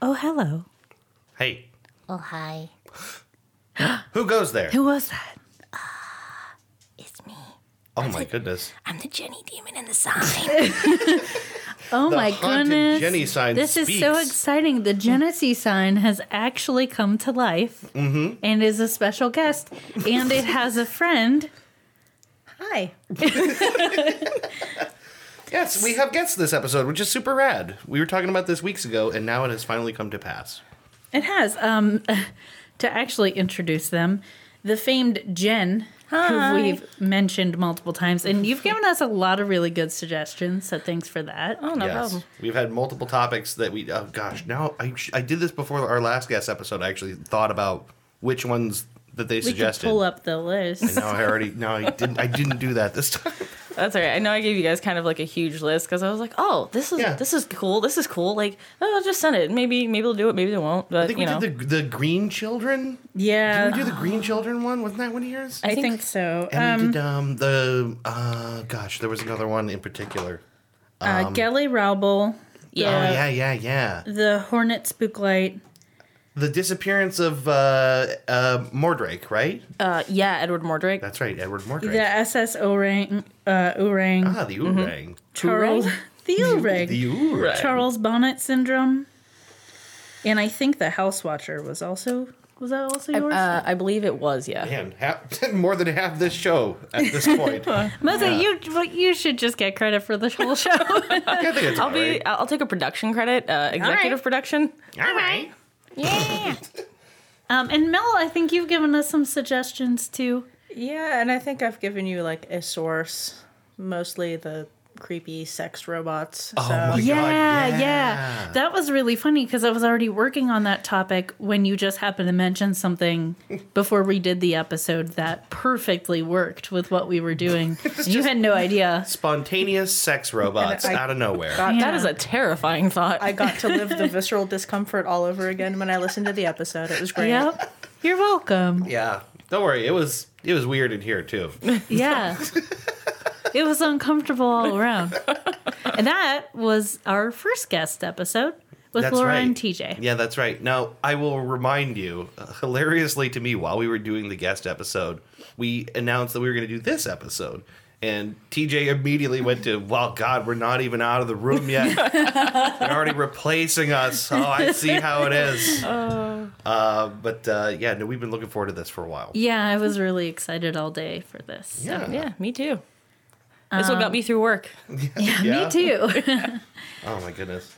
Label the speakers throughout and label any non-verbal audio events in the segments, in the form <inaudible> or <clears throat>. Speaker 1: Hello.
Speaker 2: Hey,
Speaker 3: Oh, hi.
Speaker 2: who goes there?
Speaker 1: Who was that?
Speaker 3: It's me.
Speaker 2: Oh my goodness.
Speaker 3: I'm the Jenny demon in the sign.
Speaker 1: Oh
Speaker 2: The
Speaker 1: my
Speaker 2: haunted
Speaker 1: goodness.
Speaker 2: Jenny sign
Speaker 1: This is so
Speaker 2: speaks.
Speaker 1: exciting. The Genesee sign has actually come to life
Speaker 2: Mm-hmm.
Speaker 1: and is a special guest. And it has a friend. Hi.
Speaker 2: Yes, we have guests this episode, which is super rad. We were talking about this weeks ago, and now it has finally come to pass.
Speaker 1: It has. Um <laughs> to actually introduce them, the famed Jen,
Speaker 3: Hi.
Speaker 1: who we've mentioned multiple times. And you've given us a lot of really good suggestions, so thanks for that.
Speaker 3: oh, no
Speaker 2: yes,
Speaker 3: problem.
Speaker 2: we've had multiple topics that we. Oh gosh, now I sh- I did this before our last guest episode. I actually thought about which ones that they
Speaker 1: We could
Speaker 2: suggested.
Speaker 1: pull up the list.
Speaker 2: No, I already. No, I didn't. I didn't do that
Speaker 1: <laughs>
Speaker 2: this time.
Speaker 3: <laughs> That's all right. I know I gave you guys kind of like a huge list because I was like, oh, this is
Speaker 2: Yeah.
Speaker 3: this is cool. This is cool. Like, oh, just send it. Maybe maybe they'll do it. Maybe they won't. But
Speaker 2: I think
Speaker 3: you
Speaker 2: we
Speaker 3: know,
Speaker 2: did the the Green Children.
Speaker 1: Yeah.
Speaker 2: Did we do the Green Children one? Wasn't that one of yours?
Speaker 1: I think,
Speaker 3: think-
Speaker 1: so.
Speaker 2: and we
Speaker 1: Um,
Speaker 2: did um the uh gosh, there was another one in particular.
Speaker 1: uh, Gelly Raubel,
Speaker 2: Oh
Speaker 3: yeah.
Speaker 2: yeah, yeah, yeah.
Speaker 1: the Hornet Spooklight,
Speaker 2: The disappearance of uh uh Mordrake, right?
Speaker 3: Uh, yeah, Edward Mordrake.
Speaker 2: That's right, Edward Mordrake.
Speaker 1: the SS Orang, uh, Orang,
Speaker 2: Ah, the Oorang.
Speaker 1: Charles, <laughs> the Orang,
Speaker 2: The Oorang.
Speaker 1: Charles Bonnet Syndrome, and I think the House Watcher was also was that also yours?
Speaker 3: uh, I believe it was. Yeah.
Speaker 2: Man, half, <laughs> more than half this show at
Speaker 1: <laughs>
Speaker 2: this point. yeah,
Speaker 1: Mother, you you you should just get credit for the whole <laughs> show.
Speaker 2: I think it's
Speaker 3: I'll
Speaker 2: all
Speaker 3: be.
Speaker 2: right.
Speaker 3: I'll I'll take a production credit. Uh, executive production.
Speaker 2: all right.
Speaker 3: Yeah.
Speaker 1: um, and Mel, I think you've given us some suggestions too.
Speaker 4: Yeah, and I think I've given you like a source, mostly the creepy sex robots. so.
Speaker 2: Oh my God,
Speaker 1: yeah, yeah,
Speaker 2: yeah.
Speaker 1: That was really funny because I was already working on that topic when you just happened to mention
Speaker 2: <laughs>
Speaker 1: something before we did the episode that perfectly worked with what we were
Speaker 2: <laughs>
Speaker 1: doing. and you had no idea.
Speaker 2: Spontaneous sex robots
Speaker 4: I-
Speaker 2: out of nowhere.
Speaker 3: That is a terrifying thought.
Speaker 4: I got to live
Speaker 1: <laughs>
Speaker 4: the visceral discomfort all over again when I listened to the episode. It was great.
Speaker 1: Yep. You're welcome.
Speaker 2: yeah. Don't worry, it was it was weird in here too. <laughs>
Speaker 1: Yeah. it was uncomfortable all around. And that was our first guest episode with
Speaker 2: That's
Speaker 1: Laura
Speaker 2: right.
Speaker 1: and TJ.
Speaker 2: Yeah, that's right. Now, I will remind you, uh, hilariously to me, while we were doing the guest episode, we announced that we were going to do this episode. And TJ immediately went to, well, God, we're not even out of the
Speaker 1: <laughs>
Speaker 2: room yet. They're already replacing us. Oh, I see how
Speaker 1: <laughs>
Speaker 2: it is.
Speaker 1: Oh.
Speaker 2: Uh, but uh, yeah, no, we've been looking forward to this for a while.
Speaker 1: Yeah, I was really excited all day for this.
Speaker 2: Yeah.
Speaker 3: <laughs> yeah, me too. This one got me through work.
Speaker 2: Yeah.
Speaker 1: Me
Speaker 2: <laughs>
Speaker 1: too.
Speaker 2: Oh, my goodness.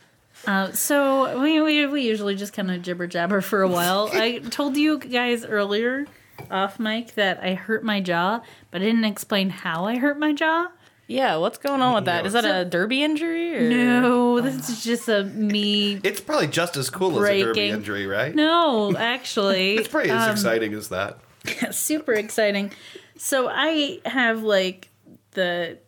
Speaker 1: Uh, so we, we we usually just kind of jibber jabber for a while. I told you guys earlier off mic that I hurt my jaw, but I didn't explain how I hurt my jaw.
Speaker 3: Yeah, what's going on with that?
Speaker 2: No.
Speaker 3: Is that a derby injury? Or?
Speaker 1: No, this is just a me.
Speaker 2: It's probably just as cool as a derby
Speaker 1: Breaking.
Speaker 2: injury, right?
Speaker 1: No, Um, actually,
Speaker 2: It's probably as exciting as that.
Speaker 1: <laughs> super exciting. So I have like the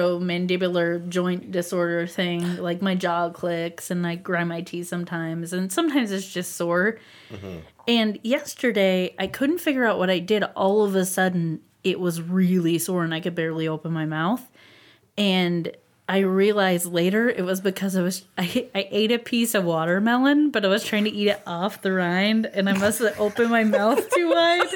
Speaker 1: temporomandibular joint disorder thing. Like my jaw clicks and I grind my teeth sometimes, and sometimes it's just sore. And yesterday I couldn't figure out what I did. All of a sudden, it was really sore and I could barely open my mouth. And I realized later it was because I was I, I ate a piece of watermelon, but I was trying to eat it off the rind, and I must have opened my mouth too wide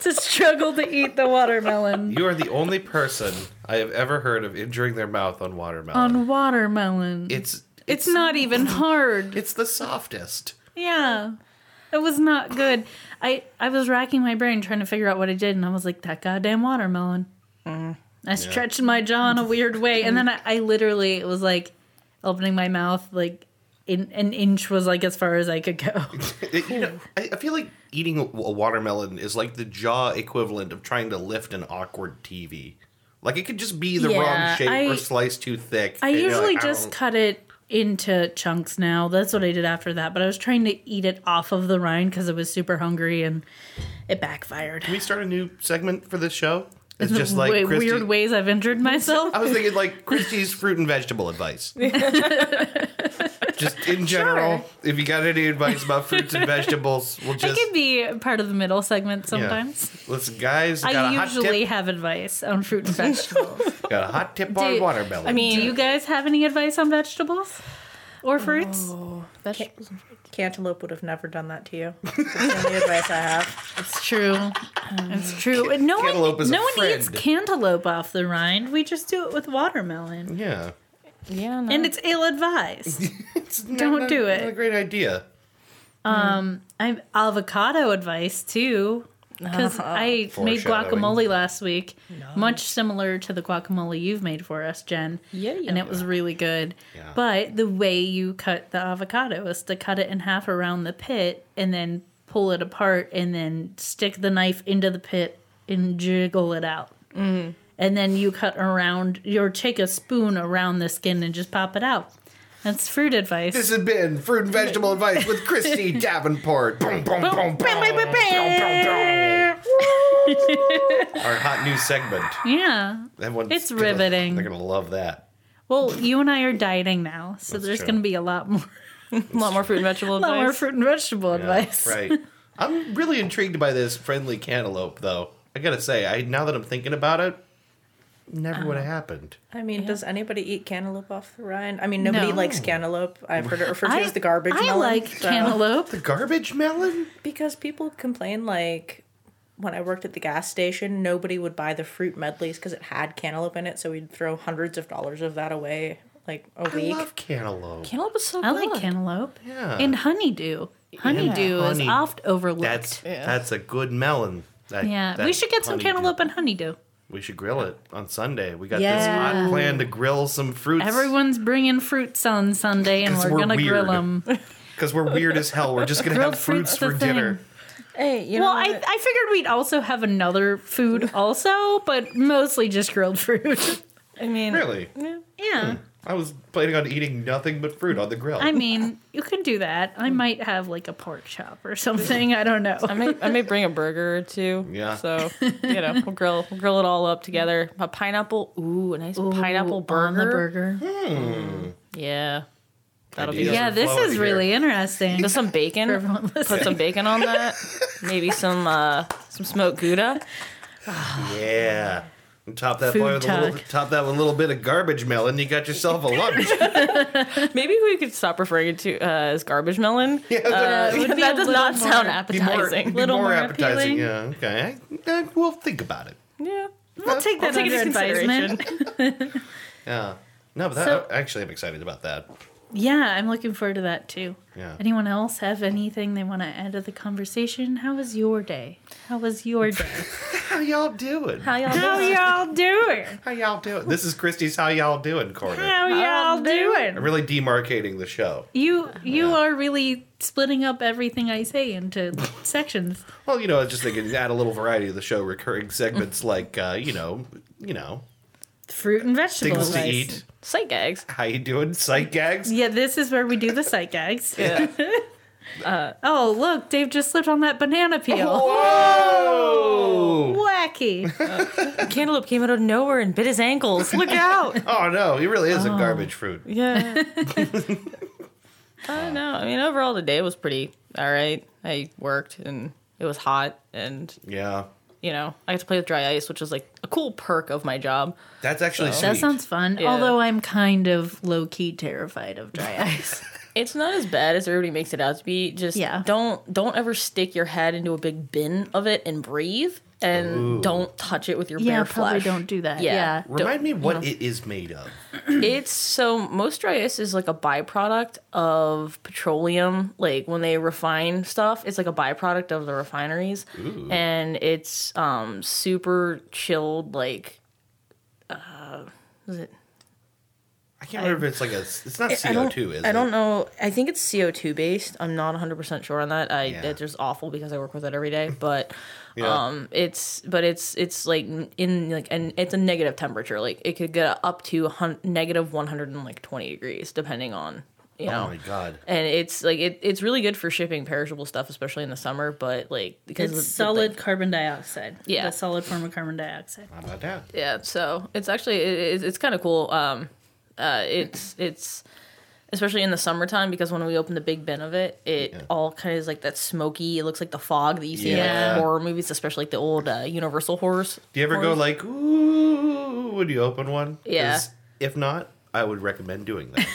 Speaker 1: to struggle to eat the watermelon
Speaker 2: You are the only person I have ever heard of injuring their mouth on watermelon.
Speaker 1: on watermelon.
Speaker 2: it's
Speaker 1: it's not even hard.
Speaker 2: It's the softest.
Speaker 1: Yeah. It was not good. I, I was racking my brain trying to figure out what I did, and I was like, that goddamn watermelon.
Speaker 2: Mm-hmm.
Speaker 1: I stretched my jaw in a weird way, and then I, I literally it was like opening my mouth like in, an inch was like as far as I could
Speaker 2: <laughs>
Speaker 1: go.
Speaker 2: It- you know,
Speaker 1: Oh.
Speaker 2: I, I feel like eating a, a watermelon is like the jaw equivalent of trying to lift an awkward TV. Like it could just be the
Speaker 1: Yeah,
Speaker 2: wrong shape
Speaker 1: I-
Speaker 2: or sliced too thick.
Speaker 1: I
Speaker 2: and you're
Speaker 1: usually
Speaker 2: like,
Speaker 1: just
Speaker 2: "Ow."
Speaker 1: cut it into chunks now. That's what I did after that, but I was trying to eat it off of the rind because I was super hungry and it backfired.
Speaker 2: Can we start a new segment for
Speaker 1: <laughs>
Speaker 2: this show? It's
Speaker 1: The
Speaker 2: just like
Speaker 1: wa-
Speaker 2: Christy-
Speaker 1: weird ways I've injured myself.
Speaker 2: I was thinking like Christie's fruit and
Speaker 1: <laughs>
Speaker 2: vegetable advice. just in general, if you got any advice about
Speaker 1: <laughs>
Speaker 2: fruits and vegetables, we'll
Speaker 1: It
Speaker 2: just
Speaker 1: could be part of the middle segment
Speaker 2: yeah.
Speaker 1: sometimes.
Speaker 2: Listen, guys, got a
Speaker 1: I
Speaker 2: hot
Speaker 1: usually
Speaker 2: tip-
Speaker 1: have advice on fruit <laughs> and vegetables. <laughs>
Speaker 2: got a hot tip on
Speaker 1: Do-
Speaker 2: watermelon.
Speaker 3: I mean,
Speaker 1: Do you guys have any advice on vegetables? or fruits.
Speaker 3: That's
Speaker 4: Cantaloupe would have never done that
Speaker 1: <laughs>
Speaker 4: to you. That's the only advice I have.
Speaker 1: It's true. It's true. And no
Speaker 2: cantaloupe
Speaker 1: one,
Speaker 2: is a
Speaker 1: no one eats
Speaker 2: friend.
Speaker 1: cantaloupe off the rind. We just do it with watermelon,
Speaker 2: Yeah.
Speaker 3: yeah. No.
Speaker 1: and it's ill advised.
Speaker 2: It's not-
Speaker 1: Don't
Speaker 2: not-
Speaker 1: do
Speaker 2: not
Speaker 1: it.
Speaker 2: a great idea.
Speaker 1: I'm avocado advice too.
Speaker 3: <laughs>
Speaker 1: Because I made
Speaker 2: Foreshadowing.
Speaker 1: guacamole last week, much similar to the guacamole you've made for us, Jen.
Speaker 3: Yeah,
Speaker 1: And it was really good.
Speaker 2: Yeah.
Speaker 1: But the way you cut the avocado is to cut it in half around the pit and then pull it apart and then stick the knife into the pit and jiggle it out. Mm.
Speaker 3: Mm-hmm.
Speaker 1: And then you cut around, or take a spoon around the skin and just pop it out. That's fruit advice.
Speaker 2: This has been Fruit and Vegetable Advice with
Speaker 1: <laughs>
Speaker 2: Christy Davenport. Boom, boom, boom, boom. Our hot new segment.
Speaker 1: yeah.
Speaker 2: Everyone's
Speaker 1: It's
Speaker 2: gonna-
Speaker 1: riveting.
Speaker 2: They're going to love that.
Speaker 1: Well, you and I are dieting now, so
Speaker 2: That's
Speaker 1: there's
Speaker 2: true.
Speaker 1: going to be a lot more,
Speaker 3: a lot more fruit and
Speaker 1: <laughs>
Speaker 3: vegetable
Speaker 1: lot more
Speaker 3: advice.
Speaker 1: fruit and vegetable
Speaker 2: Yeah,
Speaker 1: advice.
Speaker 2: right. I'm really intrigued by this friendly cantaloupe, though. I got to say, I now that I'm thinking about it, never
Speaker 1: Oh.
Speaker 2: would have happened.
Speaker 4: I mean, does anybody eat cantaloupe off the rind? I mean, nobody
Speaker 1: No.
Speaker 4: likes cantaloupe. I've heard it referred to
Speaker 1: I,
Speaker 4: as the garbage
Speaker 1: I
Speaker 4: melon.
Speaker 1: like
Speaker 4: so-
Speaker 1: cantaloupe.
Speaker 2: The garbage melon?
Speaker 4: Because people complain, like, when I worked at the gas station, nobody would buy the fruit medleys because it had cantaloupe in it. So we'd throw hundreds of dollars of that away, like, a
Speaker 2: I
Speaker 4: week.
Speaker 2: love cantaloupe.
Speaker 3: Cantaloupe is so
Speaker 1: I
Speaker 3: good.
Speaker 1: like cantaloupe.
Speaker 2: Yeah.
Speaker 1: And honeydew. Honeydew is
Speaker 2: honey.
Speaker 1: oft overlooked.
Speaker 2: That's
Speaker 3: Yeah.
Speaker 2: that's a good melon. That-
Speaker 1: yeah.
Speaker 2: that
Speaker 1: we should get some
Speaker 2: honeydew.
Speaker 1: cantaloupe and honeydew.
Speaker 2: We should grill it on Sunday. We got this
Speaker 1: Yeah.
Speaker 2: hot plan to grill some fruits.
Speaker 1: Everyone's bringing fruits on Sunday, and
Speaker 2: 'Cause
Speaker 1: we're,
Speaker 2: we're
Speaker 1: gonna grill
Speaker 2: weird.
Speaker 1: them.
Speaker 2: because we're weird as hell.
Speaker 1: <laughs>
Speaker 2: We're just gonna
Speaker 1: Grilled
Speaker 2: have fruits
Speaker 1: fruit's the
Speaker 2: for dinner.
Speaker 1: thing.
Speaker 4: Hey, you
Speaker 1: Well,
Speaker 4: know
Speaker 1: I,
Speaker 4: what?
Speaker 1: I figured we'd also have another food, also, but mostly just grilled
Speaker 4: <laughs>
Speaker 1: fruit.
Speaker 3: I
Speaker 2: <laughs>
Speaker 3: mean,
Speaker 2: Really,
Speaker 3: Yeah.
Speaker 1: yeah.
Speaker 2: I was planning on eating nothing but fruit on the grill.
Speaker 1: I mean, you could do that. I might have like a pork chop or something. I don't know.
Speaker 3: I may, I may bring a burger or two.
Speaker 2: Yeah.
Speaker 3: So you know, we'll grill, we'll grill it all up together. A pineapple, ooh, a nice pineapple
Speaker 1: On the
Speaker 3: Oh, burger.
Speaker 1: burger.
Speaker 3: Yeah, that'll
Speaker 2: Ideas
Speaker 3: be.
Speaker 1: Yeah,
Speaker 2: are
Speaker 1: this
Speaker 2: flowing
Speaker 1: is
Speaker 2: here.
Speaker 1: really interesting.
Speaker 3: Just some bacon.
Speaker 1: For everyone <laughs>
Speaker 3: Put some
Speaker 1: listening.
Speaker 3: bacon on that. Maybe some uh, some smoked gouda.
Speaker 2: Yeah. And top that
Speaker 1: Food
Speaker 2: boy with a little,
Speaker 1: talk. Uh,
Speaker 2: top that with a little bit of garbage melon. You
Speaker 1: <laughs>
Speaker 2: got yourself a lunch.
Speaker 3: Maybe we could stop referring to uh, as garbage melon.
Speaker 2: Yeah,
Speaker 1: it <laughs> would be
Speaker 3: that
Speaker 1: a
Speaker 3: does
Speaker 1: little
Speaker 3: not sound
Speaker 1: more-
Speaker 2: be more, be
Speaker 3: appetizing.
Speaker 1: Little
Speaker 2: more,
Speaker 1: more
Speaker 2: appetizing.
Speaker 1: appealing.
Speaker 2: Yeah. Okay. I, I, we'll think about it.
Speaker 3: yeah.
Speaker 1: We'll take that
Speaker 3: Take it
Speaker 1: under
Speaker 3: into
Speaker 1: advisement. <laughs>
Speaker 3: consideration.
Speaker 2: Yeah. No, but that,
Speaker 1: So-
Speaker 2: actually, I'm excited about that.
Speaker 1: Yeah, I'm looking forward to that too.
Speaker 2: Yeah.
Speaker 1: Anyone else have anything they want to add to the conversation? How was your day? How was your day? <laughs>
Speaker 2: How y'all doing?
Speaker 3: How y'all
Speaker 1: How
Speaker 3: doing?
Speaker 1: y'all doing?
Speaker 2: How y'all doing? This is Christie's How Y'all Doing corner.
Speaker 1: How y'all
Speaker 2: I'm
Speaker 1: doing?
Speaker 2: really demarcating the show.
Speaker 1: You you are really splitting up everything I say into sections.
Speaker 2: Well, you know, I was just thinking add a little variety to the show, recurring
Speaker 3: Mm.
Speaker 2: segments like, uh, you know, you know,
Speaker 1: Fruit and vegetable
Speaker 2: things to
Speaker 1: advice.
Speaker 2: eat.
Speaker 3: Sight gags.
Speaker 2: How you doing? Sight gags.
Speaker 1: Yeah, this is where we do the sight
Speaker 2: <laughs>
Speaker 1: gags. <laughs>
Speaker 3: Yeah.
Speaker 1: Oh, look, Dave just slipped on that banana
Speaker 2: Oh,
Speaker 1: peel.
Speaker 2: Whoa!
Speaker 1: Wacky.
Speaker 2: Oh,
Speaker 3: Cantaloupe came out of nowhere and bit his ankles. Look out.
Speaker 2: Oh no, he really is a garbage fruit.
Speaker 1: <laughs>
Speaker 3: Yeah. I don't know. I mean, overall, the day was pretty all right. I worked and it was hot, and
Speaker 2: Yeah,
Speaker 3: you know, I got to play with dry ice, which was like a cool perk of my job.
Speaker 2: that's actually sweet.
Speaker 1: That sounds fun.
Speaker 3: Yeah.
Speaker 1: Although I'm kind of low key terrified of <laughs> dry ice.
Speaker 3: It's not as bad as everybody makes it out to be. Just
Speaker 1: Yeah.
Speaker 3: don't don't ever stick your head into a big bin of it and breathe, and don't touch it with your
Speaker 1: yeah,
Speaker 3: bare
Speaker 1: probably
Speaker 3: flesh.
Speaker 1: don't do that.
Speaker 3: Yeah.
Speaker 1: Yeah.
Speaker 2: Remind me what it is made of.
Speaker 3: It's so most dry ice is like a byproduct of petroleum. Like when they refine stuff, it's like a byproduct of the refineries, and it's um super chilled. Like, uh, is it?
Speaker 2: I can't remember if it's like a. It's not
Speaker 3: I
Speaker 2: CO
Speaker 3: don't,
Speaker 2: two, is
Speaker 3: I don't
Speaker 2: it?
Speaker 3: know. I think it's CO two based. I'm not 100 percent sure on that. I it's just awful because I work with it every day, but.
Speaker 2: <laughs> Yeah.
Speaker 3: Um, it's but it's it's like in like and it's a negative temperature. Like it could get up to hun- negative 120 degrees depending on you know
Speaker 2: Oh my god.
Speaker 3: and it's like it, it's really good for shipping perishable stuff especially in the summer but like because
Speaker 1: It's
Speaker 3: of the-
Speaker 1: solid carbon dioxide.
Speaker 3: Yeah.
Speaker 1: A solid form of carbon dioxide.
Speaker 2: How about that?
Speaker 3: yeah so it's actually it, it's- it's kind of cool um uh it's it's especially in the summertime because when we open the big bin of it it all kind of is like that smoky it looks like the fog that you see in
Speaker 2: Yeah.
Speaker 3: like horror movies especially like the old uh, universal horrors
Speaker 2: Do you ever go like, ooh, when you open one?
Speaker 3: Yeah.
Speaker 2: 'Cause If not, I would recommend doing that.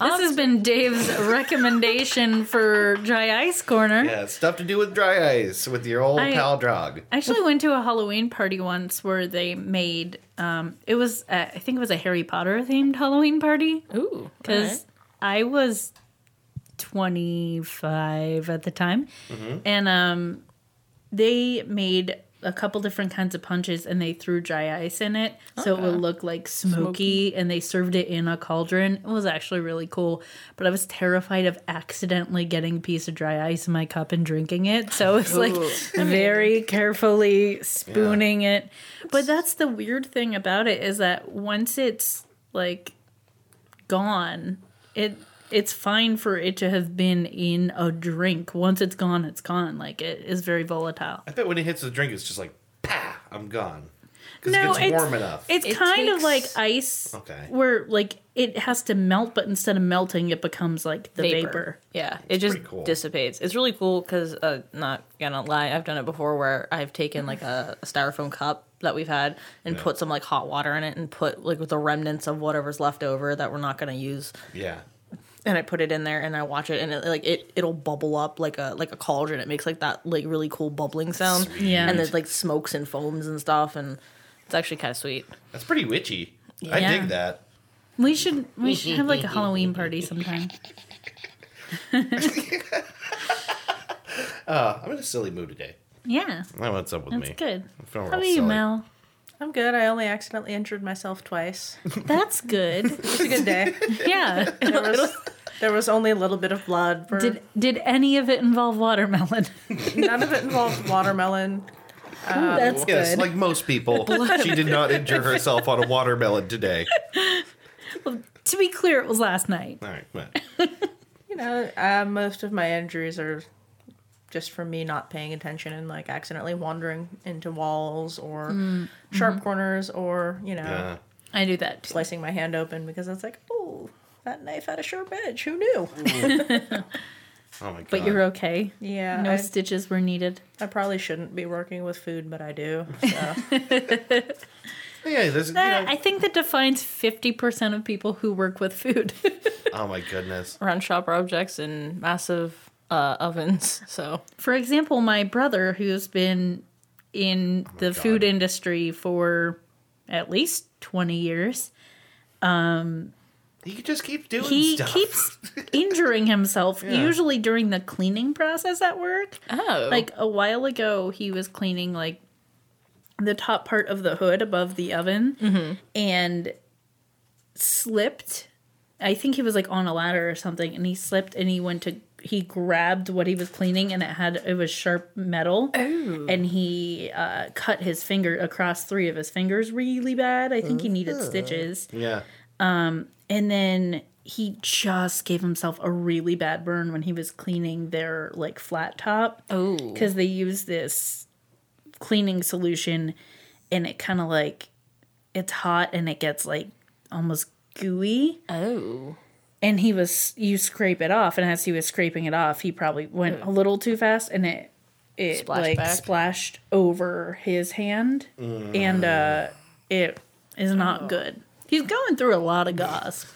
Speaker 1: This has been Dave's <laughs> recommendation for Dry Ice Corner.
Speaker 2: Yeah, stuff to do with dry ice with your old
Speaker 1: I-
Speaker 2: pal Drog.
Speaker 1: I actually went to a Halloween party once where they made um it was uh, I think it was a Harry Potter themed Halloween party
Speaker 3: Ooh,
Speaker 1: cuz I was 25 at the time and um they made a couple different kinds of punches and they threw dry ice in it so it would look like smoky, and they served it in a cauldron it was actually really cool but i was terrified of accidentally getting a piece of dry ice in my cup and drinking it so it's like very carefully spooning it but that's the weird thing about it is that once it's like gone it it's fine for it to have been in a drink once it's gone it's gone like it is very volatile
Speaker 2: I bet when it hits the drink, it's just like, pah, I'm gone. Because
Speaker 1: No,
Speaker 2: it gets
Speaker 1: it's-
Speaker 2: warm enough.
Speaker 1: It's
Speaker 3: It
Speaker 1: kind of
Speaker 3: takes-
Speaker 1: like ice,
Speaker 2: Okay.
Speaker 1: where like it has to melt, but instead of melting, it becomes like the vapor.
Speaker 3: Yeah, it just
Speaker 2: pretty cool.
Speaker 3: dissipates. It's really cool because, uh, not gonna lie, I've done it before where I've taken like a, a styrofoam cup that we've had and put some like hot water in it and put like with the remnants of whatever's left over that we're not gonna use,
Speaker 2: yeah.
Speaker 3: and I put it in there and I watch it and it, like it it'll bubble up like a like a cauldron. It makes like that like really cool bubbling sound.
Speaker 1: Yeah.
Speaker 3: and there's like smokes and foams and stuff, and it's actually kind of sweet.
Speaker 2: That's pretty witchy. I
Speaker 1: Yeah.
Speaker 2: dig that.
Speaker 1: We should we should have like a Halloween party sometime.
Speaker 2: Uh, I'm in a silly mood today.
Speaker 1: Yeah,
Speaker 2: I know what's up with
Speaker 1: that's
Speaker 2: me.
Speaker 1: good.
Speaker 2: I'm feeling
Speaker 1: How
Speaker 2: real
Speaker 1: about you,
Speaker 2: silly.
Speaker 1: Mel?
Speaker 4: I'm good. I only accidentally injured myself twice.
Speaker 1: That's good.
Speaker 2: <laughs>
Speaker 4: It's a
Speaker 1: <laughs>
Speaker 4: good day.
Speaker 1: yeah. <laughs>
Speaker 4: There was, there was only a little bit of blood. For,
Speaker 1: Did did any of it involve watermelon? <laughs>
Speaker 4: none of it involved watermelon.
Speaker 1: that's
Speaker 2: Yes, like
Speaker 1: <laughs>
Speaker 2: most people, she did not injure herself on a watermelon today.
Speaker 1: to be clear, it was last night.
Speaker 2: All right, well,
Speaker 1: Oh.
Speaker 4: You know, uh, most of my injuries are just from me not paying attention and like accidentally wandering into walls or
Speaker 1: Mm, mm-hmm.
Speaker 4: sharp corners or you know
Speaker 2: uh,
Speaker 1: I do that too.
Speaker 4: slicing my hand open because it's like oh that knife had a sharp edge. Who knew?
Speaker 2: oh my god!
Speaker 1: but you're okay. <laughs>
Speaker 4: Yeah,
Speaker 1: No
Speaker 4: I,
Speaker 1: stitches were needed.
Speaker 4: I probably shouldn't be working with food, but I do.
Speaker 1: <laughs>
Speaker 4: So.
Speaker 2: yeah, there's, you
Speaker 1: That,
Speaker 2: know,
Speaker 1: Eh, I think that defines fifty percent of people who work with food. <laughs>
Speaker 2: oh my goodness.
Speaker 3: Round shop objects in massive uh, ovens, <laughs> so
Speaker 1: for example, my brother, who's been in the
Speaker 2: Oh God.
Speaker 1: food industry for at least 20 years,
Speaker 2: He just keeps doing
Speaker 1: he
Speaker 2: stuff. <laughs>
Speaker 1: keeps injuring himself, usually during the cleaning process at work.
Speaker 3: oh
Speaker 1: Like a while ago, he was cleaning like the top part of the hood above the oven and slipped. I think he was like on a ladder or something, and he slipped and he went to he grabbed what he was cleaning and it had it was sharp metal and he uh, cut his finger across three of his fingers really bad i think he needed stitches
Speaker 2: yeah,
Speaker 1: and then he just gave himself a really bad burn when he was cleaning their like flat top
Speaker 3: oh
Speaker 1: because they use this cleaning solution and it kind of like it's hot and it gets like almost gooey
Speaker 3: oh.
Speaker 1: and he was you scrape it off and as he was scraping it off he probably went a little too fast and it it
Speaker 3: Splashed
Speaker 1: like
Speaker 3: back.
Speaker 1: splashed over his hand and uh
Speaker 3: Mm.
Speaker 1: it is
Speaker 3: Oh.
Speaker 1: not good he's going through a lot of gauze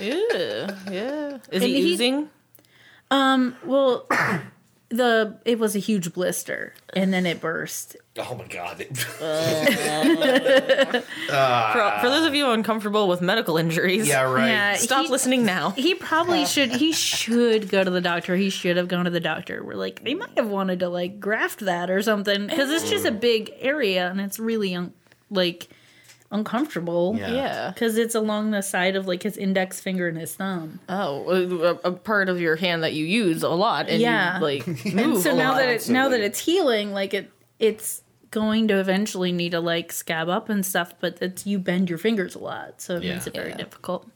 Speaker 3: Ew, yeah. Is he,
Speaker 1: he-
Speaker 3: oozing?
Speaker 1: well the it was a huge blister and then it burst
Speaker 2: Oh my
Speaker 1: <laughs>
Speaker 2: god.
Speaker 3: For, for those of you uncomfortable with medical injuries,
Speaker 2: Uh. yeah, right.
Speaker 1: yeah
Speaker 3: <laughs> stop
Speaker 1: he-
Speaker 3: listening now.
Speaker 1: He probably should. He should go to the doctor. He should have gone to the doctor. We're like, they might have wanted to like graft that or something because it's just a big area and it's really un- like uncomfortable.
Speaker 2: Yeah.
Speaker 3: Yeah.
Speaker 1: Because it's along the side of like his index finger and his thumb.
Speaker 3: Oh, a, a part of your hand that you use a lot, and
Speaker 1: Yeah. <laughs>
Speaker 3: you, like move
Speaker 1: So
Speaker 3: a
Speaker 1: now
Speaker 3: lot.
Speaker 1: that it, now that it's healing, like it it's going to eventually need to like scab up and stuff. But it's you bend your fingers a lot, so it
Speaker 2: Yeah.
Speaker 1: makes it very
Speaker 3: Yeah.
Speaker 1: difficult.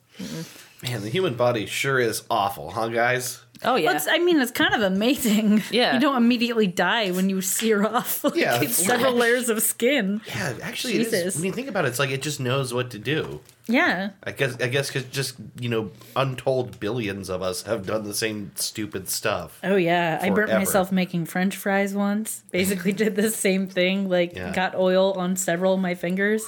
Speaker 2: Man, the human body sure is awful, huh, guys?
Speaker 3: oh yeah,
Speaker 1: Well, it's- I mean, it's kind of amazing. <laughs>
Speaker 3: Yeah.
Speaker 1: You don't immediately die when you sear off <laughs> like,
Speaker 2: Yeah,
Speaker 1: it's
Speaker 2: it's
Speaker 1: several layers of skin.
Speaker 2: Yeah, actually, it is.
Speaker 1: Jesus.
Speaker 2: When you think about it, it's like it just knows what to do.
Speaker 1: Yeah.
Speaker 2: I guess, I guess, because just you know, untold billions of us have done the same stupid stuff.
Speaker 1: Oh, yeah. I burnt
Speaker 2: Forever.
Speaker 1: myself making french fries
Speaker 2: <laughs>
Speaker 1: once. Basically, did the same thing. Like,
Speaker 2: Yeah.
Speaker 1: got oil on several of my fingers.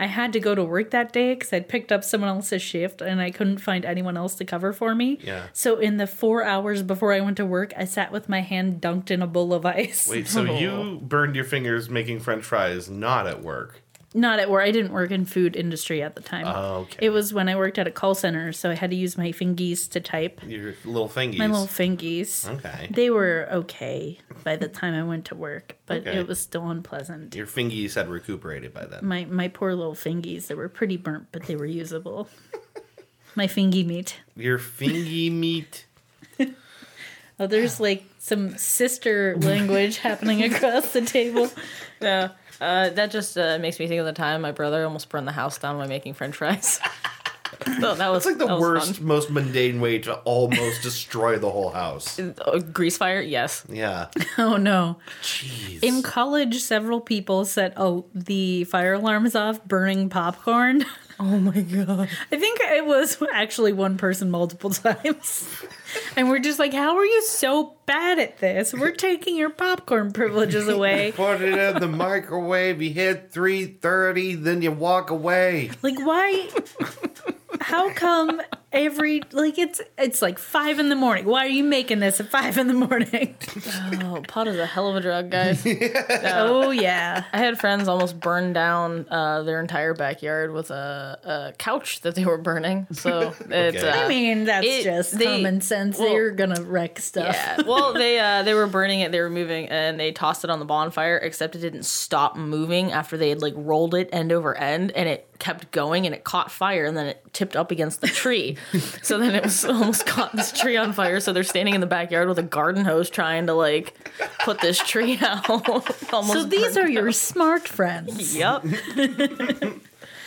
Speaker 1: I had to go to work that day because I'd picked up someone else's shift and I couldn't find anyone else to cover for me.
Speaker 2: Yeah.
Speaker 1: So in the four hours before I went to work, I sat with my hand dunked in a bowl of ice. <laughs>
Speaker 2: Wait, so you burned your fingers making french fries not at work.
Speaker 1: Not at work. I didn't work in food industry at the time.
Speaker 2: Oh, okay.
Speaker 1: It was when I worked at a call center, so I had to use my fingies to type.
Speaker 2: Your little thingies.
Speaker 1: My little fingies.
Speaker 2: Okay.
Speaker 1: They were okay by the time I went to work, but
Speaker 2: Okay.
Speaker 1: it was still unpleasant.
Speaker 2: Your fingies had recuperated by then.
Speaker 1: My my poor little fingies, they were pretty burnt, but they were
Speaker 2: <laughs>
Speaker 1: usable. my fingy meat. <laughs>
Speaker 2: Your fingy meat.
Speaker 1: Oh, there's like some sister
Speaker 2: <laughs>
Speaker 1: language happening across the table.
Speaker 3: Yeah. Uh, that just uh, makes me think of the time my brother almost burned the house down by making french fries. <laughs> so that was
Speaker 2: It's like the
Speaker 3: that was
Speaker 2: worst, most mundane way to
Speaker 1: <laughs>
Speaker 2: almost destroy the whole house.
Speaker 3: fun. Uh, grease fire, yes.
Speaker 2: Yeah.
Speaker 1: Oh no.
Speaker 2: Jeez.
Speaker 1: In college, several people set oh, the fire alarms off burning popcorn.
Speaker 3: Oh my god.
Speaker 1: I think it was <laughs> actually one person multiple <laughs> times. And we're just like, how are you so bad at this? We're taking your popcorn privileges
Speaker 3: <laughs>
Speaker 1: away.
Speaker 2: Put it in the microwave. You hit three thirty, then you walk away.
Speaker 1: Like, why? How come every like it's it's like five in the morning? Why are you making this at five in the
Speaker 3: <laughs>
Speaker 1: morning?
Speaker 3: Oh, pot is a hell of a drug, guys. Uh,
Speaker 1: Oh yeah,
Speaker 3: I had friends almost burn down uh, their entire backyard with a, a couch that they were burning. So it's.
Speaker 2: Okay.
Speaker 3: Uh,
Speaker 1: I mean that's
Speaker 3: It-
Speaker 1: just
Speaker 3: they-
Speaker 1: common sense.
Speaker 3: well-
Speaker 1: They're gonna wreck stuff.
Speaker 3: Yeah. <laughs> Well, they uh, they were burning it, they were moving, and they tossed it on the bonfire. Except it didn't stop moving after they had like rolled it end over end, and it kept going, and it caught fire, and then it tipped up against the
Speaker 1: <laughs>
Speaker 3: tree. so then it was almost caught this tree on fire. So they're standing in the backyard with a garden hose trying to like put this tree <laughs> out. almost.
Speaker 1: So these
Speaker 3: burned
Speaker 1: are your
Speaker 3: out.
Speaker 1: smart friends.
Speaker 3: Yep.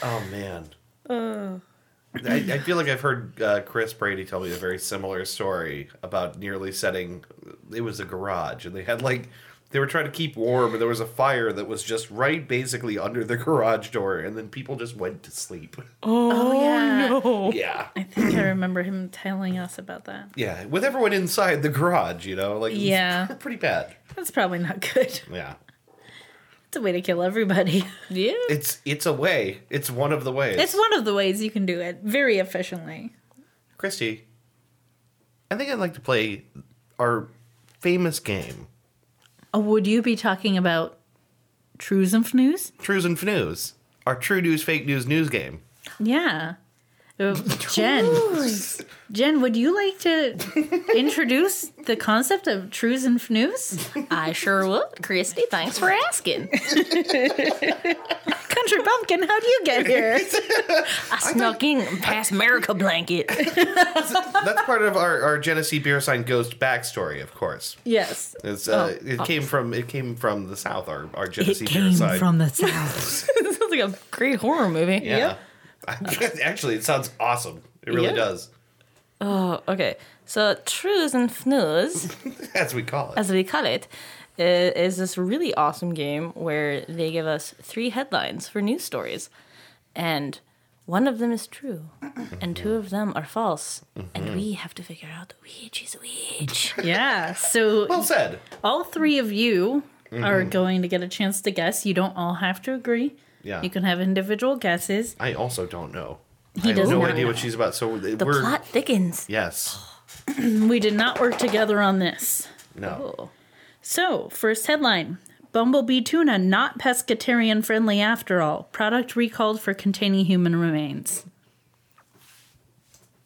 Speaker 2: Oh man. I, I feel like I've heard uh, Chris Brady tell me a very similar story about nearly setting. It was a garage, and they had like they were trying to keep warm, and there was a fire that was just right, basically under the garage door, and then people just went to sleep.
Speaker 1: Oh, yeah.
Speaker 2: Yeah,
Speaker 1: I think I remember him telling us about that.
Speaker 2: yeah, with everyone inside the garage, you know, like it was
Speaker 1: Yeah.
Speaker 2: pre- <laughs> pretty bad.
Speaker 1: That's probably not good.
Speaker 2: Yeah,
Speaker 1: It's a way to kill everybody. <laughs>
Speaker 3: Yeah.
Speaker 2: it's it's a way. It's one of the ways.
Speaker 1: It's one of the ways you can do it very efficiently.
Speaker 2: Christy, I think I'd like to play our famous game,
Speaker 1: Oh, Would you be talking about trues and news?
Speaker 2: Trues and News, our True News Fake News news game.
Speaker 1: Yeah. Uh, Jen, Jen, would you like to introduce the concept of trues and news?
Speaker 3: I sure would. Christy, thanks for asking.
Speaker 1: Country Bumpkin, how do you get here?
Speaker 3: I snuck in past America Blanket. <laughs>
Speaker 2: That's part of our, our Genesee beer sign ghost backstory, of course.
Speaker 1: <laughs> Yes.
Speaker 2: It's, uh,
Speaker 3: Oh.
Speaker 2: it came from it came from the south. Our our Genesee beer sign.
Speaker 1: the south.
Speaker 3: This sounds like a great horror movie.
Speaker 2: yeah. <laughs> Actually, it sounds awesome. It really
Speaker 3: Yeah.
Speaker 2: does, <laughs>
Speaker 3: Oh, okay. So, Trues and Fnews,
Speaker 2: as we call it.
Speaker 3: as we call it, i- is this really awesome game where they give us three headlines for news stories. And one of them is true, and two of them are false. And we have to figure out which is which.
Speaker 1: <laughs> Yeah. So
Speaker 2: well said.
Speaker 1: all three of you are going to get a chance to guess. You don't all have to agree.
Speaker 2: Yeah.
Speaker 1: You can have individual guesses.
Speaker 2: I also don't know. I have
Speaker 1: doesn't
Speaker 2: no
Speaker 1: know.
Speaker 2: idea what she's about. So
Speaker 3: The
Speaker 2: we're
Speaker 3: plot Oh, thickens.
Speaker 2: yes,
Speaker 1: We did not work together on this.
Speaker 2: no.
Speaker 3: Oh.
Speaker 1: So, first headline Bumblebee tuna not pescatarian friendly after all. Product recalled for containing human remains.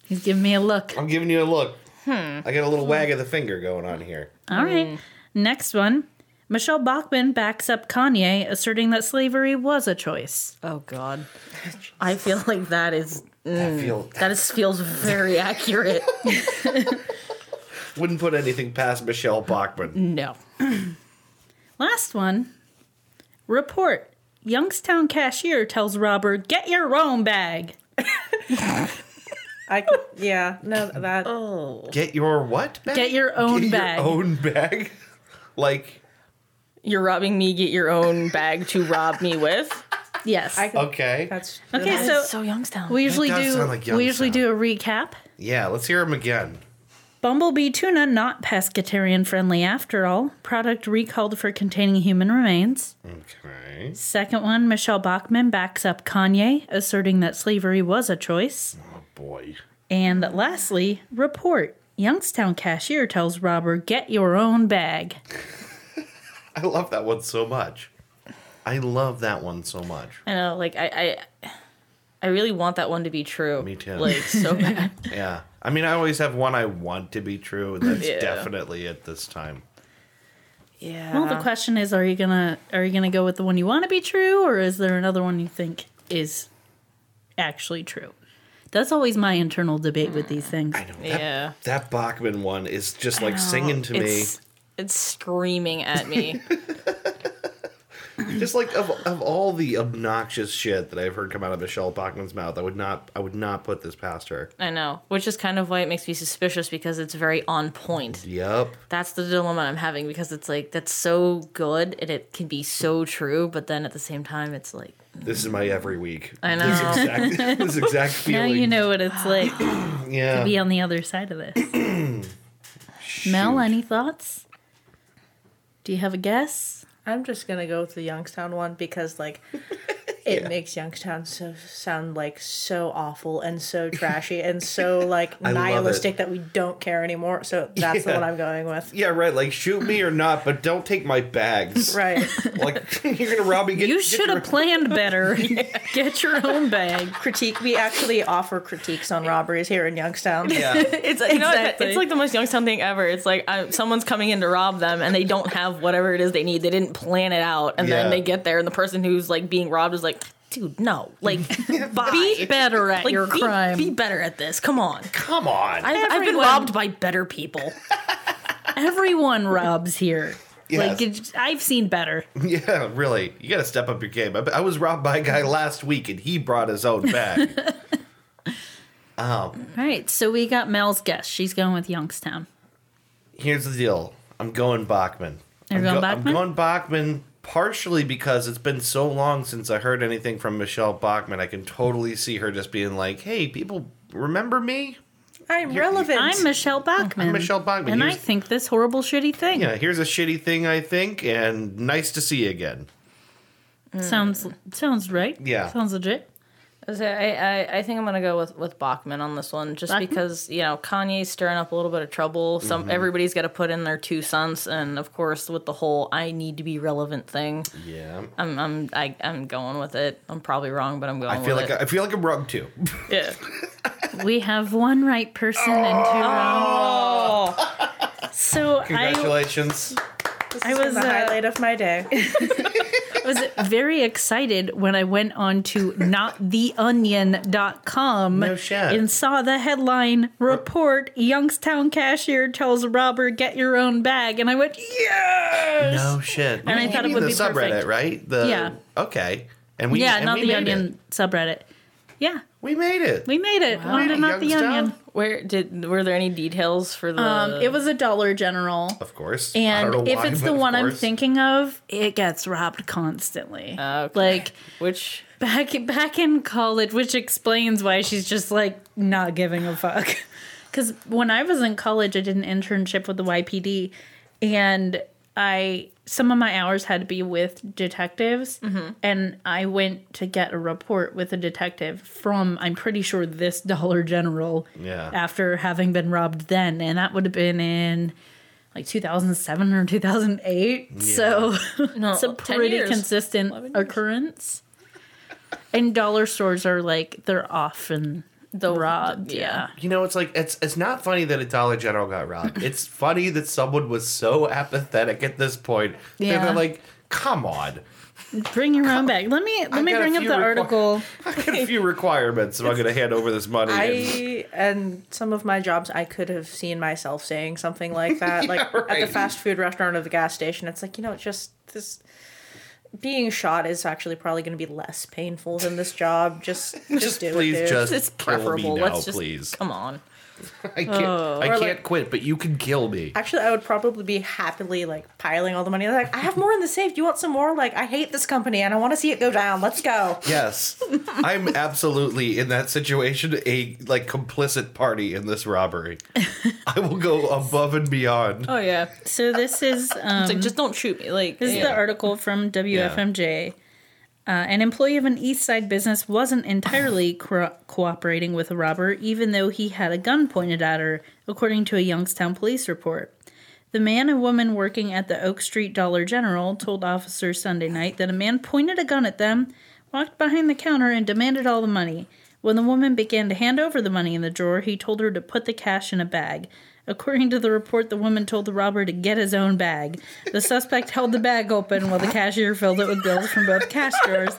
Speaker 1: He's giving me a look.
Speaker 2: I'm giving you a look.
Speaker 3: Hmm.
Speaker 2: I got a little wag of the finger going on here.
Speaker 1: All right. Next one. Michelle Bachman backs up Kanye, asserting that slavery was a choice.
Speaker 3: Oh, God. <laughs> I feel like that is.
Speaker 2: I feel <laughs>
Speaker 3: That is, feels very <laughs> accurate.
Speaker 2: wouldn't put anything past Michelle Bachman.
Speaker 3: No.
Speaker 1: Last one. Report. Youngstown cashier tells robber, get your own bag.
Speaker 4: I could, yeah, no, that
Speaker 1: Oh.
Speaker 2: Get your what? Bag?
Speaker 1: Get your own
Speaker 2: Get
Speaker 1: bag.
Speaker 2: Your own bag. <laughs> like
Speaker 3: You're robbing me, get your own bag to rob me with.
Speaker 1: Yes.
Speaker 4: I could,
Speaker 2: okay.
Speaker 4: that's
Speaker 1: okay,
Speaker 4: that's-
Speaker 1: so,
Speaker 3: so Youngstown.
Speaker 1: we usually
Speaker 2: does
Speaker 1: do
Speaker 2: sound like
Speaker 1: we usually
Speaker 2: Youngstown.
Speaker 1: do a recap.
Speaker 2: Yeah, let's hear him again.
Speaker 1: Bumblebee tuna not pescatarian friendly after all. Product recalled for containing human remains.
Speaker 2: Okay.
Speaker 1: Second one, Michelle Bachmann backs up Kanye, asserting that slavery was a choice.
Speaker 2: Oh boy.
Speaker 1: And lastly, report. Youngstown cashier tells robber, get your own bag.
Speaker 2: I love that one so much. I love that one so much.
Speaker 3: I know, like I, I, I really want that one to be true.
Speaker 2: Me too.
Speaker 3: Like so bad.
Speaker 2: Yeah. I mean, I always have one I want to be true, and that's
Speaker 3: Yeah.
Speaker 2: definitely it this time.
Speaker 3: yeah.
Speaker 1: Well,
Speaker 2: Uh-huh.
Speaker 1: the question is, are you gonna are you gonna go with the one you want to be true, or is there another one you think is actually true? That's always my internal debate with these things.
Speaker 2: I know, that,
Speaker 3: Yeah.
Speaker 2: That Bachman one is just like singing to me.
Speaker 3: It's, it's screaming at me.
Speaker 2: <clears throat> Just like of, of all the obnoxious shit that I've heard come out of Michelle Bachman's mouth, I would not I would not put this past her.
Speaker 3: I know, which is kind of why it makes me suspicious because it's very on point.
Speaker 2: Yep.
Speaker 3: That's the dilemma I'm having because it's like that's so good and it can be so true, but then at the same time, it's like
Speaker 2: This is my every week.
Speaker 3: I know.
Speaker 2: This
Speaker 1: <laughs>
Speaker 2: exact, this exact
Speaker 1: Now
Speaker 2: feeling.
Speaker 1: you know what
Speaker 2: <sighs>
Speaker 1: it's like to
Speaker 2: Yeah.
Speaker 1: be on the other side of
Speaker 2: <clears throat>
Speaker 1: this. Mel, any thoughts? Do you have a guess?
Speaker 4: I'm just gonna go with the Youngstown one because
Speaker 2: <laughs>
Speaker 4: like it makes Youngstown so sound like so awful and so trashy and
Speaker 2: <laughs>
Speaker 4: so like
Speaker 2: love
Speaker 4: nihilistic
Speaker 2: it.
Speaker 4: that we don't care anymore. So that's the
Speaker 2: Yeah.
Speaker 4: one I'm going with.
Speaker 2: Yeah, right. Like shoot me or not, but don't take
Speaker 1: <laughs>
Speaker 2: my bags.
Speaker 4: Right.
Speaker 2: <laughs> Like you're gonna rob me. Get,
Speaker 1: You
Speaker 2: get
Speaker 1: should
Speaker 2: your-
Speaker 1: have planned better. <laughs> Get your own bag.
Speaker 4: Critique. We actually offer critiques on robberies here in Youngstown.
Speaker 2: <laughs> Yeah.
Speaker 3: It's you know what?
Speaker 1: Exactly.
Speaker 3: it's like the most Youngstown thing ever. It's like I, someone's coming in to rob them and they don't have whatever it is they need. They didn't plan it out, and
Speaker 2: Yeah.
Speaker 3: then they get there and the person who's like being robbed is like, "Dude, no! Like, bye.
Speaker 1: Be better at
Speaker 3: Like,
Speaker 1: your
Speaker 3: be-
Speaker 1: crime.
Speaker 3: Be better at this. Come on.
Speaker 2: Come on.
Speaker 3: I've, I've been
Speaker 1: Everyone-
Speaker 3: robbed by better people.
Speaker 1: Everyone robs here. Like
Speaker 2: Yes.
Speaker 1: it's, I've seen better.
Speaker 2: <laughs> Yeah, really. You got to step up your game. I, I was robbed by a guy last week and he brought his own
Speaker 1: <laughs>
Speaker 2: bag. Um,
Speaker 1: All right, so we got Mel's guess. She's going with Youngstown.
Speaker 2: Here's the deal I'm going Bachman.
Speaker 1: You're
Speaker 2: I'm,
Speaker 1: going
Speaker 2: I'm
Speaker 1: Bachman?
Speaker 2: going Bachman partially because it's been so long since I heard anything from Michelle Bachman. I can totally see her just being like, hey, people remember me?
Speaker 4: I'm relevant.
Speaker 1: I'm Michelle Bachman.
Speaker 2: I'm Michelle Bachman.
Speaker 1: and I
Speaker 2: Here's-
Speaker 1: think this horrible, shitty thing
Speaker 2: Yeah, here's a shitty thing I think, and nice to see you again.
Speaker 1: sounds sounds right.
Speaker 2: Yeah.
Speaker 1: sounds legit.
Speaker 3: So I, I, I think I'm gonna go with, with Bachman on this one, just
Speaker 1: Bachman?
Speaker 3: because you know Kanye's stirring up a little bit of trouble. Some everybody's got to put in their two cents, and of course with the whole "I need to be relevant" thing,
Speaker 2: Yeah.
Speaker 3: I'm I'm I, I'm going with it. I'm probably wrong, but I'm going.
Speaker 2: I feel
Speaker 3: with
Speaker 2: like I, feel like I'm wrong too.
Speaker 3: it. <laughs> yeah.
Speaker 1: We have one right person and
Speaker 2: Oh.
Speaker 1: two wrong.
Speaker 3: Oh.
Speaker 1: So I
Speaker 2: Congratulations.
Speaker 1: I was
Speaker 4: the
Speaker 1: uh,
Speaker 4: highlight of my day.
Speaker 1: was very excited when I went on to nottheonion.com
Speaker 2: No shit.
Speaker 1: and saw the headline report Youngstown cashier tells robber get your own bag and I went yes.
Speaker 2: No shit. And
Speaker 1: I thought it would
Speaker 2: the
Speaker 1: be
Speaker 2: subreddit,
Speaker 1: perfect.
Speaker 2: right? The,
Speaker 1: Yeah.
Speaker 2: Okay. And we
Speaker 1: yeah,
Speaker 2: and
Speaker 1: not
Speaker 2: we
Speaker 1: the
Speaker 2: made
Speaker 1: onion
Speaker 2: It.
Speaker 1: subreddit. Yeah,
Speaker 2: We made it.
Speaker 1: we made it. On to not the
Speaker 2: Youngstown?
Speaker 1: onion.
Speaker 3: Where did were there any details for the?
Speaker 1: Um, it was a Dollar General,
Speaker 2: of course. I don't
Speaker 1: and
Speaker 2: know
Speaker 1: if
Speaker 2: why,
Speaker 1: it's
Speaker 2: but
Speaker 1: the
Speaker 2: of
Speaker 1: one I'm
Speaker 2: course.
Speaker 1: thinking of, it gets robbed constantly.
Speaker 3: Okay.
Speaker 1: Like
Speaker 3: which
Speaker 1: back back in college, which explains why she's just like not giving a fuck. <laughs> Because when I was in college, I did an internship with the YPD, and I some of my hours had to be with detectives, and I went to get a report with a detective from I'm pretty sure this <laughs> Dollar General.
Speaker 2: Yeah.
Speaker 1: After having been robbed then, and that would have been in like 2007 or 2008. So <laughs>
Speaker 3: no,
Speaker 1: it's a
Speaker 3: 10
Speaker 1: pretty
Speaker 3: Oh, years.
Speaker 1: consistent occurrence. And dollar stores are like they're often the robbed. yeah.
Speaker 2: You know, it's like it's it's not funny that a Dollar General got robbed. it's funny that someone was so apathetic at this point. Yeah.
Speaker 1: Yeah.
Speaker 2: They're like, come on.
Speaker 1: Bring your own bag. Let me let
Speaker 2: I've
Speaker 1: me
Speaker 2: got a
Speaker 1: bring up
Speaker 2: few
Speaker 1: the
Speaker 2: requi-
Speaker 1: article.
Speaker 2: I got a few requirements if I'm gonna hand over this money. and-
Speaker 4: I and some of my jobs, I could have seen myself saying something like that, like at
Speaker 2: right.
Speaker 4: the fast food restaurant or the gas station. It's like you know, it's just this being shot is actually probably going to be less painful than this job. Just, just,
Speaker 2: just
Speaker 4: do
Speaker 2: please
Speaker 4: it, dude.
Speaker 2: just
Speaker 3: it's
Speaker 2: kill me
Speaker 3: preferable.
Speaker 2: now,
Speaker 3: Let's just
Speaker 2: please.
Speaker 3: come on.
Speaker 2: I can't. I
Speaker 4: Or,
Speaker 2: can't
Speaker 4: like-
Speaker 2: quit, but you can kill me.
Speaker 4: Actually, I <laughs> would probably be happily like piling all the money. Like, I have more in the safe. Do you want some more? Like, I hate this company and I want to see it go down. Let's go.
Speaker 2: Yes, I'm absolutely in that situation. A like complicit party in this robbery. I will go above and beyond.
Speaker 3: Oh yeah.
Speaker 1: So this is um,
Speaker 3: It's like just don't shoot me. Like
Speaker 1: This is the article from WFMJ. Uh, an employee of an East Side business wasn't entirely cro- cooperating with the robber, even though he had a gun pointed at her, according to a Youngstown police report. The man and woman working at the Oak Street Dollar General told officers Sunday night that a man pointed a gun at them, walked behind the counter, and demanded all the money. When the woman began to hand over the money in the drawer, he told her to put the cash in a bag. According to the report, the woman told the robber to get his own bag. The suspect held the bag open while the cashier filled it with bills from both cash drawers.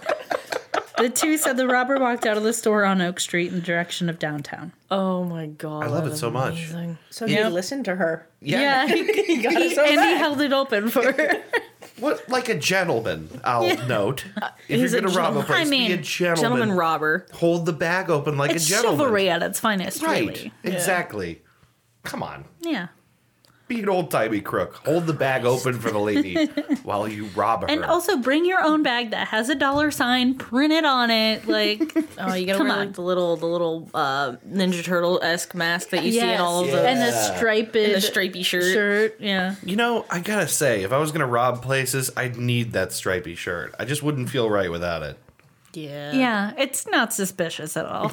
Speaker 1: The two said the robber walked out of the store on Oak Street in the direction of downtown.
Speaker 3: oh my god.
Speaker 2: I love
Speaker 3: that
Speaker 2: it
Speaker 3: is
Speaker 2: so much.
Speaker 3: amazing.
Speaker 4: So
Speaker 1: Yep.
Speaker 4: he listened to her.
Speaker 1: Yeah,
Speaker 4: <laughs> He got his own
Speaker 1: and he
Speaker 4: back.
Speaker 1: held it open for her.
Speaker 2: What like a gentleman? I'll
Speaker 1: <laughs>
Speaker 2: note if
Speaker 3: He's
Speaker 2: you're
Speaker 3: a
Speaker 2: gonna rob a
Speaker 1: Uh, gentleman.
Speaker 2: place,
Speaker 1: I
Speaker 2: be a
Speaker 1: mean,
Speaker 2: gentleman.
Speaker 3: Gentleman robber.
Speaker 2: Hold the bag open like
Speaker 1: It's
Speaker 2: a gentleman.
Speaker 1: chivalry at its finest,
Speaker 2: Right?
Speaker 1: really.
Speaker 2: Exactly. Come on.
Speaker 1: Yeah.
Speaker 2: Be an old timey crook. Hold the bag open for
Speaker 1: <laughs>
Speaker 2: the lady while you rob her.
Speaker 1: And also bring your own bag that has a dollar sign printed on it. Like,
Speaker 3: Oh, you gotta
Speaker 1: Come
Speaker 3: wear
Speaker 1: on.
Speaker 3: like the little the little uh, Ninja Turtle esque mask that <laughs> you see in all of
Speaker 2: Yes.
Speaker 3: the
Speaker 1: And the
Speaker 2: Yeah.
Speaker 1: striped
Speaker 3: the stripey shirt.
Speaker 1: shirt. Yeah.
Speaker 2: You know, I gotta say, if I was gonna rob places, I'd need that stripy shirt. I just wouldn't feel right without it. <laughs>
Speaker 3: Yeah.
Speaker 1: Yeah. It's not suspicious at all.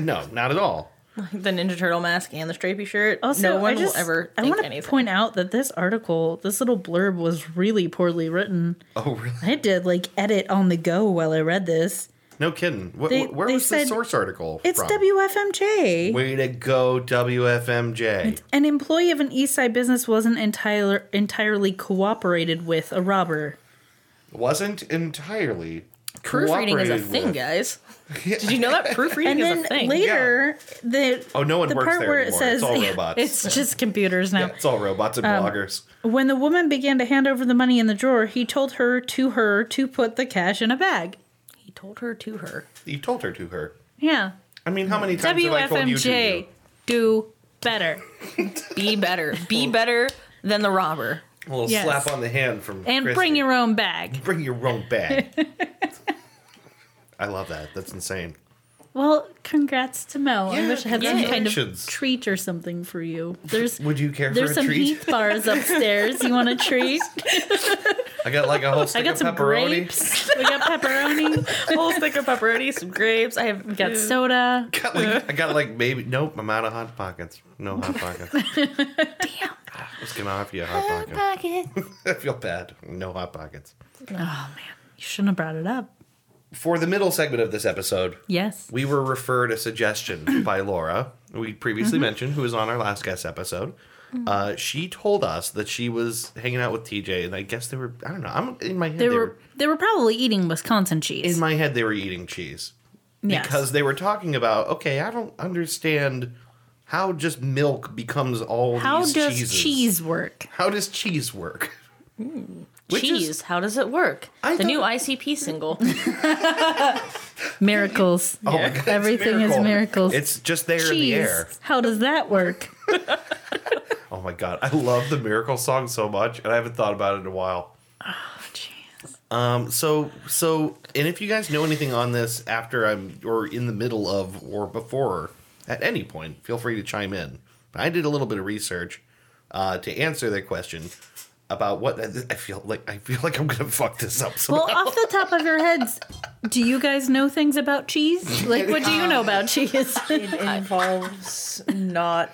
Speaker 2: no, not at all.
Speaker 3: The Ninja Turtle mask and the stripey shirt.
Speaker 1: Also,
Speaker 3: no one
Speaker 1: I just,
Speaker 3: will ever
Speaker 1: I
Speaker 3: think
Speaker 1: want to
Speaker 3: anything.
Speaker 1: point out that this article, this little blurb, was really poorly written.
Speaker 2: Oh, really?
Speaker 1: I had to like edit on the go while I read this.
Speaker 2: No kidding. Wh-
Speaker 1: They-
Speaker 2: wh- where
Speaker 1: they
Speaker 2: was the
Speaker 1: said-
Speaker 2: source article?
Speaker 1: It's
Speaker 2: from?
Speaker 1: WFMJ.
Speaker 2: Way to go, WFMJ.
Speaker 1: An employee of an East Side business wasn't entire, entirely cooperated with a robber.
Speaker 2: Wasn't entirely.
Speaker 3: proofreading is a
Speaker 2: cooperated
Speaker 3: thing,
Speaker 2: with.
Speaker 3: guys. Did you
Speaker 2: <laughs>
Speaker 3: know that proofreading
Speaker 1: and
Speaker 3: is
Speaker 1: then
Speaker 3: a thing?
Speaker 1: later the
Speaker 2: Oh, no one
Speaker 1: the
Speaker 2: works
Speaker 1: part
Speaker 2: there
Speaker 1: where
Speaker 2: anymore.
Speaker 1: it says
Speaker 2: it's all robots.
Speaker 1: <laughs> it's um, just computers now.
Speaker 2: Yeah, it's all robots and bloggers.
Speaker 1: When the woman began to hand over the money in the drawer, he told her to her to put the cash in a bag.
Speaker 3: he told her to her.
Speaker 2: You told her to her.
Speaker 1: Yeah.
Speaker 2: I mean, how many times have I told you to?
Speaker 1: WFMJ,
Speaker 2: you?
Speaker 1: do better
Speaker 3: Be better. Be better than the robber.
Speaker 2: A little
Speaker 1: Yes.
Speaker 2: slap on the hand from
Speaker 1: and
Speaker 2: Kristen.
Speaker 1: bring your own bag.
Speaker 2: <laughs> bring your own
Speaker 1: <laughs>
Speaker 2: bag. I love that. That's insane.
Speaker 1: Well, congrats to Mel. I
Speaker 2: Yeah,
Speaker 1: wish I had some kind
Speaker 2: congratulations.
Speaker 1: of treat or something for you. There's
Speaker 2: Would you care for
Speaker 1: there's
Speaker 2: a
Speaker 1: some
Speaker 2: treat?
Speaker 1: Heath bars upstairs. You want a treat?
Speaker 2: I got like a
Speaker 1: <laughs>
Speaker 2: whole
Speaker 1: I
Speaker 2: stick
Speaker 1: got
Speaker 2: of
Speaker 1: some
Speaker 2: pepperoni.
Speaker 1: grapes. <laughs> We got
Speaker 2: <laughs>
Speaker 1: pepperoni. Oh,
Speaker 3: Whole stick of pepperoni, some grapes. I have
Speaker 1: We got soda.
Speaker 2: Got like, I
Speaker 1: <laughs>
Speaker 2: got like maybe nope. I'm out of hot pockets. No hot pockets. Damn. I was gonna offer you a hot pocket. <laughs> I feel bad. No hot pockets.
Speaker 1: You shouldn't have brought it up.
Speaker 2: For the middle segment of this episode,
Speaker 1: Yes.
Speaker 2: we were referred
Speaker 1: <clears throat>
Speaker 2: a suggestion by Laura, we previously
Speaker 1: Mm-hmm.
Speaker 2: mentioned, who was on our last guest episode. Uh, she told us that she was hanging out with TJ, and I guess they were. I don't know. I'm in my head.
Speaker 1: They were they were probably eating Wisconsin cheese.
Speaker 2: in my head they were eating cheese
Speaker 1: Yes.
Speaker 2: because they were talking about okay i don't understand how just milk becomes all
Speaker 1: How
Speaker 2: these
Speaker 1: does
Speaker 2: cheeses.
Speaker 1: cheese Mm, work?
Speaker 2: how does cheese work Which is-
Speaker 3: cheese. How does it work?
Speaker 2: I
Speaker 3: the
Speaker 2: thought-
Speaker 3: new ICP single.
Speaker 1: Miracles.
Speaker 2: <laughs> oh my God, it's
Speaker 1: Everything is
Speaker 2: miracle.
Speaker 1: miracles.
Speaker 2: it's just there in the
Speaker 1: cheese.
Speaker 2: air
Speaker 1: How does that work?
Speaker 2: oh my god <laughs> i love the miracle song so much and i haven't thought about it in a while um so so and if you guys know anything on this after i'm or in the middle of or before at any point feel free to chime in but i did a little bit of research uh to answer their question about what i feel like i feel like i'm gonna <laughs> fuck this up so
Speaker 1: Well, off the top of your heads, do you guys know things about cheese? Like, what do you know about cheese?
Speaker 4: It involves not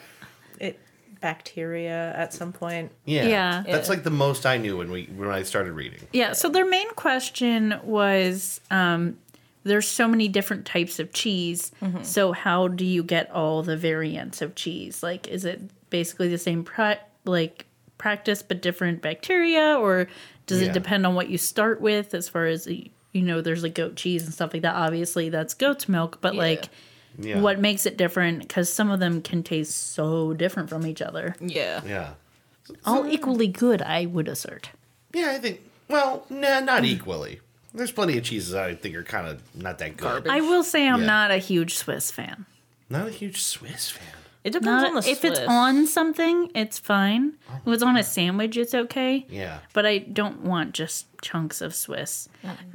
Speaker 4: it bacteria at some point.
Speaker 2: yeah,
Speaker 1: yeah.
Speaker 2: that's like the most i knew when we when i started reading
Speaker 1: yeah. So their main question was, um, there's so many different types of cheese. So how do you get all the variants of cheese? Like, is it basically the same pra- like practice but different bacteria, or does
Speaker 2: Yeah.
Speaker 1: it depend on what you start with? As far as you know, there's like goat cheese and stuff like that. Obviously, that's goat's milk, but like.
Speaker 2: yeah
Speaker 1: what makes it different because some of them can taste so different from each other
Speaker 3: yeah.
Speaker 2: <laughs> yeah
Speaker 1: all equally good i would assert
Speaker 2: Yeah, I think. Well, nah,
Speaker 1: Hmm.
Speaker 2: not equally. There's plenty of cheeses I think are kind of not that good.
Speaker 3: Garbage.
Speaker 1: i will say i'm
Speaker 2: Yeah.
Speaker 1: not a huge swiss fan
Speaker 2: Not a huge Swiss fan.
Speaker 3: It depends
Speaker 1: Not,
Speaker 3: on the
Speaker 1: if it's
Speaker 3: Swiss.
Speaker 1: on something, it's fine. If it's on a sandwich, it's okay.
Speaker 2: Oh Yeah.
Speaker 1: But I don't want just chunks of Swiss.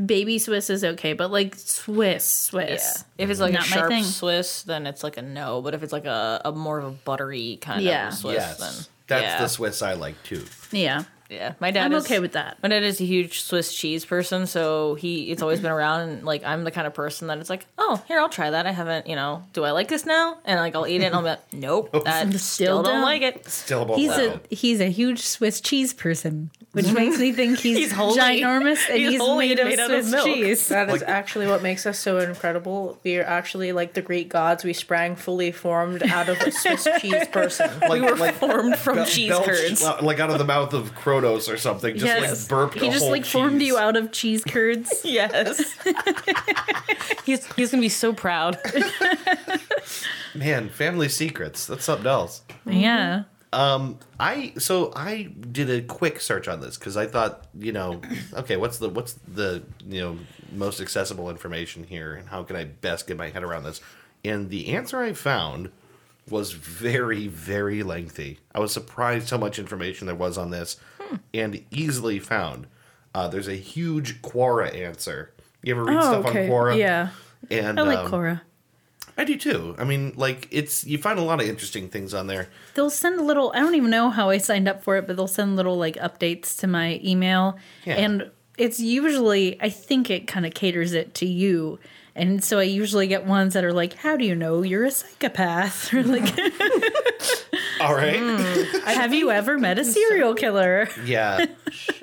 Speaker 1: Baby Swiss is okay, but like Swiss,
Speaker 3: Yeah.
Speaker 1: Swiss.
Speaker 3: If it's like
Speaker 1: Not
Speaker 3: a
Speaker 1: my
Speaker 3: sharp
Speaker 1: thing.
Speaker 3: Swiss, then it's like a no. But if it's like a, a more of a buttery kind
Speaker 1: Yeah.
Speaker 3: of Swiss,
Speaker 2: yes.
Speaker 3: then
Speaker 2: That's
Speaker 3: yeah.
Speaker 2: the Swiss I like too.
Speaker 1: Yeah.
Speaker 3: Yeah, my dad.
Speaker 1: I'm
Speaker 3: is-
Speaker 1: okay with that.
Speaker 3: My dad is a huge Swiss cheese person, so he it's always been around. And like I'm the kind of person that it's like, oh, here I'll try that. I haven't, you know, do I like this now? And like I'll eat it, and I'll be like, nope, that still, don't
Speaker 1: don't.
Speaker 3: like it.
Speaker 2: Still about
Speaker 1: He's
Speaker 2: that.
Speaker 1: a he's a huge Swiss cheese person, which makes me think Mm-hmm. <laughs> he's,
Speaker 3: He's holy.
Speaker 1: ginormous and
Speaker 3: He's
Speaker 1: he's,
Speaker 3: holy
Speaker 1: made
Speaker 3: and
Speaker 1: of
Speaker 3: made out of
Speaker 1: Swiss
Speaker 3: milk.
Speaker 1: cheese.
Speaker 4: That is actually what makes us so incredible. We are actually like the Greek gods. We sprang fully formed out of a Swiss <laughs> cheese person.
Speaker 2: like,
Speaker 3: We were
Speaker 2: like
Speaker 3: formed from
Speaker 2: bel-
Speaker 3: cheese
Speaker 2: belched
Speaker 3: curds.
Speaker 2: out- like out of the mouth of Kronos or something. Just
Speaker 1: Yes.
Speaker 2: like burped.
Speaker 1: He
Speaker 2: a
Speaker 1: just
Speaker 2: whole
Speaker 1: like formed
Speaker 2: cheese.
Speaker 1: you out of cheese
Speaker 2: <laughs>
Speaker 1: curds.
Speaker 3: Yes, he's he's gonna be so proud.
Speaker 2: Man, family secrets. That's something else.
Speaker 1: yeah.
Speaker 2: I so I did a quick search on this because I thought
Speaker 1: <clears throat>
Speaker 2: you know okay what's the what's the you know most accessible information here and how can I best get my head around this and the answer I found was very very lengthy I was surprised how much information there was on this
Speaker 1: Hmm.
Speaker 2: and easily found uh, there's a huge Quora answer you ever read
Speaker 1: Oh,
Speaker 2: stuff
Speaker 1: okay.
Speaker 2: on Quora
Speaker 1: Yeah.
Speaker 2: and
Speaker 1: I like
Speaker 2: um,
Speaker 1: Cora.
Speaker 2: I do too I mean like it's you find a lot of interesting things on there
Speaker 1: They'll send little. I don't even know how I signed up for it, but they'll send little like updates to my email,
Speaker 2: Yeah.
Speaker 1: and it's usually I think it kind of caters it to you, and so I usually get ones that are like, "How do you know you're a psychopath?" <laughs> or like,
Speaker 2: all right
Speaker 1: Hmm. "Have you ever met a serial killer?"
Speaker 4: <laughs>
Speaker 2: yeah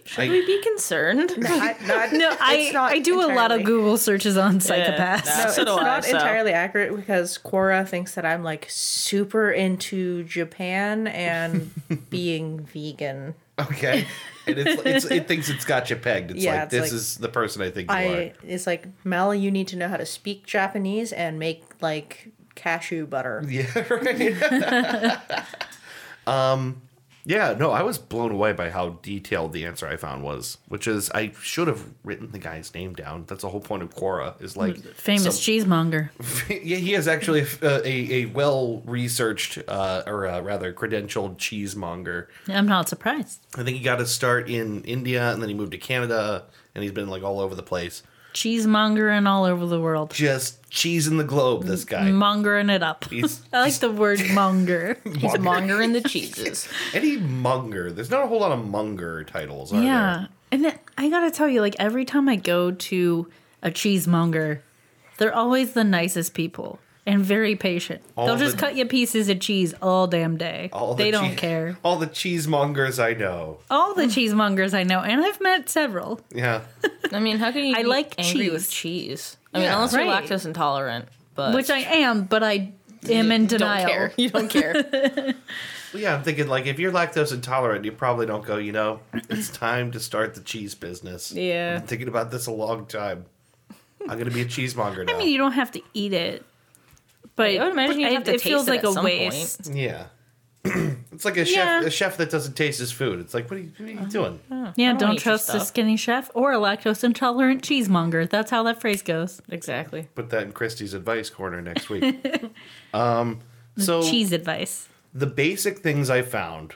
Speaker 3: Should we be <laughs> concerned?
Speaker 4: I,
Speaker 1: <laughs>
Speaker 4: not,
Speaker 1: No, I
Speaker 4: it's not
Speaker 1: I do a lot of
Speaker 4: entirely-
Speaker 1: Google searches on psychopaths.
Speaker 4: No,
Speaker 3: no.
Speaker 4: it's
Speaker 3: So do I,
Speaker 4: not
Speaker 3: so.
Speaker 4: entirely accurate because Quora thinks that I'm like super into Japan <laughs> and being vegan.
Speaker 2: Okay. And it's, it's it thinks it's got you pegged. It's
Speaker 4: Yeah,
Speaker 2: like
Speaker 4: it's
Speaker 2: this
Speaker 4: like-
Speaker 2: is the person I think you <laughs>
Speaker 4: I it's like Mel, you need to know how to speak Japanese and make like cashew butter.
Speaker 2: are. Yeah, right. <laughs> um yeah, no, I was blown away by how detailed the answer I found was, which is I should have written the guy's name down. That's the whole point of Quora is like
Speaker 4: Mm-hmm.
Speaker 1: Famous
Speaker 2: some-
Speaker 1: cheesemonger.
Speaker 2: <laughs> yeah, he is actually a, a, a well researched uh, or uh, rather credentialed cheesemonger.
Speaker 1: I'm not surprised.
Speaker 2: I think he got his start in India and then he moved to Canada and he's been like all over the place.
Speaker 1: Cheesemongering all over the world.
Speaker 2: Just cheesing the globe, this guy.
Speaker 1: Mongering it up. <laughs>
Speaker 2: He's-
Speaker 1: I like the word <laughs> monger.
Speaker 3: He's mongering the cheeses.
Speaker 2: Any monger. There's not a whole lot of monger titles, are
Speaker 1: Yeah.
Speaker 2: there?
Speaker 1: And then I gotta tell you, like every time I go to a cheesemonger, they're always the nicest people and very patient.
Speaker 2: All
Speaker 1: They'll just
Speaker 2: the-
Speaker 1: cut you pieces of cheese all damn day.
Speaker 2: All the
Speaker 1: they don't
Speaker 2: chee-
Speaker 1: care.
Speaker 2: All the cheesemongers I know.
Speaker 1: All
Speaker 2: <laughs>
Speaker 1: the cheesemongers I know, and I've met several.
Speaker 2: Yeah.
Speaker 3: <laughs> I mean, how can you?
Speaker 1: I
Speaker 3: be
Speaker 1: like
Speaker 3: angry
Speaker 1: cheese.
Speaker 3: with cheese. I mean,
Speaker 2: Yeah.
Speaker 3: unless you're
Speaker 1: Right.
Speaker 3: lactose intolerant, but
Speaker 1: Which I am, but I am in
Speaker 3: don't
Speaker 1: denial.
Speaker 3: care. You don't care.
Speaker 2: Well, yeah, I'm thinking like if you're lactose intolerant, you probably don't go, you know, it's time to start the cheese business.
Speaker 3: Yeah.
Speaker 2: I've been thinking about this a long time. I'm gonna be a cheesemonger now.
Speaker 1: I mean, you don't have to eat it, but
Speaker 3: I would imagine you'd
Speaker 1: but
Speaker 3: have to
Speaker 1: it, it feels
Speaker 3: taste
Speaker 1: like
Speaker 3: it at
Speaker 1: a
Speaker 3: some
Speaker 1: waste.
Speaker 2: yeah. <clears throat> it's like a
Speaker 1: Yeah. Uh-huh.
Speaker 2: chef a chef that doesn't taste his food. It's like what are you, what are you doing?
Speaker 1: Yeah,
Speaker 3: I don't
Speaker 1: don't,
Speaker 3: eat your
Speaker 1: trust a
Speaker 3: stuff.
Speaker 1: skinny chef or a lactose intolerant cheesemonger. That's how that phrase goes.
Speaker 3: exactly.
Speaker 2: Put that in Christie's advice corner next week.
Speaker 1: <laughs>
Speaker 2: um so
Speaker 1: Cheese advice.
Speaker 2: the basic things I found,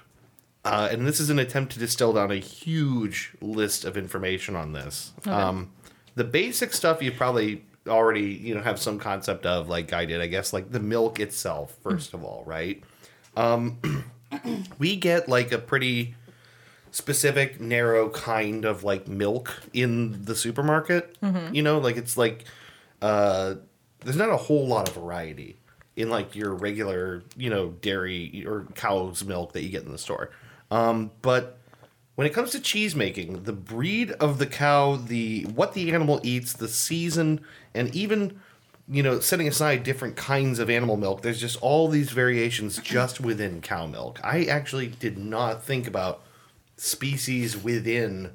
Speaker 2: uh, and this is an attempt to distill down a huge list of information on this. Um, the basic stuff you probably already you know have some concept of, like I did, I guess, like the milk itself. First of all, right? Um, <clears throat> we get like a pretty specific narrow kind of like milk in the supermarket you know like it's like uh there's not a whole lot of variety in like your regular you know dairy or cow's milk that you get in the store um but when it comes to cheese making the breed of the cow the what the animal eats the season and even you know setting aside different kinds of animal milk there's just all these variations just within cow milk i actually did not think about species within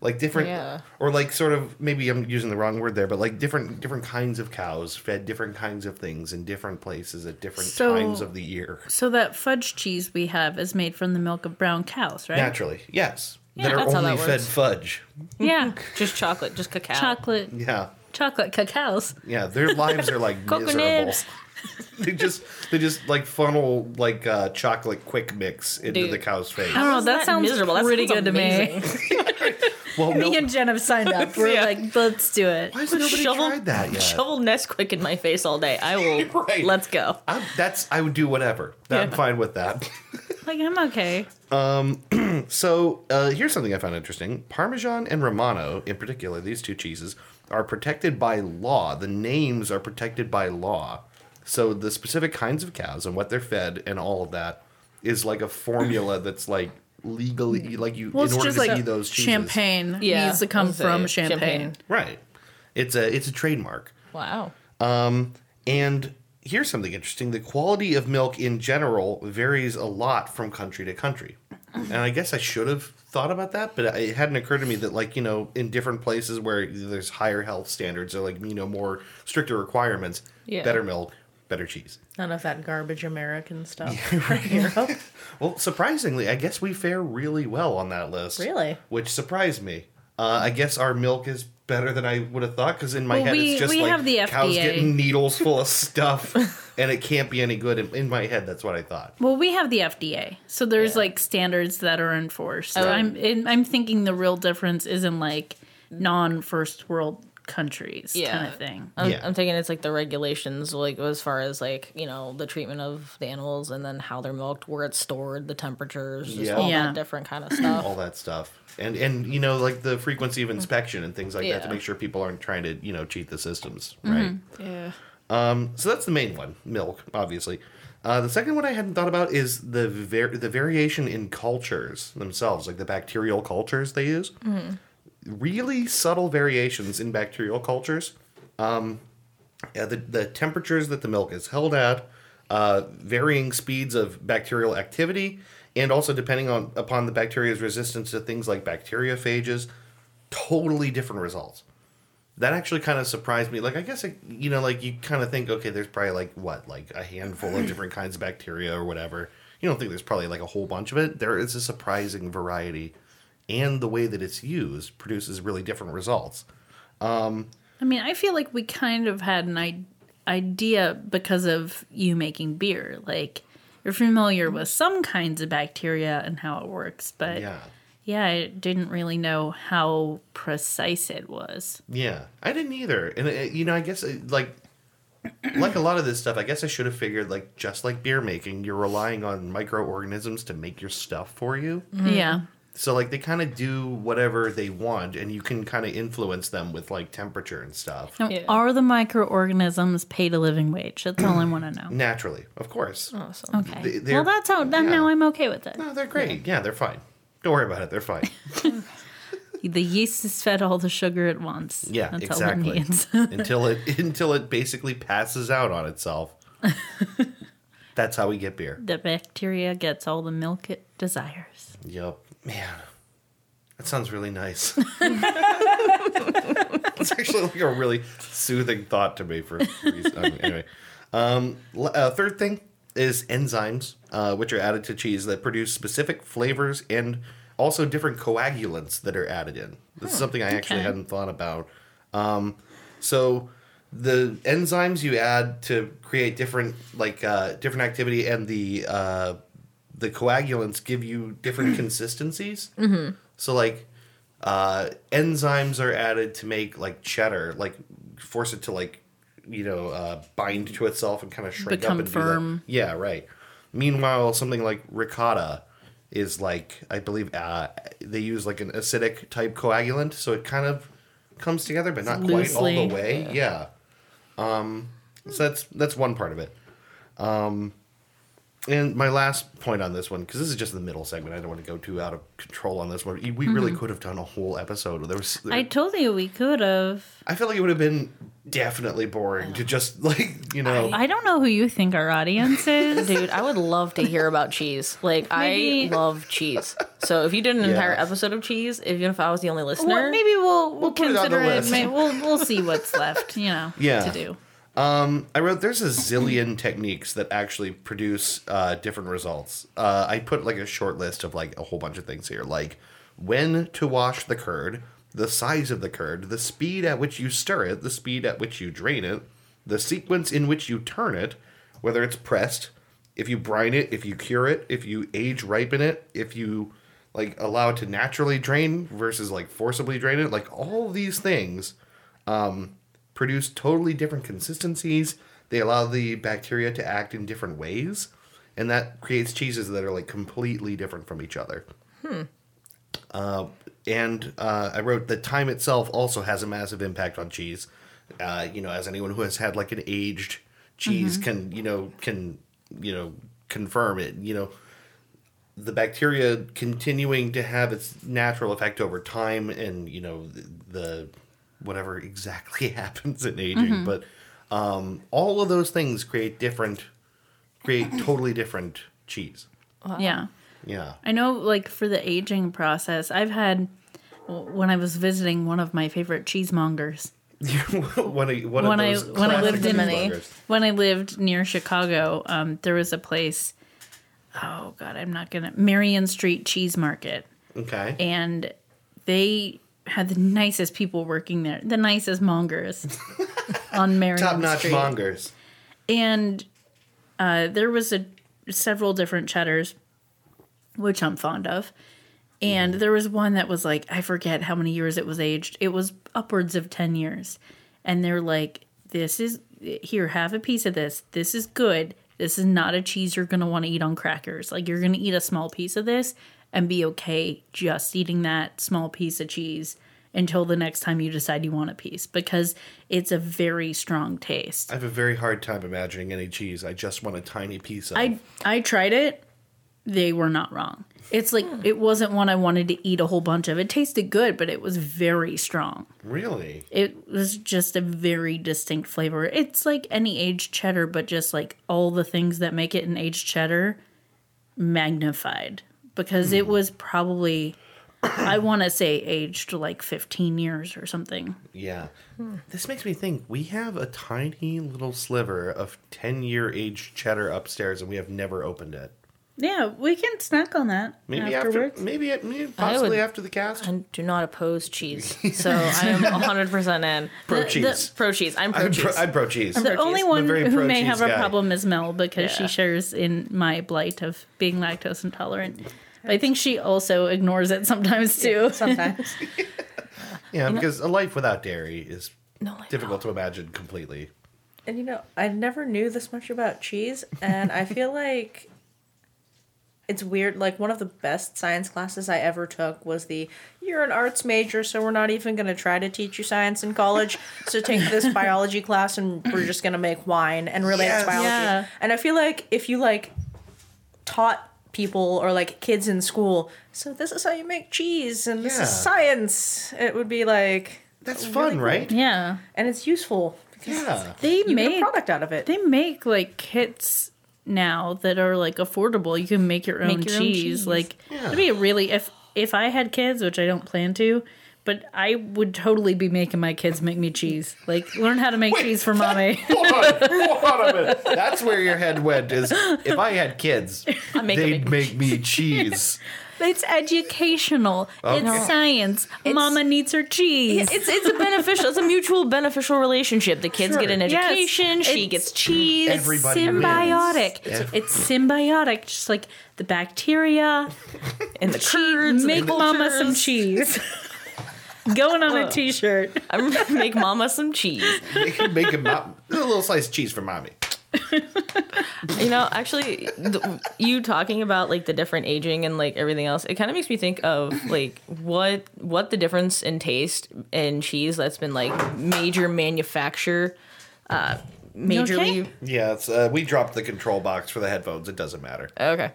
Speaker 2: like different
Speaker 3: Yeah.
Speaker 2: or like sort of maybe i'm using the wrong word there but like different different kinds of cows fed different kinds of things in different places at different
Speaker 1: So-
Speaker 2: times of the year
Speaker 1: So that fudge cheese we have is made from the milk of brown cows, right?
Speaker 2: naturally yes
Speaker 3: Yeah,
Speaker 2: that are
Speaker 3: that's how
Speaker 2: only
Speaker 3: that
Speaker 2: fed
Speaker 3: works.
Speaker 2: fudge
Speaker 1: Yeah.
Speaker 3: Just chocolate, just cacao.
Speaker 1: chocolate
Speaker 2: yeah
Speaker 1: chocolate cacaos.
Speaker 3: <laughs>
Speaker 2: yeah their lives are like
Speaker 1: Coconuts.
Speaker 2: miserable they just they just like funnel like uh, chocolate quick mix into
Speaker 3: Dude.
Speaker 2: the cow's face.
Speaker 1: I don't know.
Speaker 3: How's
Speaker 1: Oh, That,
Speaker 3: that
Speaker 1: sounds
Speaker 3: miserable? That
Speaker 1: pretty
Speaker 3: sounds
Speaker 1: good
Speaker 3: amazing.
Speaker 1: to me.
Speaker 2: Well, no,
Speaker 1: Me and Jen have signed up. We're
Speaker 3: Yeah.
Speaker 1: like, let's do it.
Speaker 2: why has nobody
Speaker 3: shovel-
Speaker 2: tried that yet?
Speaker 3: Shovel Nesquik in my face all day. I will.
Speaker 2: <laughs> Right.
Speaker 3: Let's go.
Speaker 2: I'm, that's I would do whatever. I'm
Speaker 3: Yeah.
Speaker 2: fine with that.
Speaker 1: <laughs> Like, I'm okay.
Speaker 2: So uh, here's something I found interesting: Parmesan and Romano, in particular, these two cheeses are protected by law. The names are protected by law. So the specific kinds of cows and what they're fed and all of that is like
Speaker 1: <clears throat>
Speaker 2: a formula that's like legally like you
Speaker 1: Well,
Speaker 2: in
Speaker 1: it's
Speaker 2: order
Speaker 1: just
Speaker 2: to
Speaker 1: like
Speaker 2: eat those cheeses.
Speaker 1: champagne
Speaker 3: Yeah,
Speaker 1: needs to come
Speaker 3: I'll say
Speaker 1: from
Speaker 3: it.
Speaker 1: champagne.
Speaker 3: Champagne.
Speaker 2: Right. It's a it's a trademark.
Speaker 3: Wow.
Speaker 2: And here's something interesting the quality of milk in general varies a lot from country to country. And I guess I should have thought about that, but it hadn't occurred to me that, like, you know, in different places where there's higher health standards or, like, you know, more stricter requirements,
Speaker 3: Yeah.
Speaker 2: better milk, better cheese.
Speaker 4: None of that garbage American stuff from Europe.
Speaker 2: Well, surprisingly, I guess we fare really well on that list.
Speaker 4: Really?
Speaker 2: Which surprised me. Uh, I guess our milk is better than I would have thought because in my
Speaker 1: Well,
Speaker 2: head
Speaker 1: we-
Speaker 2: it's just
Speaker 1: we
Speaker 2: like
Speaker 1: have the
Speaker 2: cows
Speaker 1: FDA.
Speaker 2: getting
Speaker 1: <laughs>
Speaker 2: needles full of stuff, and it can't be any good. In, in my head, that's what I thought.
Speaker 1: Well, we have the FDA, so there's like standards that are enforced.
Speaker 3: Oh.
Speaker 1: So I'm and I'm thinking the real difference is in like non first world countries
Speaker 3: Yeah.
Speaker 1: kind of thing.
Speaker 3: I'm,
Speaker 2: Yeah.
Speaker 3: I'm thinking it's like the regulations, like as far as like you know the treatment of the animals and then how they're milked, where it's stored, the temperatures, just
Speaker 2: Yeah. Oh.
Speaker 3: all
Speaker 1: Yeah.
Speaker 3: that different kind of stuff.
Speaker 2: All that stuff, and and you know, like the frequency of inspection and things like that to
Speaker 3: Yeah.
Speaker 2: make sure people aren't trying to you know cheat the systems,
Speaker 1: Mm-hmm.
Speaker 2: right?
Speaker 3: yeah.
Speaker 2: So that's the main one, milk, obviously. Uh, the second one I hadn't thought about is the var- the variation in cultures themselves, like the bacterial cultures they use. Really subtle variations in bacterial cultures. Um, yeah, the the temperatures that the milk is held at, uh, varying speeds of bacterial activity, and also depending on upon the bacteria's resistance to things like bacteriophages, totally different results that actually kind of surprised me. Like, I guess, like, you know, like you kind of think, okay, there's probably like what, like a handful of different kinds of bacteria or whatever. You don't think there's probably like a whole bunch of it. There is a surprising variety, and the way that it's used produces really different results.
Speaker 1: I mean, I feel like we kind of had an I- idea because of you making beer. Like you're familiar with some kinds of bacteria and how it works, but
Speaker 2: Yeah.
Speaker 1: yeah, I didn't really know how precise it was.
Speaker 2: Yeah, I didn't either, and uh, you know, I guess uh, like like a lot of this stuff, I guess I should have figured like just like beer making, you're relying on microorganisms to make your stuff for you.
Speaker 1: Yeah.
Speaker 2: So like they kind of do whatever they want, and you can kind of influence them with like temperature and stuff.
Speaker 1: Now,
Speaker 3: Yeah.
Speaker 1: are the microorganisms paid a living wage? That's all I want to know.
Speaker 2: Naturally, of course.
Speaker 1: Oh,
Speaker 3: Awesome.
Speaker 1: Okay.
Speaker 2: Mm-hmm. They- they're-
Speaker 1: well, that's how. Then
Speaker 2: yeah.
Speaker 1: now I'm okay with it.
Speaker 2: No, they're great. Yeah, they're fine. Don't worry about it.
Speaker 1: <laughs>
Speaker 2: They're fine.
Speaker 1: The yeast is fed all the sugar at once.
Speaker 2: Yeah,
Speaker 1: that's all it
Speaker 2: exactly.
Speaker 1: needs.
Speaker 2: until it <laughs> until it basically passes out on
Speaker 1: <laughs>
Speaker 2: itself. That's how we get
Speaker 1: <laughs>
Speaker 2: beer.
Speaker 1: the bacteria gets all the milk it desires.
Speaker 2: Yep. Man. That sounds really nice. <laughs> it's actually like a really soothing thought to me for reason. um, anyway. Um, l- uh, third thing is enzymes, uh, which are added to cheese that produce specific flavors and also different coagulants that are added in. This is something I actually
Speaker 1: okay.
Speaker 2: hadn't thought about. So the enzymes you add to create different like uh, different activity and the uh, the coagulants give you
Speaker 1: <clears throat>
Speaker 2: different consistencies. Mm-hmm. So like uh, enzymes are added to make like cheddar, like force it to like you know uh, bind to itself and kind of shrink
Speaker 1: Become
Speaker 2: up and
Speaker 1: firm.
Speaker 2: Do that. Yeah, right. Meanwhile, something like ricotta is like I believe uh, they use like an acidic type coagulant, so it kind of comes together, but not quite all
Speaker 1: Loosely.
Speaker 2: the way. Yeah. Um, so that's that's one part of it. Um, and my last point on this one, because this is just the middle segment, I don't want to go too out of control on this one. We really could have done a whole episode. There was,
Speaker 1: Mm-hmm. I told you we could have.
Speaker 2: I felt like it would have been definitely boring to just like you know.
Speaker 1: I don't know who you think our audience <laughs> is.
Speaker 3: Dude, I would love to hear about cheese. Like, I
Speaker 1: Maybe-
Speaker 3: love cheese. So, if you did an entire episode of cheese, even if I was the only listener,
Speaker 1: Well, maybe we'll we'll,
Speaker 2: put it on the
Speaker 1: consider it.
Speaker 2: list.
Speaker 1: May- We'll we'll see <laughs> what's left. You know.
Speaker 2: Yeah.
Speaker 1: To do.
Speaker 2: I wrote there's a zillion techniques that actually produce uh, different results. Uh, I put like a short list of like a whole bunch of things here, like when to wash the curd, the size of the curd, the speed at which you stir it, the speed at which you drain it, the sequence in which you turn it, whether it's pressed, if you brine it, if you cure it, if you age ripen it, if you like allow it to naturally drain versus like forcibly drain it, like all these things produce totally different consistencies. They allow the bacteria to act in different ways, and that creates cheeses that are like completely different from each other. Uh, and uh, I wrote the time itself also has a massive impact on cheese. Uh, you know, as anyone who has had like an aged cheese can you know can you know confirm it. You know, the bacteria continuing to have its natural effect over time and you know the, the whatever exactly <laughs> happens in aging
Speaker 1: Mm-hmm.
Speaker 2: but um, all of those things create different create totally different cheese
Speaker 1: Yeah.
Speaker 2: yeah <laughs>
Speaker 1: I know, like, for the aging process, I've had, when I was visiting one of my favorite cheesemongers,
Speaker 2: one of, one
Speaker 1: When I-
Speaker 2: of those
Speaker 1: when I lived
Speaker 2: classic
Speaker 1: in-
Speaker 2: cheeseburgers.
Speaker 1: when I lived near Chicago, um, there was a place, oh, God, I'm not going to, Marion Street Cheese Market.
Speaker 2: okay
Speaker 1: and they had the nicest people working there, the nicest
Speaker 2: <laughs>
Speaker 1: mongers on Marion
Speaker 2: top notch
Speaker 1: Street.
Speaker 2: mongers
Speaker 1: And uh, there was a several different cheddars, which I'm fond of. And there was one that was like I forget how many years it was aged. It was upwards of ten years, and they're like, "This is here. Have a piece of this. This is good. This is not a cheese you're gonna want to eat on crackers. Like you're gonna eat a small piece of this and be okay just eating that small piece of cheese." Until the next time you decide you want a piece, because it's a very strong taste.
Speaker 2: i have a very hard time imagining any cheese i just want a tiny piece of
Speaker 1: I I tried it. They were not wrong. It's like
Speaker 2: Hmm.
Speaker 1: it wasn't one I wanted to eat a whole bunch of. It tasted good, but it was very strong.
Speaker 2: really
Speaker 1: It was just a very distinct flavor. It's like any aged cheddar, but just like all the things that make it an aged cheddar magnified because
Speaker 2: Hmm.
Speaker 1: it was probably I want to say aged like 15 years or something.
Speaker 2: yeah this makes me think we have a tiny little sliver of 10 year aged cheddar upstairs and we have never opened it
Speaker 1: Yeah, we can snack on that
Speaker 2: Maybe
Speaker 1: afterwards.
Speaker 2: after, maybe, at- maybe possibly after the cast.
Speaker 3: I do not oppose cheese,
Speaker 2: <laughs>
Speaker 3: so I am 100% in.
Speaker 2: Pro
Speaker 1: the-
Speaker 2: cheese.
Speaker 3: Pro cheese. I'm pro
Speaker 2: I'm
Speaker 3: cheese.
Speaker 2: pro, I'm pro cheese.
Speaker 1: The
Speaker 3: pro
Speaker 1: only
Speaker 3: cheese.
Speaker 1: one
Speaker 2: I'm very
Speaker 1: who
Speaker 2: pro
Speaker 1: may
Speaker 2: cheese
Speaker 1: have a
Speaker 2: guy.
Speaker 1: problem is Mel because she
Speaker 3: Yeah.
Speaker 1: shares in my blight of being lactose intolerant. But I think she also ignores it <laughs> sometimes too.
Speaker 4: Sometimes.
Speaker 2: yeah, because a life without dairy is
Speaker 3: No, I
Speaker 2: difficult to imagine completely.
Speaker 4: <laughs> and you know, I never knew this much about cheese, and I feel like it's weird. Like one of the best science classes I ever took was the "You're an arts major, so we're not even going to try to teach you science in college. So take this biology class, and we're just going to make wine and relate
Speaker 2: Yes.
Speaker 4: to biology."
Speaker 1: Yeah.
Speaker 4: And I feel like if you like taught people or like kids in school, so this is how you make cheese, and this
Speaker 2: Yeah.
Speaker 4: is science, it would be like,
Speaker 2: That's fun, right?
Speaker 1: yeah,
Speaker 4: and it's useful because
Speaker 2: Yeah.
Speaker 1: they
Speaker 4: you
Speaker 1: make
Speaker 4: get a product out of it.
Speaker 1: they make like kits now that are like affordable. You can make your own,
Speaker 3: Make your own
Speaker 1: cheese.
Speaker 3: cheese.
Speaker 1: Like it'd be a really if if I had kids, which I don't plan to. But I would totally be making my kids make me cheese. Like, learn how to make cheese for
Speaker 2: <laughs>
Speaker 1: mommy.
Speaker 2: Hold on, hold on a minute. That's where your head went. Is if I had kids,
Speaker 3: make them
Speaker 2: they'd make me cheese.
Speaker 1: It's educational. It's science. Mama needs her cheese.
Speaker 3: It's it's a beneficial. It's a mutual beneficial relationship. The kids get an
Speaker 1: Sure. Yes.
Speaker 3: education. she
Speaker 1: It's-
Speaker 3: gets cheese.
Speaker 2: Everybody wins.
Speaker 1: symbiotic.
Speaker 2: Yeah.
Speaker 1: It's, it's symbiotic, just like the bacteria.
Speaker 3: and the curds.
Speaker 1: Make
Speaker 3: and the
Speaker 1: mama
Speaker 3: cultures.
Speaker 1: some <laughs> cheese. Going on a t-shirt.
Speaker 3: I'm <laughs> gonna make mama some cheese.
Speaker 2: Make, make a, mo- a little slice of cheese for mommy.
Speaker 3: You know, actually, the, you talking about like the different aging and like everything else, it kind of makes me think of like what what the difference in taste in cheese that's been like major manufacture, uh, majorly.
Speaker 1: okay?
Speaker 2: Yeah, it's, uh, we dropped the control box for the headphones. It doesn't matter.
Speaker 3: Okay.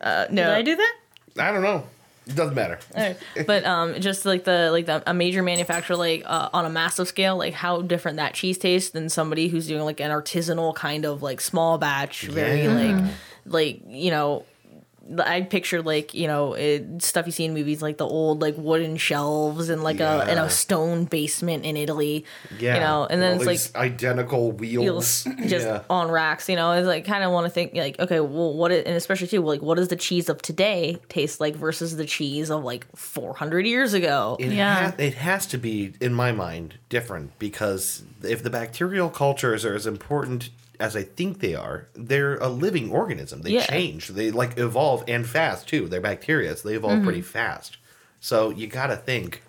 Speaker 3: Uh, no,
Speaker 1: Did I do that?
Speaker 2: I don't know. It doesn't matter.
Speaker 3: but um, just like the like the, a major manufacturer, like uh, on a massive scale, like how different that cheese tastes than somebody who's doing like an artisanal kind of like small batch, very
Speaker 2: Yeah.
Speaker 3: like like you know I picture like you know it, stuff you see in movies like the old like wooden shelves and like a in
Speaker 2: Yeah.
Speaker 3: a stone basement in Italy.
Speaker 2: Yeah.
Speaker 3: you know, and then
Speaker 2: all
Speaker 3: it's like
Speaker 2: these identical wheels.
Speaker 3: feels
Speaker 2: <laughs>
Speaker 3: just
Speaker 2: yeah.
Speaker 3: on racks. You know, it's like kind of want to think like, okay, well, what? Is, and especially too, like, what does the cheese of today taste like versus the cheese of like 400 years ago?
Speaker 2: It,
Speaker 1: Yeah.
Speaker 2: ha- it has to be, in my mind, different because if the bacterial cultures are as important as I think they are, they're a living organism. They
Speaker 3: Yeah.
Speaker 2: change. They like evolve and fast too. They're bacteria, so they evolve
Speaker 3: Mm-hmm.
Speaker 2: pretty fast. So you got to think.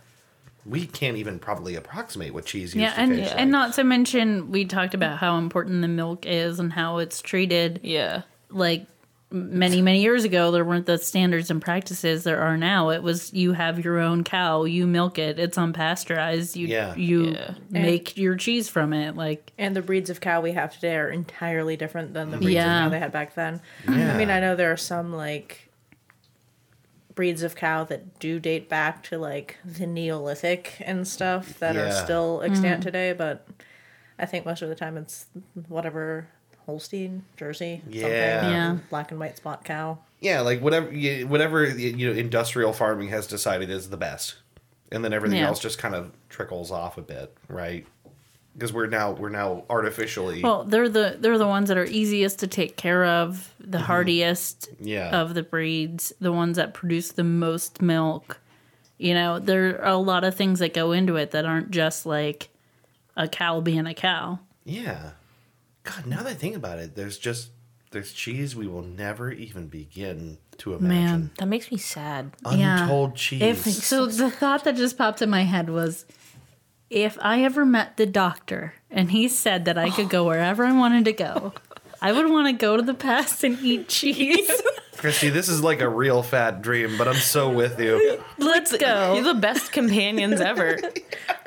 Speaker 2: We can't even probably approximate what cheese used
Speaker 1: Yeah,
Speaker 2: to
Speaker 1: and
Speaker 2: taste like.
Speaker 1: and not to mention we talked about how important the milk is and how it's treated.
Speaker 3: yeah,
Speaker 1: Like many many years ago, there weren't the standards and practices there are now. It was you have your own cow, you milk it, it's unpasteurized, you
Speaker 2: Yeah.
Speaker 1: you
Speaker 3: Yeah.
Speaker 1: make your cheese from it. Like
Speaker 4: And the breeds of cow we have today are entirely different than the breeds
Speaker 1: Yeah.
Speaker 4: of cow they had back then.
Speaker 2: Yeah.
Speaker 4: I mean, I know there are some like breeds of cow that do date back to like the Neolithic and stuff that are
Speaker 2: Yeah.
Speaker 4: still extant
Speaker 1: Mm.
Speaker 4: today, but I think most of the time it's whatever Holstein, Jersey,
Speaker 2: Yeah.
Speaker 4: something,
Speaker 1: Yeah.
Speaker 4: black and white spot cow.
Speaker 2: yeah, like whatever you, whatever you know, industrial farming has decided is the best, and then everything
Speaker 1: Yeah.
Speaker 2: else just kind of trickles off a bit, right? Because we're now we're now artificially
Speaker 1: well, they're the they're the ones that are easiest to take care of, the hardiest
Speaker 2: Yeah.
Speaker 1: of the breeds, the ones that produce the most milk. You know, there are a lot of things that go into it that aren't just like a cow being a cow.
Speaker 2: Yeah. God, now that I think about it, there's just there's cheese we will never even begin to imagine.
Speaker 1: Man.
Speaker 3: that makes me sad.
Speaker 1: yeah.
Speaker 2: Untold cheese.
Speaker 1: So the thought that just popped in my head was if I ever met the doctor and he said that I could <laughs> go wherever I wanted to go, I would want to go to the past and <laughs> eat cheese.
Speaker 2: Christy, this is like a real fat dream, but I'm so
Speaker 1: <laughs>
Speaker 2: with you.
Speaker 1: Let's
Speaker 3: <laughs> You're
Speaker 1: go.
Speaker 3: the best companions <laughs> ever.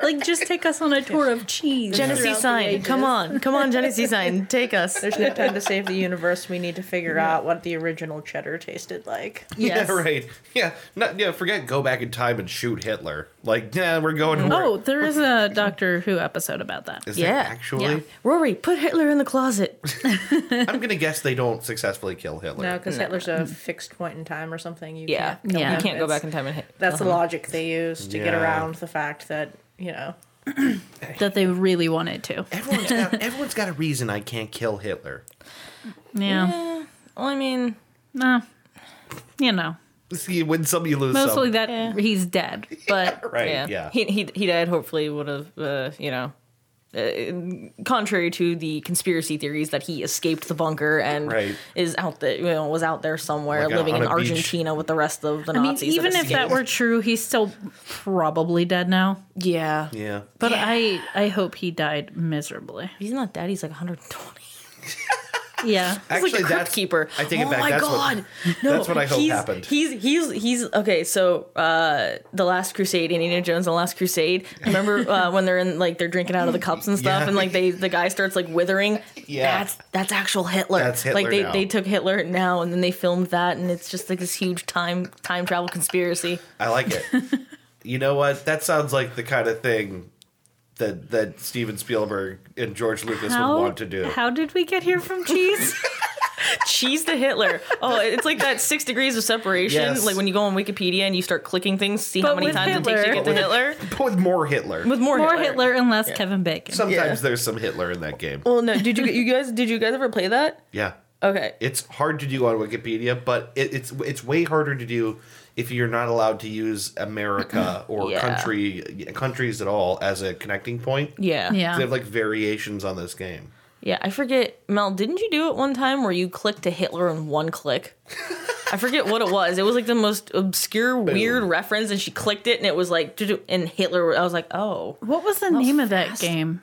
Speaker 1: Like, just take us on a tour of cheese.
Speaker 3: Genesee
Speaker 1: throughout the
Speaker 3: sign,
Speaker 1: ages.
Speaker 3: come on, come on, Genesee <laughs> sign, take us.
Speaker 4: There's no time to save the universe. We need to figure out what the original cheddar tasted like.
Speaker 1: Yes.
Speaker 2: <laughs> Yeah, right. Yeah. Not, yeah, forget go back in time and shoot Hitler. Like, nah, we're going to
Speaker 1: Oh, there is a Doctor Who episode about that.
Speaker 2: Is
Speaker 3: Yeah.
Speaker 2: there actually?
Speaker 3: Rory, put Hitler in the closet.
Speaker 2: I'm going to guess they don't successfully kill Hitler.
Speaker 4: No, because Hitler's a fixed point in time or something. You
Speaker 3: Yeah,
Speaker 4: can't come
Speaker 1: Yeah. Uh-huh.
Speaker 3: you
Speaker 4: back.
Speaker 3: can't go
Speaker 4: It's-
Speaker 3: back in time and hit.
Speaker 4: That's the logic they use to get
Speaker 2: Yeah.
Speaker 4: around the fact that, you know,
Speaker 1: That they really wanted to.
Speaker 2: Everyone's got, everyone's got a reason I can't kill Hitler.
Speaker 1: Yeah.
Speaker 3: Yeah. Well, I mean,
Speaker 1: Nah. You know,
Speaker 2: See, when some you lose
Speaker 1: mostly
Speaker 2: some.
Speaker 1: that
Speaker 3: Yeah.
Speaker 1: he's dead, but
Speaker 2: <laughs> right.
Speaker 3: yeah,
Speaker 2: Yeah.
Speaker 3: He he he died. Hopefully, would have uh, you know. Uh, contrary to the conspiracy theories that he escaped the bunker and
Speaker 2: Right.
Speaker 3: is out there, you know, was out there somewhere
Speaker 2: Like, uh,
Speaker 3: living
Speaker 2: on
Speaker 3: in
Speaker 2: a beach.
Speaker 3: Argentina with the rest of the
Speaker 1: I mean,
Speaker 3: Nazis.
Speaker 1: even if that
Speaker 3: escaped.
Speaker 1: were true, he's still probably dead now.
Speaker 3: yeah.
Speaker 2: yeah.
Speaker 1: But I, I hope he died miserably.
Speaker 3: he's not dead. He's like 120.
Speaker 1: Yeah.
Speaker 3: He's like a crypt keeper.
Speaker 2: I take
Speaker 3: oh
Speaker 2: it back.
Speaker 3: my
Speaker 2: that's
Speaker 3: god!
Speaker 2: <laughs> What,
Speaker 3: no,
Speaker 2: that's what I hope
Speaker 3: he's,
Speaker 2: happened.
Speaker 3: He's he's he's okay. So uh, the Last Crusade, Indiana Jones, and the Last Crusade.
Speaker 2: <laughs>
Speaker 3: Remember uh, when they're in like they're drinking out of the cups and stuff,
Speaker 2: Yeah.
Speaker 3: and like they the guy starts like withering.
Speaker 2: Yeah.
Speaker 3: that's that's actual Hitler.
Speaker 2: That's Hitler
Speaker 3: Like they
Speaker 2: now.
Speaker 3: they took Hitler now, and then they filmed that, and it's just like this huge time time travel conspiracy.
Speaker 2: I like it. you know what? That sounds like the kind of thing that that Steven Spielberg and George Lucas would want to do.
Speaker 1: how did we get here from cheese?
Speaker 3: Cheese to Hitler. Oh, it's like that six degrees of separation.
Speaker 2: Yes.
Speaker 3: Like when you go on Wikipedia and you start clicking things, see how
Speaker 1: But
Speaker 3: many
Speaker 1: with
Speaker 3: times it takes you to
Speaker 1: Hitler.
Speaker 3: get to Hitler.
Speaker 2: But with more Hitler.
Speaker 3: With more,
Speaker 1: More Hitler and less Kevin Bacon.
Speaker 2: Sometimes there's some Hitler in that game.
Speaker 3: Well, no. Did you you guys did you guys ever play that?
Speaker 2: Yeah.
Speaker 3: Okay.
Speaker 2: It's hard to do on Wikipedia, but it, it's it's way harder to do if you're not allowed to use
Speaker 1: <clears throat>
Speaker 2: America or
Speaker 3: Yeah.
Speaker 2: country countries at all as a connecting point.
Speaker 3: Yeah.
Speaker 1: Yeah.
Speaker 2: They have like variations on this game.
Speaker 3: Yeah. I forget. Mel, didn't you do it one time where you clicked to Hitler in one click? I forget what it was. It was like the most obscure, weird reference, and she clicked it, and it was like, doo-doo, and Hitler. I was like, oh,
Speaker 1: What was the name of that game?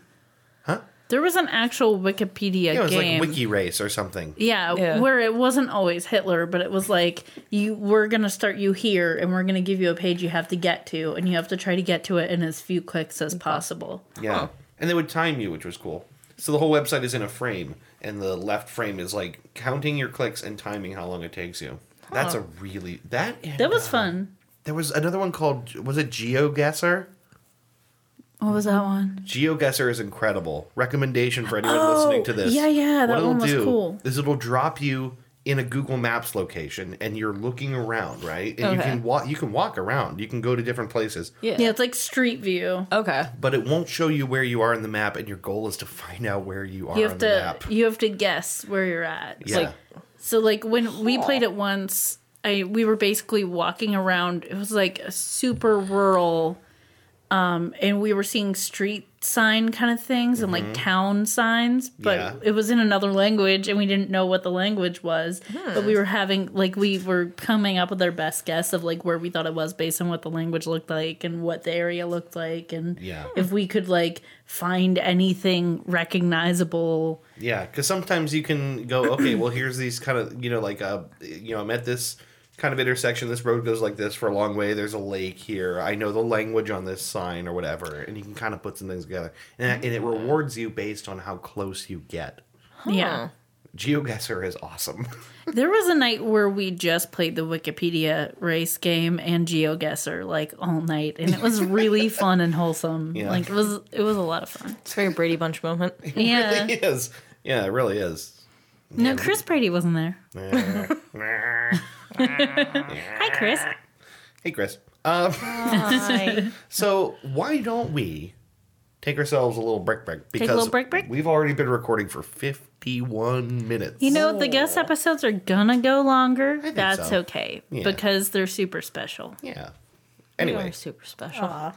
Speaker 1: Huh? There was an actual Wikipedia
Speaker 2: Yeah, it was
Speaker 1: game.
Speaker 2: like Wiki Race or something.
Speaker 1: yeah,
Speaker 3: Yeah.
Speaker 1: where it wasn't always Hitler, but it was like you we're gonna start you here and we're gonna give you a page you have to get to and you have to try to get to it in as few clicks as possible.
Speaker 2: Yeah. And they would time you, which was cool. So the whole website is in a frame, and the left frame is like counting your clicks and timing how long it takes you. That's a really that. and,
Speaker 1: That was
Speaker 2: uh,
Speaker 1: fun.
Speaker 2: There was another one called was it GeoGuessr?
Speaker 1: What was that one?
Speaker 2: GeoGuessr is incredible. Recommendation for anyone listening to this.
Speaker 1: Oh, yeah, yeah, that
Speaker 2: it'll
Speaker 1: one was cool.
Speaker 2: Is it'll drop you in a Google Maps location and you're looking around, right? And you
Speaker 3: Okay.
Speaker 2: can walk you can walk around. You can go to different places,
Speaker 3: Yeah.
Speaker 1: Yeah, it's like Street View.
Speaker 3: Okay.
Speaker 2: but it won't show you where you are in the map and your goal is to find out where you are
Speaker 1: You
Speaker 2: on
Speaker 1: have
Speaker 2: the
Speaker 1: to
Speaker 2: map.
Speaker 1: you have to guess where you're at.
Speaker 2: Yeah.
Speaker 3: like-
Speaker 1: So like when we played it once, I we were basically walking around. It was like a super rural, um, and we were seeing street sign kind of things and like town signs, but
Speaker 2: Mm-hmm. Yeah.
Speaker 1: it was in another language and we didn't know what the language was.
Speaker 2: Hmm.
Speaker 1: But we were having like we were coming up with our best guess of like where we thought it was based on what the language looked like and what the area looked like and
Speaker 2: Yeah.
Speaker 1: if we could like find anything recognizable.
Speaker 2: Yeah, because sometimes you can go, okay, well, here's these kind of, you know, like, uh, you know, I'm at this kind of intersection. This road goes like this for a long way. There's a lake here. I know the language on this sign or whatever, and you can kind of put some things together, and, and it rewards you based on how close you get.
Speaker 1: Yeah.
Speaker 2: GeoGuessr is awesome.
Speaker 1: There was a night where we just played the Wikipedia race game and GeoGuessr like all night, and it
Speaker 2: <laughs>
Speaker 1: was really fun and wholesome.
Speaker 2: Yeah.
Speaker 1: Like it was, it was a lot of
Speaker 2: <laughs>
Speaker 1: fun.
Speaker 3: It's a very Brady Bunch moment.
Speaker 1: Yeah.
Speaker 2: it is. Yeah, it really is.
Speaker 1: No, Chris Brady wasn't
Speaker 2: <laughs>
Speaker 1: there. Hi, Chris.
Speaker 2: hey, Chris. Um, <laughs> so why don't we take ourselves a little break break? Because
Speaker 1: a little break break?
Speaker 2: We've already been recording for 51 minutes.
Speaker 1: You know the guest episodes are gonna go longer.
Speaker 2: Oh. think
Speaker 1: That's
Speaker 2: so.
Speaker 1: okay
Speaker 2: Yeah.
Speaker 1: because they're super special.
Speaker 2: Yeah. Uh,
Speaker 3: You are
Speaker 2: Anyway, <laughs>
Speaker 3: super special.
Speaker 1: Uh-huh.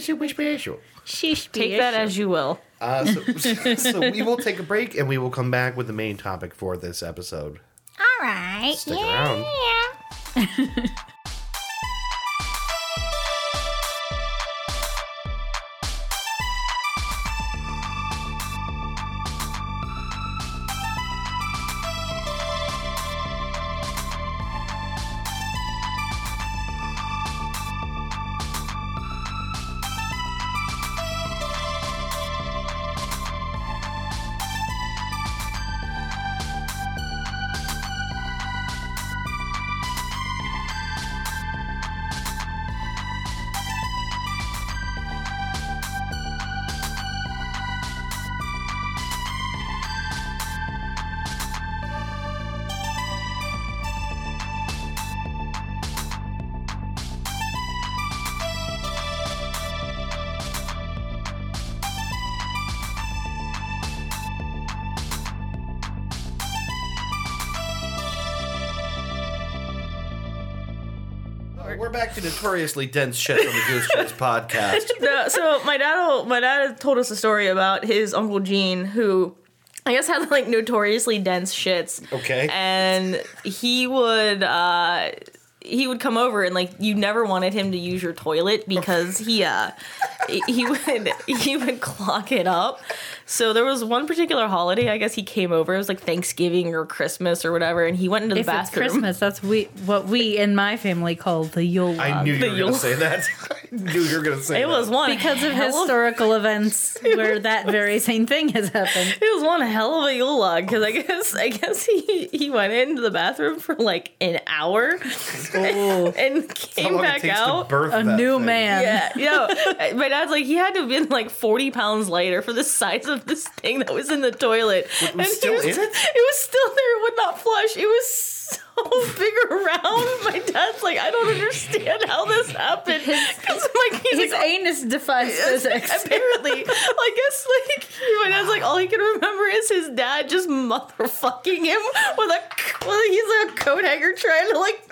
Speaker 2: super special.
Speaker 1: Oh, Sheesh,
Speaker 3: Take that as you will.
Speaker 2: Uh, so, <laughs> so we will take a break and we will come back with the main topic for this episode.
Speaker 5: All right.
Speaker 2: Stick
Speaker 5: yeah.
Speaker 2: around. We're back to notoriously dense shit on the Goose
Speaker 3: <laughs>
Speaker 2: Chase podcast.
Speaker 3: No, so my dad, will- my dad told us a story about his uncle Gene, who I guess had like notoriously dense shits.
Speaker 2: Okay.
Speaker 3: And he would, uh, he would come over and like you never wanted him to use your toilet because he, uh, he would he would clog it up. So there was one particular holiday. I guess he came over. It was like Thanksgiving or Christmas or whatever, and he went into the
Speaker 1: If it's
Speaker 3: bathroom.
Speaker 1: Christmas, that's we what we in my family call the Yule
Speaker 2: I
Speaker 1: log.
Speaker 2: knew you were going
Speaker 3: you'll-
Speaker 2: to say that. I knew you were going to say
Speaker 3: It
Speaker 2: that.
Speaker 3: was one
Speaker 1: because of
Speaker 3: hell of-
Speaker 1: historical events where that very same thing has happened.
Speaker 3: It was one hell of a Yule log because I guess I guess he he went into the bathroom for like an hour and
Speaker 2: How
Speaker 3: came
Speaker 2: long it
Speaker 3: back
Speaker 2: takes to
Speaker 3: out.
Speaker 2: birth
Speaker 1: A
Speaker 2: that
Speaker 1: new
Speaker 2: thing.
Speaker 1: man.
Speaker 3: Yeah, you know, my dad's like he had to have been like forty pounds lighter for the size of this thing that was in the toilet.
Speaker 2: it was
Speaker 3: he
Speaker 2: still
Speaker 3: was,
Speaker 2: in it?
Speaker 3: was still there. It would not flush. It was so big around. My dad's like, I don't understand how this happened
Speaker 2: <laughs>
Speaker 3: because <laughs> like he's
Speaker 1: His
Speaker 3: like,
Speaker 1: anus defies
Speaker 3: <laughs>
Speaker 1: physics.
Speaker 3: Apparently, I guess like my dad's like all he can remember is his dad just motherfucking him with a well he's a coat hanger trying to like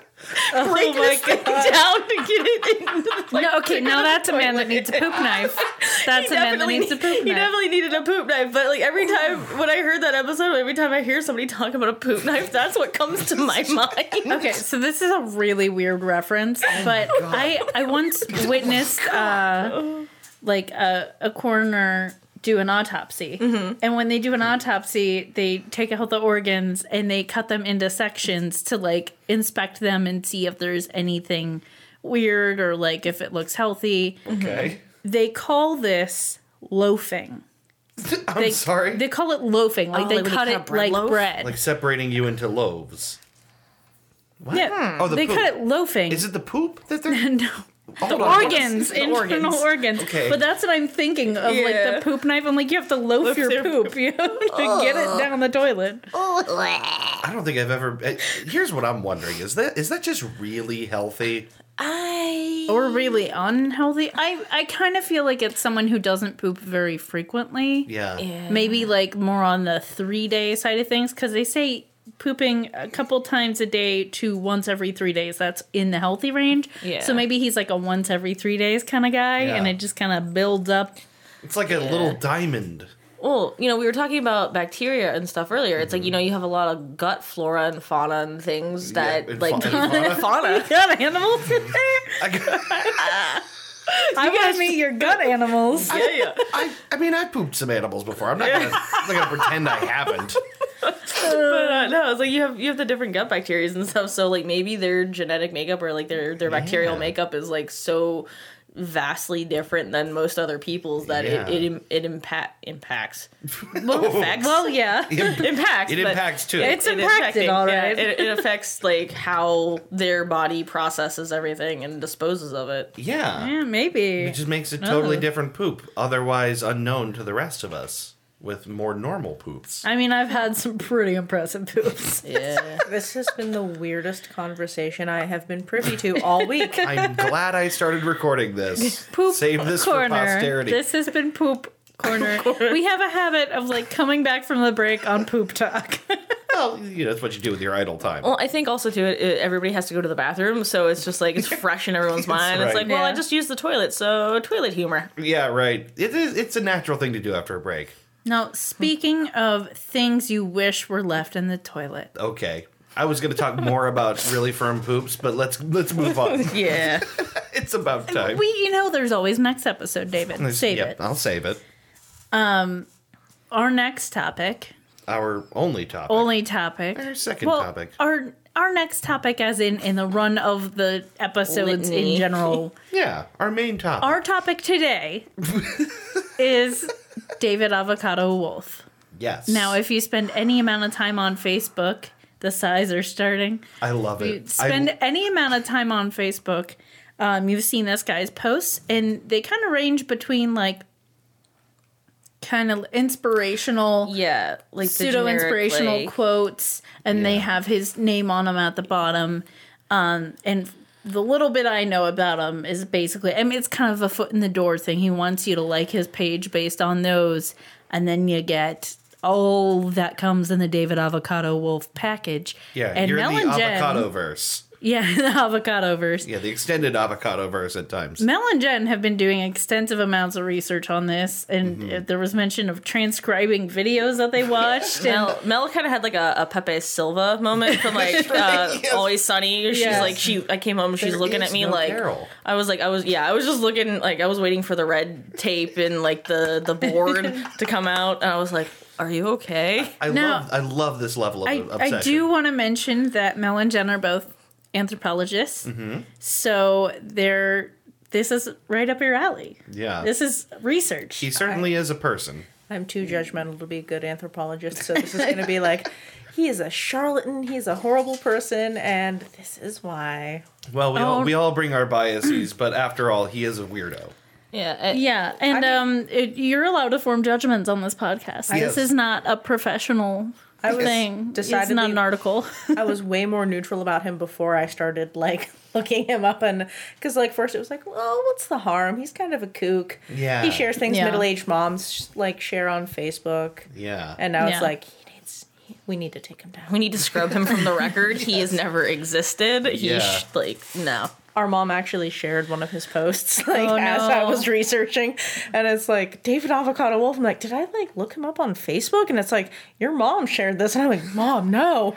Speaker 3: break
Speaker 1: my
Speaker 3: this thing down to get it <laughs> into the, like,
Speaker 1: no, okay, now that's a man that needs a poop
Speaker 3: <laughs>
Speaker 1: knife. That's a man that needs a poop
Speaker 3: he
Speaker 1: knife.
Speaker 3: definitely needed a poop knife, but like every time when I heard that episode, every time I hear somebody talking about a poop knife, that's what comes to <laughs> my mind.
Speaker 1: Okay, so this is a really weird reference,
Speaker 3: Oh
Speaker 1: but I I
Speaker 3: <laughs>
Speaker 1: once witnessed uh, like a, a coroner do an autopsy,
Speaker 3: Mm-hmm.
Speaker 1: and when they do an autopsy, they take out the organs and they cut them into sections to like inspect them and see if there's anything weird or like if it looks healthy. <laughs>
Speaker 2: Okay.
Speaker 1: They call this loafing.
Speaker 2: I'm
Speaker 1: They,
Speaker 2: sorry.
Speaker 1: They call it loafing. Like
Speaker 3: Oh,
Speaker 1: they
Speaker 3: like when you
Speaker 1: cut
Speaker 3: cut a
Speaker 1: it
Speaker 3: bread
Speaker 1: like
Speaker 3: loaf?
Speaker 1: bread.
Speaker 2: like separating you into loaves.
Speaker 1: yeah.
Speaker 2: Oh, the
Speaker 1: they
Speaker 2: poop.
Speaker 1: cut it loafing. <laughs>
Speaker 2: Is it the poop that they're.
Speaker 1: no. the
Speaker 2: Hold on.
Speaker 1: organs,
Speaker 3: The
Speaker 1: internal
Speaker 3: organs.
Speaker 1: organs.
Speaker 2: Okay.
Speaker 1: But that's what I'm thinking of,
Speaker 4: Yeah.
Speaker 1: like the poop knife. I'm like, you have to loaf
Speaker 4: Loaf
Speaker 1: your
Speaker 4: their
Speaker 1: poop, <laughs> you know, to get it down the toilet.
Speaker 2: I don't think I've ever. eh, Here's what I'm wondering: is that is that just really healthy?
Speaker 3: I
Speaker 1: Or really unhealthy. I I kind of feel like it's someone who doesn't poop very frequently.
Speaker 2: Yeah.
Speaker 1: Maybe like more on the three day side of things because they say pooping a couple times a day to once every three days. That's in the healthy range.
Speaker 3: Yeah.
Speaker 1: So maybe he's like a once every three days kind of guy, and
Speaker 2: Yeah.
Speaker 1: it just kind of builds up.
Speaker 2: It's like a little diamond.
Speaker 3: Well, you know, we were talking about bacteria and stuff earlier. It's like you know, you have a lot of gut flora and fauna and things that
Speaker 2: and
Speaker 3: like
Speaker 2: fa- and fauna.
Speaker 3: <laughs> fauna.
Speaker 1: Gut <laughs> animals in there.
Speaker 2: I, got-
Speaker 1: I want to meet your gut animals.
Speaker 3: yeah, yeah.
Speaker 2: <laughs> I, I mean, I pooped some animals before. I'm not gonna, I'm not gonna pretend I haven't.
Speaker 3: But uh, no, it's like you have you have the different gut bacteria and stuff. So like maybe their genetic makeup or like their their bacterial
Speaker 2: Yeah.
Speaker 3: makeup is like so vastly different than most other people's that it it,
Speaker 2: Yeah.
Speaker 3: im- it impact
Speaker 2: <laughs>
Speaker 3: impacts. Well, affects.
Speaker 1: Well, <laughs> yeah.
Speaker 3: impacts.
Speaker 2: It
Speaker 3: but-
Speaker 2: impacts too.
Speaker 1: It's
Speaker 3: It
Speaker 1: impacted,
Speaker 3: affecting-
Speaker 1: all
Speaker 3: yeah,
Speaker 1: right.
Speaker 3: it, it affects like how their body processes everything and disposes
Speaker 2: <laughs>
Speaker 3: of it.
Speaker 2: yeah.
Speaker 1: Yeah, maybe.
Speaker 2: It just makes a totally
Speaker 1: Ugh.
Speaker 2: different poop, otherwise unknown to the rest of us, with more normal poops.
Speaker 1: I mean, I've had some pretty impressive
Speaker 2: <laughs>
Speaker 1: poops.
Speaker 3: Yeah.
Speaker 4: <laughs> This has been the weirdest conversation I have been privy to
Speaker 1: <laughs>
Speaker 4: all week.
Speaker 2: I'm glad I started recording this.
Speaker 1: Poop
Speaker 2: Save this
Speaker 1: corner.
Speaker 2: for posterity.
Speaker 1: This has been poop corner. We have a habit of like coming back from the break on poop talk. <laughs>
Speaker 2: well, you know, that's what you do with your idle time.
Speaker 3: Well, I think also too, it, it- everybody has to go to the bathroom, so it's just like it's fresh
Speaker 2: <laughs>
Speaker 3: in everyone's mind.
Speaker 2: right.
Speaker 3: It's like, well, I
Speaker 1: Yeah.
Speaker 3: just used the toilet, so toilet humor.
Speaker 2: yeah, right. It is. It's a natural thing to do after a break.
Speaker 1: now, speaking of things you wish were left in the toilet.
Speaker 2: Okay. I was going to talk more about really firm poops, but let's let's
Speaker 1: <laughs>
Speaker 2: move on.
Speaker 3: Yeah.
Speaker 2: it's about time.
Speaker 1: We, you know, there's always next episode, David. Save
Speaker 2: Yep,
Speaker 1: it.
Speaker 2: I'll save it.
Speaker 1: Our next topic,
Speaker 2: Our only topic.
Speaker 1: only topic.
Speaker 2: Our second topic.
Speaker 1: Our our next topic, as in in the run of the episodes
Speaker 3: Litany.
Speaker 1: in general.
Speaker 2: yeah, our main topic.
Speaker 1: Our topic today is David Avocado Wolf.
Speaker 2: yes.
Speaker 1: Now, if you spend any amount of time on Facebook, the size are starting.
Speaker 2: I love
Speaker 1: You
Speaker 2: it.
Speaker 1: spend
Speaker 2: I,
Speaker 1: any amount of time on Facebook, um, you've seen this guy's posts, and they kind of range between like kind of inspirational,
Speaker 3: Yeah. Like the
Speaker 1: pseudo inspirational
Speaker 3: generic, like-
Speaker 1: quotes, and they have his name on them at the bottom. Um, and the little bit I know about him is basically, I mean, it's kind of a foot in the door thing. He wants you to like his page based on those, and then you get all that comes in the David Avocado Wolf package.
Speaker 2: yeah,
Speaker 1: and
Speaker 2: you're
Speaker 1: Mel
Speaker 2: in the
Speaker 1: and Jen,
Speaker 2: avocado verse.
Speaker 1: yeah, <laughs> the avocado verse.
Speaker 2: Yeah, the extended avocado verse at times.
Speaker 1: Mel and Jen have been doing extensive amounts of research on this, and uh,
Speaker 2: Mm-hmm.
Speaker 1: there was mention of transcribing videos that they watched. and
Speaker 3: Mel, Mel kind of had like a, a Pepe Silva moment <laughs> from like uh,
Speaker 2: Yes.
Speaker 3: Always Sunny. She's
Speaker 1: Yes.
Speaker 3: like, she. I came home. She's
Speaker 2: There
Speaker 3: looking
Speaker 2: is
Speaker 3: at me
Speaker 2: no
Speaker 3: like,
Speaker 2: Carol.
Speaker 3: I was like, I was yeah, I was just looking like I was waiting for the red tape and like the the <laughs> board to come out, and I was like, Are you okay?
Speaker 2: I
Speaker 1: Now-
Speaker 2: love I love this level of
Speaker 1: I,
Speaker 2: obsession.
Speaker 1: I do want to mention that Mel and Jen are both anthropologists,
Speaker 2: Mm-hmm.
Speaker 1: so they're this is right up your alley.
Speaker 2: Yeah.
Speaker 1: This is research.
Speaker 2: he certainly is a person.
Speaker 4: I'm too judgmental to be a good anthropologist, so this is going
Speaker 1: <laughs>
Speaker 4: to be like, he is a charlatan, he's a horrible person, and this is why.
Speaker 2: Well, we all
Speaker 1: Oh.
Speaker 2: we all bring our biases, but after all, he is a weirdo.
Speaker 3: Yeah.
Speaker 1: yeah, and um, it, you're allowed to form judgments on this podcast.
Speaker 2: Yes.
Speaker 1: This is not a professional
Speaker 4: I was
Speaker 1: thing. It's
Speaker 4: decidedly-
Speaker 1: not an article. <laughs>
Speaker 4: I was way more neutral about him before I started like <laughs> looking him up and because like first it was like, well, what's the harm? He's kind of a kook.
Speaker 2: Yeah.
Speaker 4: he shares things
Speaker 1: Yeah.
Speaker 4: middle-aged moms like share on Facebook,
Speaker 2: Yeah.
Speaker 4: and now
Speaker 1: Yeah.
Speaker 4: it's like he needs. he- We need to take him down.
Speaker 3: <laughs> We need to scrub him from the record. He has never existed. He
Speaker 2: Yeah.
Speaker 3: sh- like no.
Speaker 4: Our mom actually shared one of his posts <laughs> like
Speaker 1: Oh,
Speaker 4: as
Speaker 1: no.
Speaker 4: I was researching, and it's like David Avocado Wolf. I'm like, did I like look him up on Facebook? And it's like your mom shared this, and I'm like,
Speaker 1: <laughs>
Speaker 4: mom, no.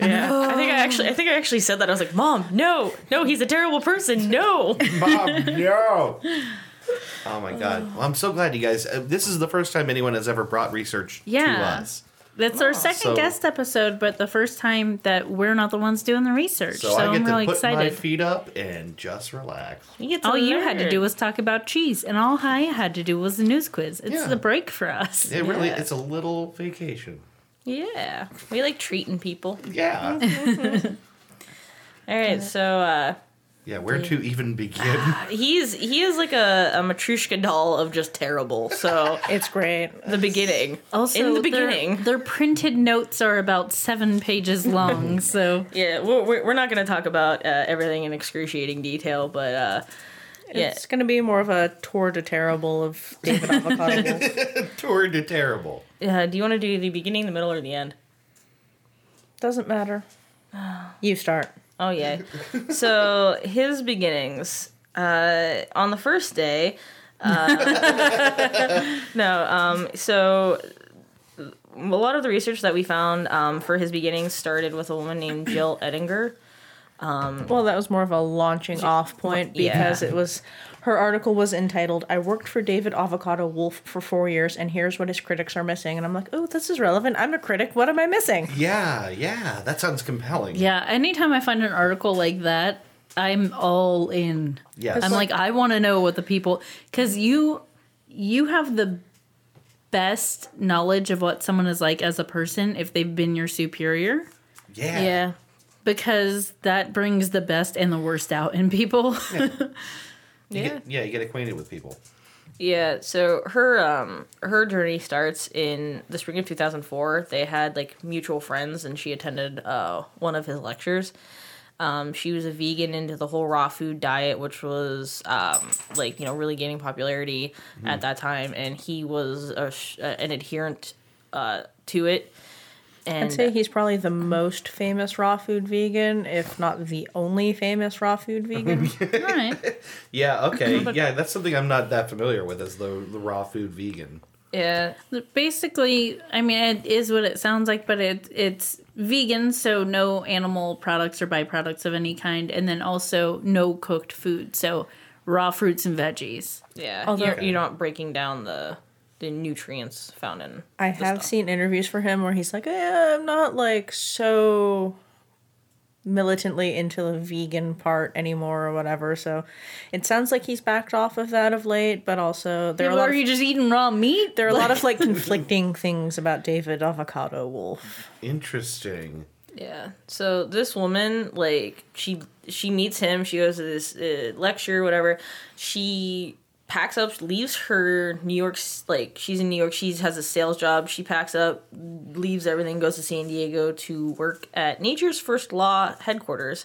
Speaker 3: Yeah. I think I actually I think I actually said that. I was like, "Mom, no. No, he's a terrible person. No."
Speaker 2: Mom, no. <laughs> Oh my god. Well, I'm so glad you guys. Uh, this is the first time anyone has ever brought research to
Speaker 1: Yeah.
Speaker 2: us.
Speaker 1: That's our second
Speaker 2: Oh, So-
Speaker 1: guest episode, but the first time that we're not the ones doing the research.
Speaker 2: So,
Speaker 1: So,
Speaker 2: I get
Speaker 1: I'm
Speaker 2: to
Speaker 1: really
Speaker 2: put my
Speaker 1: excited.
Speaker 2: feet up and just relax.
Speaker 3: <laughs> He gets
Speaker 1: all
Speaker 3: a
Speaker 1: you had to
Speaker 3: nerd.
Speaker 1: do was talk about cheese, and all I had to do was the news quiz. It's
Speaker 2: Yeah.
Speaker 1: the break for us.
Speaker 2: It really
Speaker 3: Yeah.
Speaker 2: it's a little vacation.
Speaker 3: Yeah. We like treating people.
Speaker 2: Yeah.
Speaker 3: All right, so uh
Speaker 2: Yeah, where to even begin?
Speaker 1: Ah.
Speaker 3: He's he is like a, a matryoshka doll of just terrible. So <laughs>
Speaker 4: It's great.
Speaker 3: the beginning,
Speaker 1: Also,
Speaker 3: in the
Speaker 1: their-
Speaker 3: beginning,
Speaker 1: their, printed notes are about seven pages
Speaker 3: <laughs>
Speaker 1: long. so
Speaker 3: yeah, we're we're we're not going to talk about uh, everything in excruciating detail, but uh, yeah,
Speaker 4: It's gonna be more of a tour to terrible of
Speaker 1: <laughs>
Speaker 4: David Avocado.
Speaker 2: <laughs> Tour to terrible.
Speaker 3: uh, do you want to do the beginning, the middle, or the end?
Speaker 4: Doesn't matter. You start.
Speaker 3: Oh yeah. So his beginnings uh, on the first day. Uh, <laughs> no. Um, so a lot of the research that we found um, for his beginnings started with a woman named Jill Ettinger.
Speaker 4: Well, that was more of a launching off point
Speaker 3: Yeah.
Speaker 4: because it was her article was entitled "I worked for David Avocado Wolf for four years, and here's what his critics are missing." And I'm like, "Oh, this is relevant. I'm a critic. What am I missing?"
Speaker 2: Yeah, yeah, that sounds compelling.
Speaker 1: yeah, anytime I find an article like that, I'm all in.
Speaker 2: Yes.
Speaker 1: I'm like, I want to know what the people because you you have the best knowledge of what someone is like as a person if they've been your superior.
Speaker 2: yeah.
Speaker 1: Because that brings the best and the worst out in people.
Speaker 2: You get- yeah, you get acquainted with people.
Speaker 3: Yeah, so her um her journey starts in the spring of 2004. They had like mutual friends and she attended uh one of his lectures. Um she was a vegan into the whole raw food diet which was um like, you know, really gaining popularity at that time and he was a, sh- uh, an adherent uh to it. And
Speaker 4: I'd say he's probably the most famous raw food vegan, if not the only famous raw food vegan.
Speaker 1: <laughs> all right.
Speaker 2: Yeah,
Speaker 1: <laughs>
Speaker 2: okay. yeah, that's something I'm not that familiar with as the, the raw food vegan.
Speaker 3: yeah,
Speaker 1: Basically, I mean, it is what it sounds like, but it it's vegan, so no animal products or byproducts of any kind, and then also no cooked food, so raw fruits and veggies.
Speaker 3: yeah.
Speaker 4: Although-
Speaker 3: you're, you're not breaking down the the nutrients found in
Speaker 4: I have seen interviews for him where he's like, eh, "I'm not like so militantly into the vegan part anymore or whatever." So it sounds like he's backed off of that of late, but also there are a lot
Speaker 1: Or are
Speaker 4: of
Speaker 1: you just eating raw meat?
Speaker 4: <laughs> There are a lot of like conflicting things about David Avocado Wolf.
Speaker 2: Interesting.
Speaker 3: Yeah. So this woman, like, she she meets him. She goes to this uh, lecture, whatever. She packs up, leaves her New York. Like, she's in New York. She has a sales job. She packs up, leaves everything, goes to San Diego to work at Nature's First Law headquarters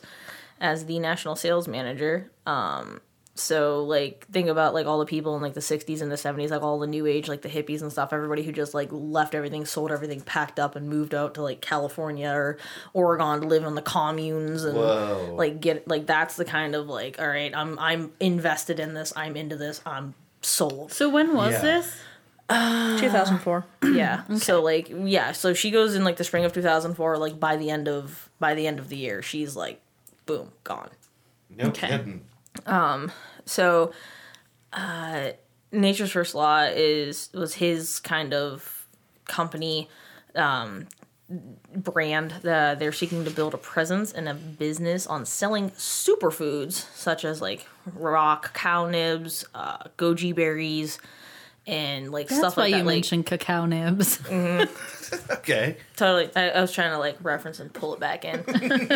Speaker 3: as the national sales manager. Um, so like think about like all the people in like the 60s and the 70s like all the new age like the hippies and stuff everybody who just like left everything sold everything packed up and moved out to like california or oregon to live on the communes and
Speaker 2: Whoa.
Speaker 3: like get like that's the kind of like all right i'm i'm invested in this i'm into this i'm sold
Speaker 1: So when was
Speaker 2: Yeah.
Speaker 1: this?
Speaker 4: 2004.
Speaker 3: yeah so like yeah so she goes in like the spring of 2004 like by the end of by the end of the year she's like boom gone
Speaker 2: No
Speaker 1: Okay.
Speaker 2: kidding.
Speaker 3: So, uh, Nature's First Law is was his kind of company um, brand. The, they're seeking to build a presence and a business on selling superfoods such as like rock cow nibs, uh, goji berries, and like
Speaker 1: That's
Speaker 3: stuff
Speaker 1: why
Speaker 3: like
Speaker 1: you
Speaker 3: that. Like,
Speaker 1: mentioned cacao nibs.
Speaker 2: Okay.
Speaker 3: totally I, I was trying to like reference and pull it back in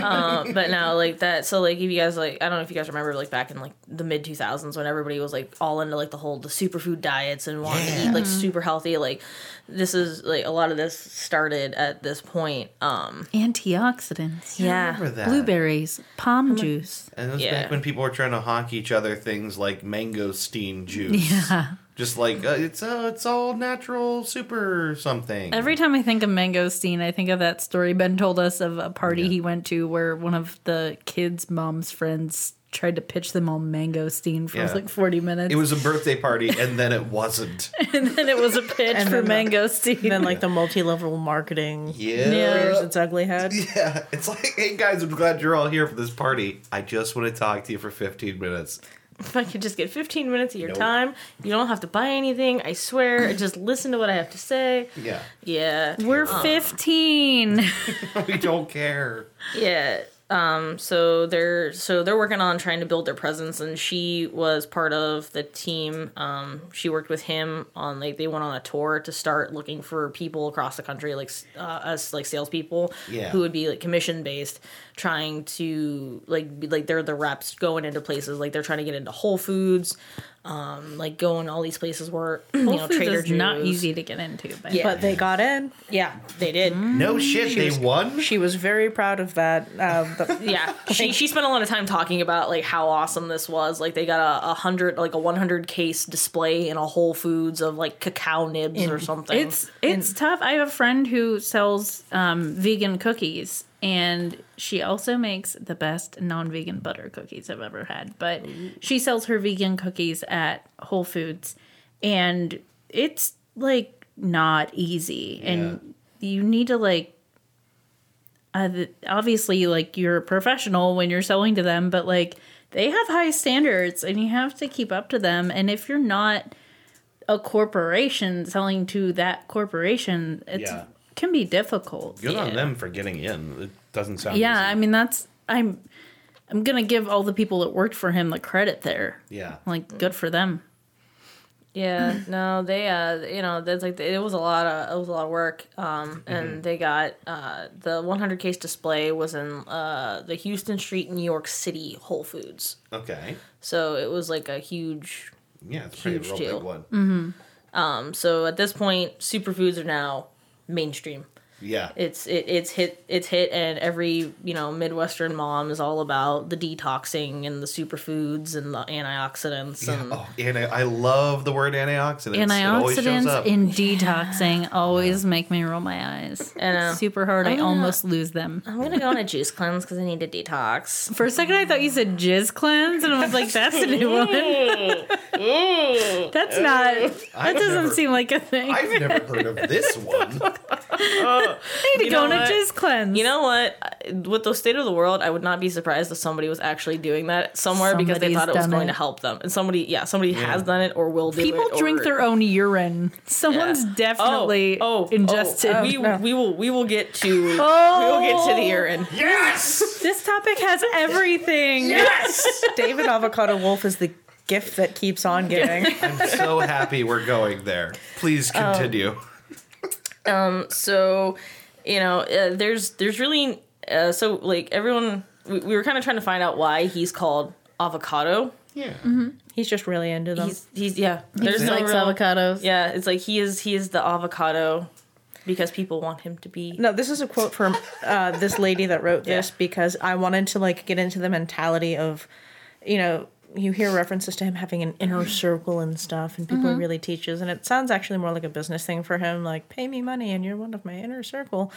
Speaker 3: um, but now like that so like if you guys like i don't know if you guys remember like back in like the mid 2000s when everybody was like all into like the whole the superfood diets and wanting to eat like super healthy like this is like a lot of this started at this point um
Speaker 1: Antioxidants.
Speaker 3: yeah
Speaker 2: Remember that.
Speaker 1: Blueberries, palm juice.
Speaker 2: And it was
Speaker 3: Yeah.
Speaker 2: back when people were trying to hawk each other things like mangosteen juice.
Speaker 1: Yeah.
Speaker 2: Just like uh, it's uh, it's all natural super something.
Speaker 1: Every time I think of mangosteen, I think of that story Ben told us of a party he went to where one of the kids' mom's friends tried to pitch them all mangosteen for
Speaker 2: Yeah.
Speaker 1: like 40 minutes.
Speaker 2: it was a birthday party and then it wasn't.
Speaker 1: <laughs> and then it was a pitch
Speaker 4: And
Speaker 1: for
Speaker 4: then the-
Speaker 1: mangosteen.
Speaker 4: Then like the multi-level marketing
Speaker 2: Yeah.
Speaker 4: rears its
Speaker 2: <laughs>
Speaker 4: ugly head.
Speaker 2: Yeah, it's like, hey guys, I'm glad you're all here for this party. I just want to talk to you for 15 minutes.
Speaker 3: if i could just get 15 minutes of your
Speaker 2: Nope.
Speaker 3: time you don't have to buy anything i swear just listen to what i have to say
Speaker 2: Yeah, <laughs>
Speaker 3: yeah
Speaker 1: We're 15.
Speaker 2: we don't care.
Speaker 3: Yeah. Um, so they're so they're working on trying to build their presence and she was part of the team um she worked with him on like they went on a tour to start looking for people across the country like s- uh, us like salespeople
Speaker 2: Yeah.
Speaker 3: who would be like commission based trying to like be, like they're the reps going into places like they're trying to get into whole foods um like going to all these places where <clears throat> you know
Speaker 1: Whole Foods
Speaker 3: trader
Speaker 1: is not
Speaker 3: Joe's.
Speaker 1: easy to get into. But
Speaker 3: Yeah.
Speaker 4: But they got in.
Speaker 3: yeah they did
Speaker 2: No shit, they won.
Speaker 4: She was very proud of that. Um, the,
Speaker 3: <laughs> yeah she, she spent a lot of time talking about like how awesome this was like they got a, a hundred like a 100 case display in a whole foods of like cacao nibs or something
Speaker 1: It's it's tough. I have a friend who sells um, vegan cookies, and she also makes the best non-vegan butter cookies I've ever had. But she sells her vegan cookies at Whole Foods, and it's like not easy, and you need to like. Uh, the- obviously, like you're a professional when you're selling to them, but like they have high standards and you have to keep up to them. And if you're not a corporation selling to that corporation, it
Speaker 2: Yeah.
Speaker 1: can be difficult.
Speaker 2: Good on them for getting in. It doesn't sound.
Speaker 1: Yeah,
Speaker 2: easy.
Speaker 1: I mean that's I'm I'm gonna give all the people that worked for him the credit there.
Speaker 2: Yeah.
Speaker 1: Like good for them.
Speaker 3: yeah no they uh you know that's like it was a lot of it was a lot of work um and they got uh the 100 case display was in uh the houston street new york city whole foods
Speaker 2: Okay.
Speaker 3: so it was like a huge
Speaker 2: Yeah, it's pretty
Speaker 3: Huge
Speaker 2: real
Speaker 3: deal.
Speaker 2: big one.
Speaker 3: um so at this point superfoods are now mainstream
Speaker 2: Yeah.
Speaker 3: it's it, it's hit it's hit and every you know midwestern mom is all about the detoxing and the superfoods and the antioxidants
Speaker 2: Yeah.
Speaker 3: and
Speaker 2: Oh, and I, I love the word antioxidants. It always shows
Speaker 1: Antioxidants
Speaker 2: up.
Speaker 1: in
Speaker 2: <laughs>
Speaker 1: detoxing always make me roll my eyes.
Speaker 3: I know. Oh,
Speaker 1: It's super hard. I
Speaker 3: gonna-
Speaker 1: almost lose them.
Speaker 3: i'm gonna go on a juice cleanse because i need to detox
Speaker 1: For a second, I thought you said jizz cleanse, and I was like, "That's a new one. That's not. That
Speaker 2: I've
Speaker 1: doesn't
Speaker 2: never-
Speaker 1: seem like a thing. I
Speaker 2: I've never heard of
Speaker 1: <laughs>
Speaker 2: this one.
Speaker 1: need to go
Speaker 3: You know
Speaker 1: on a
Speaker 3: what?
Speaker 1: jizz cleanse.
Speaker 3: you know what I- with the state of the world i would not be surprised if somebody was actually doing that somewhere because they
Speaker 1: Somebody's
Speaker 3: thought it was
Speaker 1: done
Speaker 3: going
Speaker 1: it.
Speaker 3: to help them and somebody yeah somebody has done it or will do
Speaker 1: People
Speaker 3: it
Speaker 1: drink
Speaker 3: or-
Speaker 1: their own urine. Someone's
Speaker 3: Yeah.
Speaker 1: definitely
Speaker 3: oh, oh,
Speaker 1: ingested.
Speaker 3: oh, we, we will we will get to
Speaker 1: Oh.
Speaker 3: we will get to the urine
Speaker 2: yes.
Speaker 1: This topic
Speaker 3: <laughs>
Speaker 1: has everything.
Speaker 2: Yes.
Speaker 4: David Avocado Wolf is the gift that keeps on giving.
Speaker 2: I'm so happy we're going there. Please
Speaker 1: Oh.
Speaker 2: continue.
Speaker 3: so you know uh, there's there's really uh, so like everyone we, we were kind of trying to find out why he's called avocado
Speaker 2: yeah.
Speaker 1: Mm-hmm.
Speaker 4: He's just really into them.
Speaker 3: he's he's yeah there's no
Speaker 1: likes
Speaker 3: real-
Speaker 1: avocados.
Speaker 3: yeah it's like he is he is the avocado because people want him to be
Speaker 4: No, this is a quote from uh, this lady that wrote this
Speaker 3: Yeah.
Speaker 4: because I wanted to like get into the mentality of, you know, you hear references to him having an inner circle and stuff, and people he really teaches, and it sounds actually more like a business thing for him, like pay me money and you're one of my inner circle,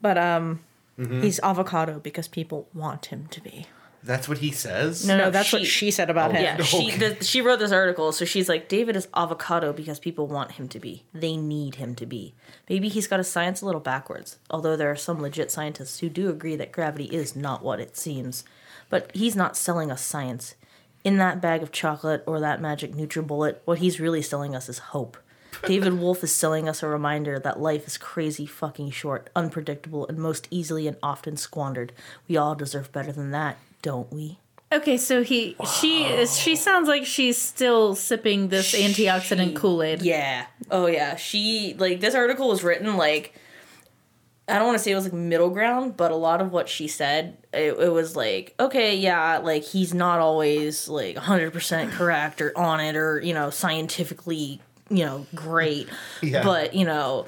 Speaker 4: but um, he's avocado because people want him to be.
Speaker 2: That's what he says.
Speaker 4: No,
Speaker 3: no,
Speaker 4: that's what
Speaker 3: she-
Speaker 4: she said about him.
Speaker 3: yeah she the, she wrote this article so she's like david is avocado because people want him to be they need him to be maybe he's got his science a little backwards although there are some legit scientists who do agree that gravity is not what it seems but he's not selling us science in that bag of chocolate or that magic nutribullet what he's really selling us is hope David Wolf is selling us a reminder that life is crazy fucking short, unpredictable, and most easily and often squandered. We all deserve better than that, don't we?
Speaker 1: Okay, so he she is she sounds like she's still sipping this antioxidant Kool-Aid.
Speaker 3: Yeah. Oh yeah. She like this article was written like I don't want to say it was like middle ground, but a lot of what she said it, it was like okay, yeah, like he's not always like 100% correct or on it or, you know, scientifically, you know, great.
Speaker 2: Yeah.
Speaker 3: But, you know,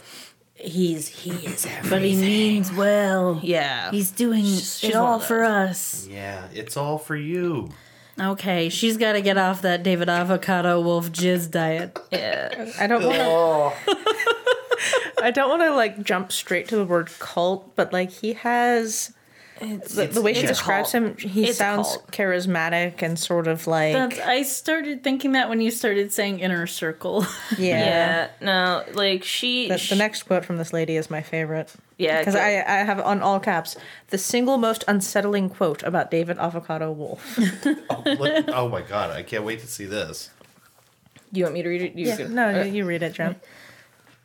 Speaker 3: he's he is
Speaker 1: But he
Speaker 3: everything.
Speaker 1: means well.
Speaker 3: yeah.
Speaker 1: He's doing
Speaker 3: she's
Speaker 1: it all
Speaker 3: one of
Speaker 1: for us.
Speaker 2: Yeah, it's all for you.
Speaker 1: Okay, she's got to get off that David Avocado Wolf jizz diet.
Speaker 3: yeah.
Speaker 4: I don't want to. <laughs> I don't want to like jump straight to the word cult, but like he has the, the way she
Speaker 3: it's a
Speaker 4: describes him,
Speaker 3: cult.
Speaker 4: he
Speaker 3: It's a
Speaker 4: sounds
Speaker 3: cult.
Speaker 4: charismatic and sort of like
Speaker 1: That's, I started thinking that when you started saying inner circle.
Speaker 4: <laughs>
Speaker 3: Yeah.
Speaker 4: yeah.
Speaker 3: No, like she
Speaker 4: The, the next quote from this lady is my favorite.
Speaker 3: Yeah,
Speaker 4: because
Speaker 3: go-
Speaker 4: I, I have on all caps the single most unsettling quote about David Avocado Wolf.
Speaker 1: <laughs>
Speaker 2: Look- oh my god, I can't wait to see this.
Speaker 3: you want me to read it? You
Speaker 4: Yeah,
Speaker 3: can-
Speaker 4: no,
Speaker 3: okay.
Speaker 4: you, you read it, Jen.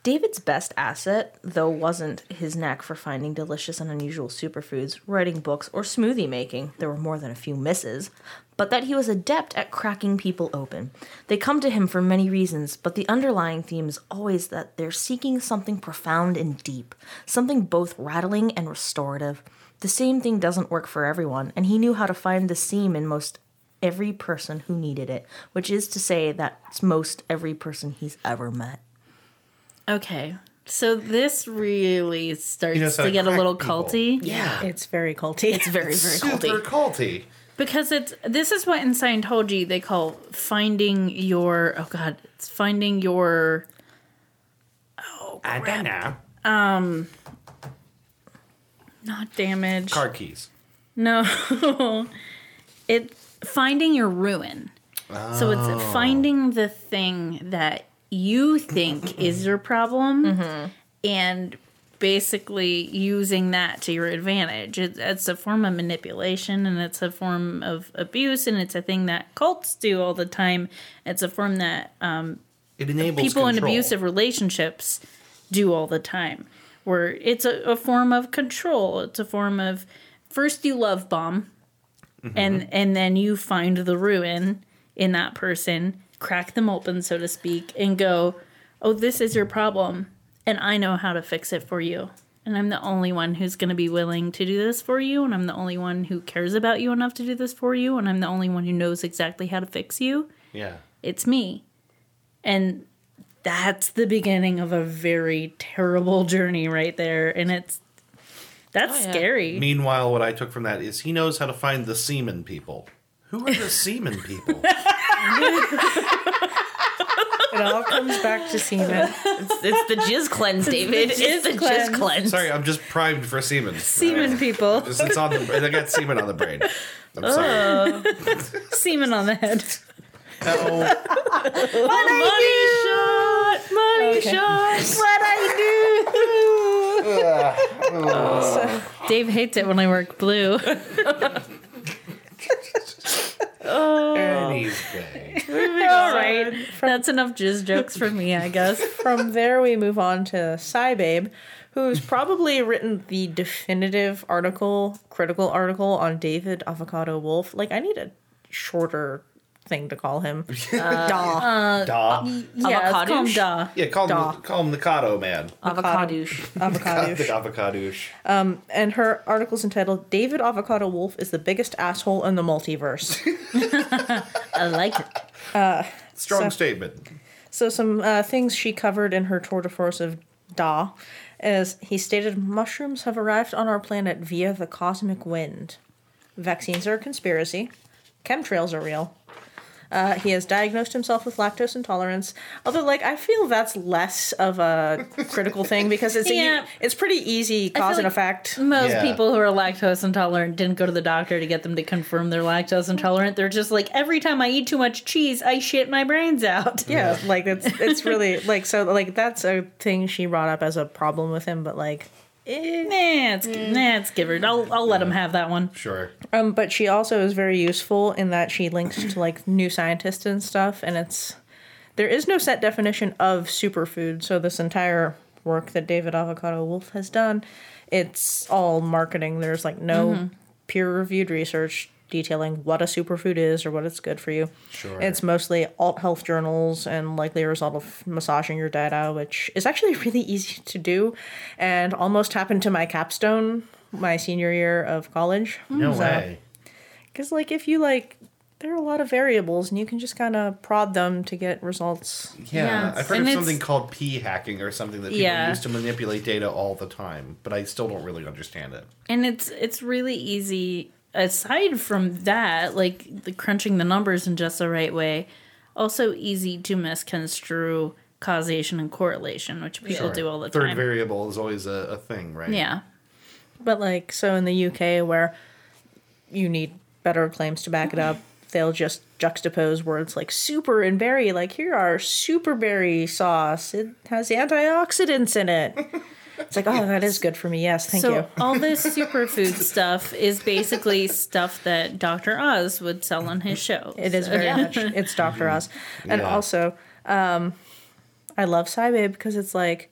Speaker 3: David's best asset, though, wasn't his knack for finding delicious and unusual superfoods, writing books, or smoothie making. There were more than a few misses. But that he was adept at cracking people open. They come to him for many reasons, but the underlying theme is always that they're seeking something profound and deep, something both rattling and restorative. The same thing doesn't work for everyone, and he knew how to find the seam in most every person who needed it, which is to say, that's most every person he's ever met.
Speaker 1: Okay. So this really starts
Speaker 2: You know, so
Speaker 1: to get a
Speaker 2: crack
Speaker 1: little
Speaker 2: people.
Speaker 1: culty.
Speaker 2: Yeah.
Speaker 4: It's very culty.
Speaker 3: It's very, <laughs> very
Speaker 2: Super
Speaker 3: culty.
Speaker 2: culty.
Speaker 1: Because it's this is what in Scientology they call finding your oh god, it's finding your
Speaker 2: I don't know.
Speaker 1: not damage.
Speaker 2: Car keys.
Speaker 1: No. <laughs> it finding your ruin. So it's finding the thing that you think is your problem and basically using that to your advantage. It, it's a form of manipulation and it's a form of abuse and it's a thing that cults do all the time. It's a form that
Speaker 2: It enables
Speaker 1: people in
Speaker 2: control.
Speaker 1: abusive relationships do all the time where it's a, a form of control it's a form of first you love bomb
Speaker 2: Mm-hmm.
Speaker 1: and and then you find the ruin in that person crack them open so to speak and go oh this is your problem and i know how to fix it for you and i'm the only one who's going to be willing to do this for you and i'm the only one who cares about you enough to do this for you and i'm the only one who knows exactly how to fix you
Speaker 2: Yeah.
Speaker 1: it's me. And that's the beginning of a very terrible journey right there. And it's that's
Speaker 3: Oh, yeah.
Speaker 1: scary.
Speaker 2: Meanwhile, what I took from that is he knows how to find the semen people. Who
Speaker 1: <laughs>
Speaker 2: are the semen people?
Speaker 4: It all comes back to semen.
Speaker 3: It's, it's the
Speaker 1: <laughs>
Speaker 3: jizz cleanse, David. It's the jizz,
Speaker 1: cleanse.
Speaker 3: cleanse.
Speaker 2: <laughs> Sorry, I'm just primed for semen.
Speaker 1: Semen people,
Speaker 2: <laughs> It's, it's on the. I got semen on the brain. I'm sorry.
Speaker 1: semen on the head. Uh.
Speaker 2: No.
Speaker 3: Money shots. What I do.
Speaker 1: <laughs> Dave hates it when I work
Speaker 3: <laughs>
Speaker 1: blue.
Speaker 2: Anyway.
Speaker 1: All right, that's enough jizz jokes for me, I
Speaker 3: <laughs>
Speaker 1: guess.
Speaker 4: From there, we move on to Cybabe, who's probably written the definitive article, critical article on David Avocado Wolf. Like, I need a shorter thing to call him. Daw.
Speaker 1: Uh,
Speaker 2: Duh.
Speaker 1: Yeah, it's called
Speaker 3: Avocadoosh?
Speaker 1: da.
Speaker 2: Yeah, call
Speaker 4: Duh.
Speaker 2: him, call him the Kato man.
Speaker 3: Avocadoosh.
Speaker 2: The
Speaker 4: Avocado.
Speaker 2: avocadoosh.
Speaker 4: And her article's entitled David Avocado Wolf is the biggest asshole in the multiverse.
Speaker 1: I like it.
Speaker 2: Strong statement.
Speaker 4: So some uh, things she covered in her tour de force of Da is he stated mushrooms have arrived on our planet via the cosmic wind. Vaccines are a conspiracy. Chemtrails are real. Uh, he has diagnosed himself with lactose intolerance. Although, like, I feel that's less of a critical thing because it's a-
Speaker 1: Yeah.
Speaker 4: it's pretty easy cause and
Speaker 1: like-
Speaker 4: effect.
Speaker 1: Most
Speaker 2: Yeah.
Speaker 1: people who are lactose intolerant didn't go to the doctor to get them to confirm they're lactose intolerant. They're just like, every time I eat too much cheese, I shit my brains out.
Speaker 4: Yeah, like it's it's really like so like that's a thing she brought up as a problem with him, but like
Speaker 1: <laughs> Nah, it's,
Speaker 2: Mm.
Speaker 1: nah, it's givered. I'll, I'll let him have that one.
Speaker 2: Sure.
Speaker 1: Mm-hmm.
Speaker 4: Um, but she also is very useful in that she links to like new scientists and stuff, and it's there is no set definition of superfood. So this entire work that David Avocado Wolf has done, it's all marketing. There's like no
Speaker 2: Mm-hmm.
Speaker 4: peer-reviewed research detailing what a superfood is or what it's good for you.
Speaker 2: Sure.
Speaker 4: It's mostly alt health journals and likely a result of massaging your diet out, which is actually <laughs> really easy to do and almost happened to my capstone my senior year of college.
Speaker 2: No way.
Speaker 4: Because, like, if you like, there are a lot of variables and you can just kind of prod them to get results.
Speaker 2: Yeah,
Speaker 1: Yeah,
Speaker 2: I've heard
Speaker 1: and
Speaker 2: of
Speaker 1: it's-
Speaker 2: something called p hacking or something that people
Speaker 1: Yeah.
Speaker 2: use to manipulate data all the time, but I still don't really understand it.
Speaker 1: And it's it's really easy. Aside from that, like the crunching the numbers in just the right way, also easy to misconstrue causation and correlation, which people do all the
Speaker 2: Third
Speaker 1: time.
Speaker 2: variable is always a, a thing, right?
Speaker 1: yeah.
Speaker 4: But, like, so in the UK, where you need better claims to back it up, they'll just juxtapose words like super and berry. Like, here are super berry sauce, it has antioxidants in it. It's like, oh, that is good for me. Yes, thank
Speaker 1: so
Speaker 4: you.
Speaker 1: <laughs> all this superfood stuff is basically stuff that Dr. Oz would sell on his show.
Speaker 4: It is very
Speaker 1: Yeah.
Speaker 4: much it's Doctor Oz, and
Speaker 2: Yeah.
Speaker 4: also, um, I love Saibe because it's like,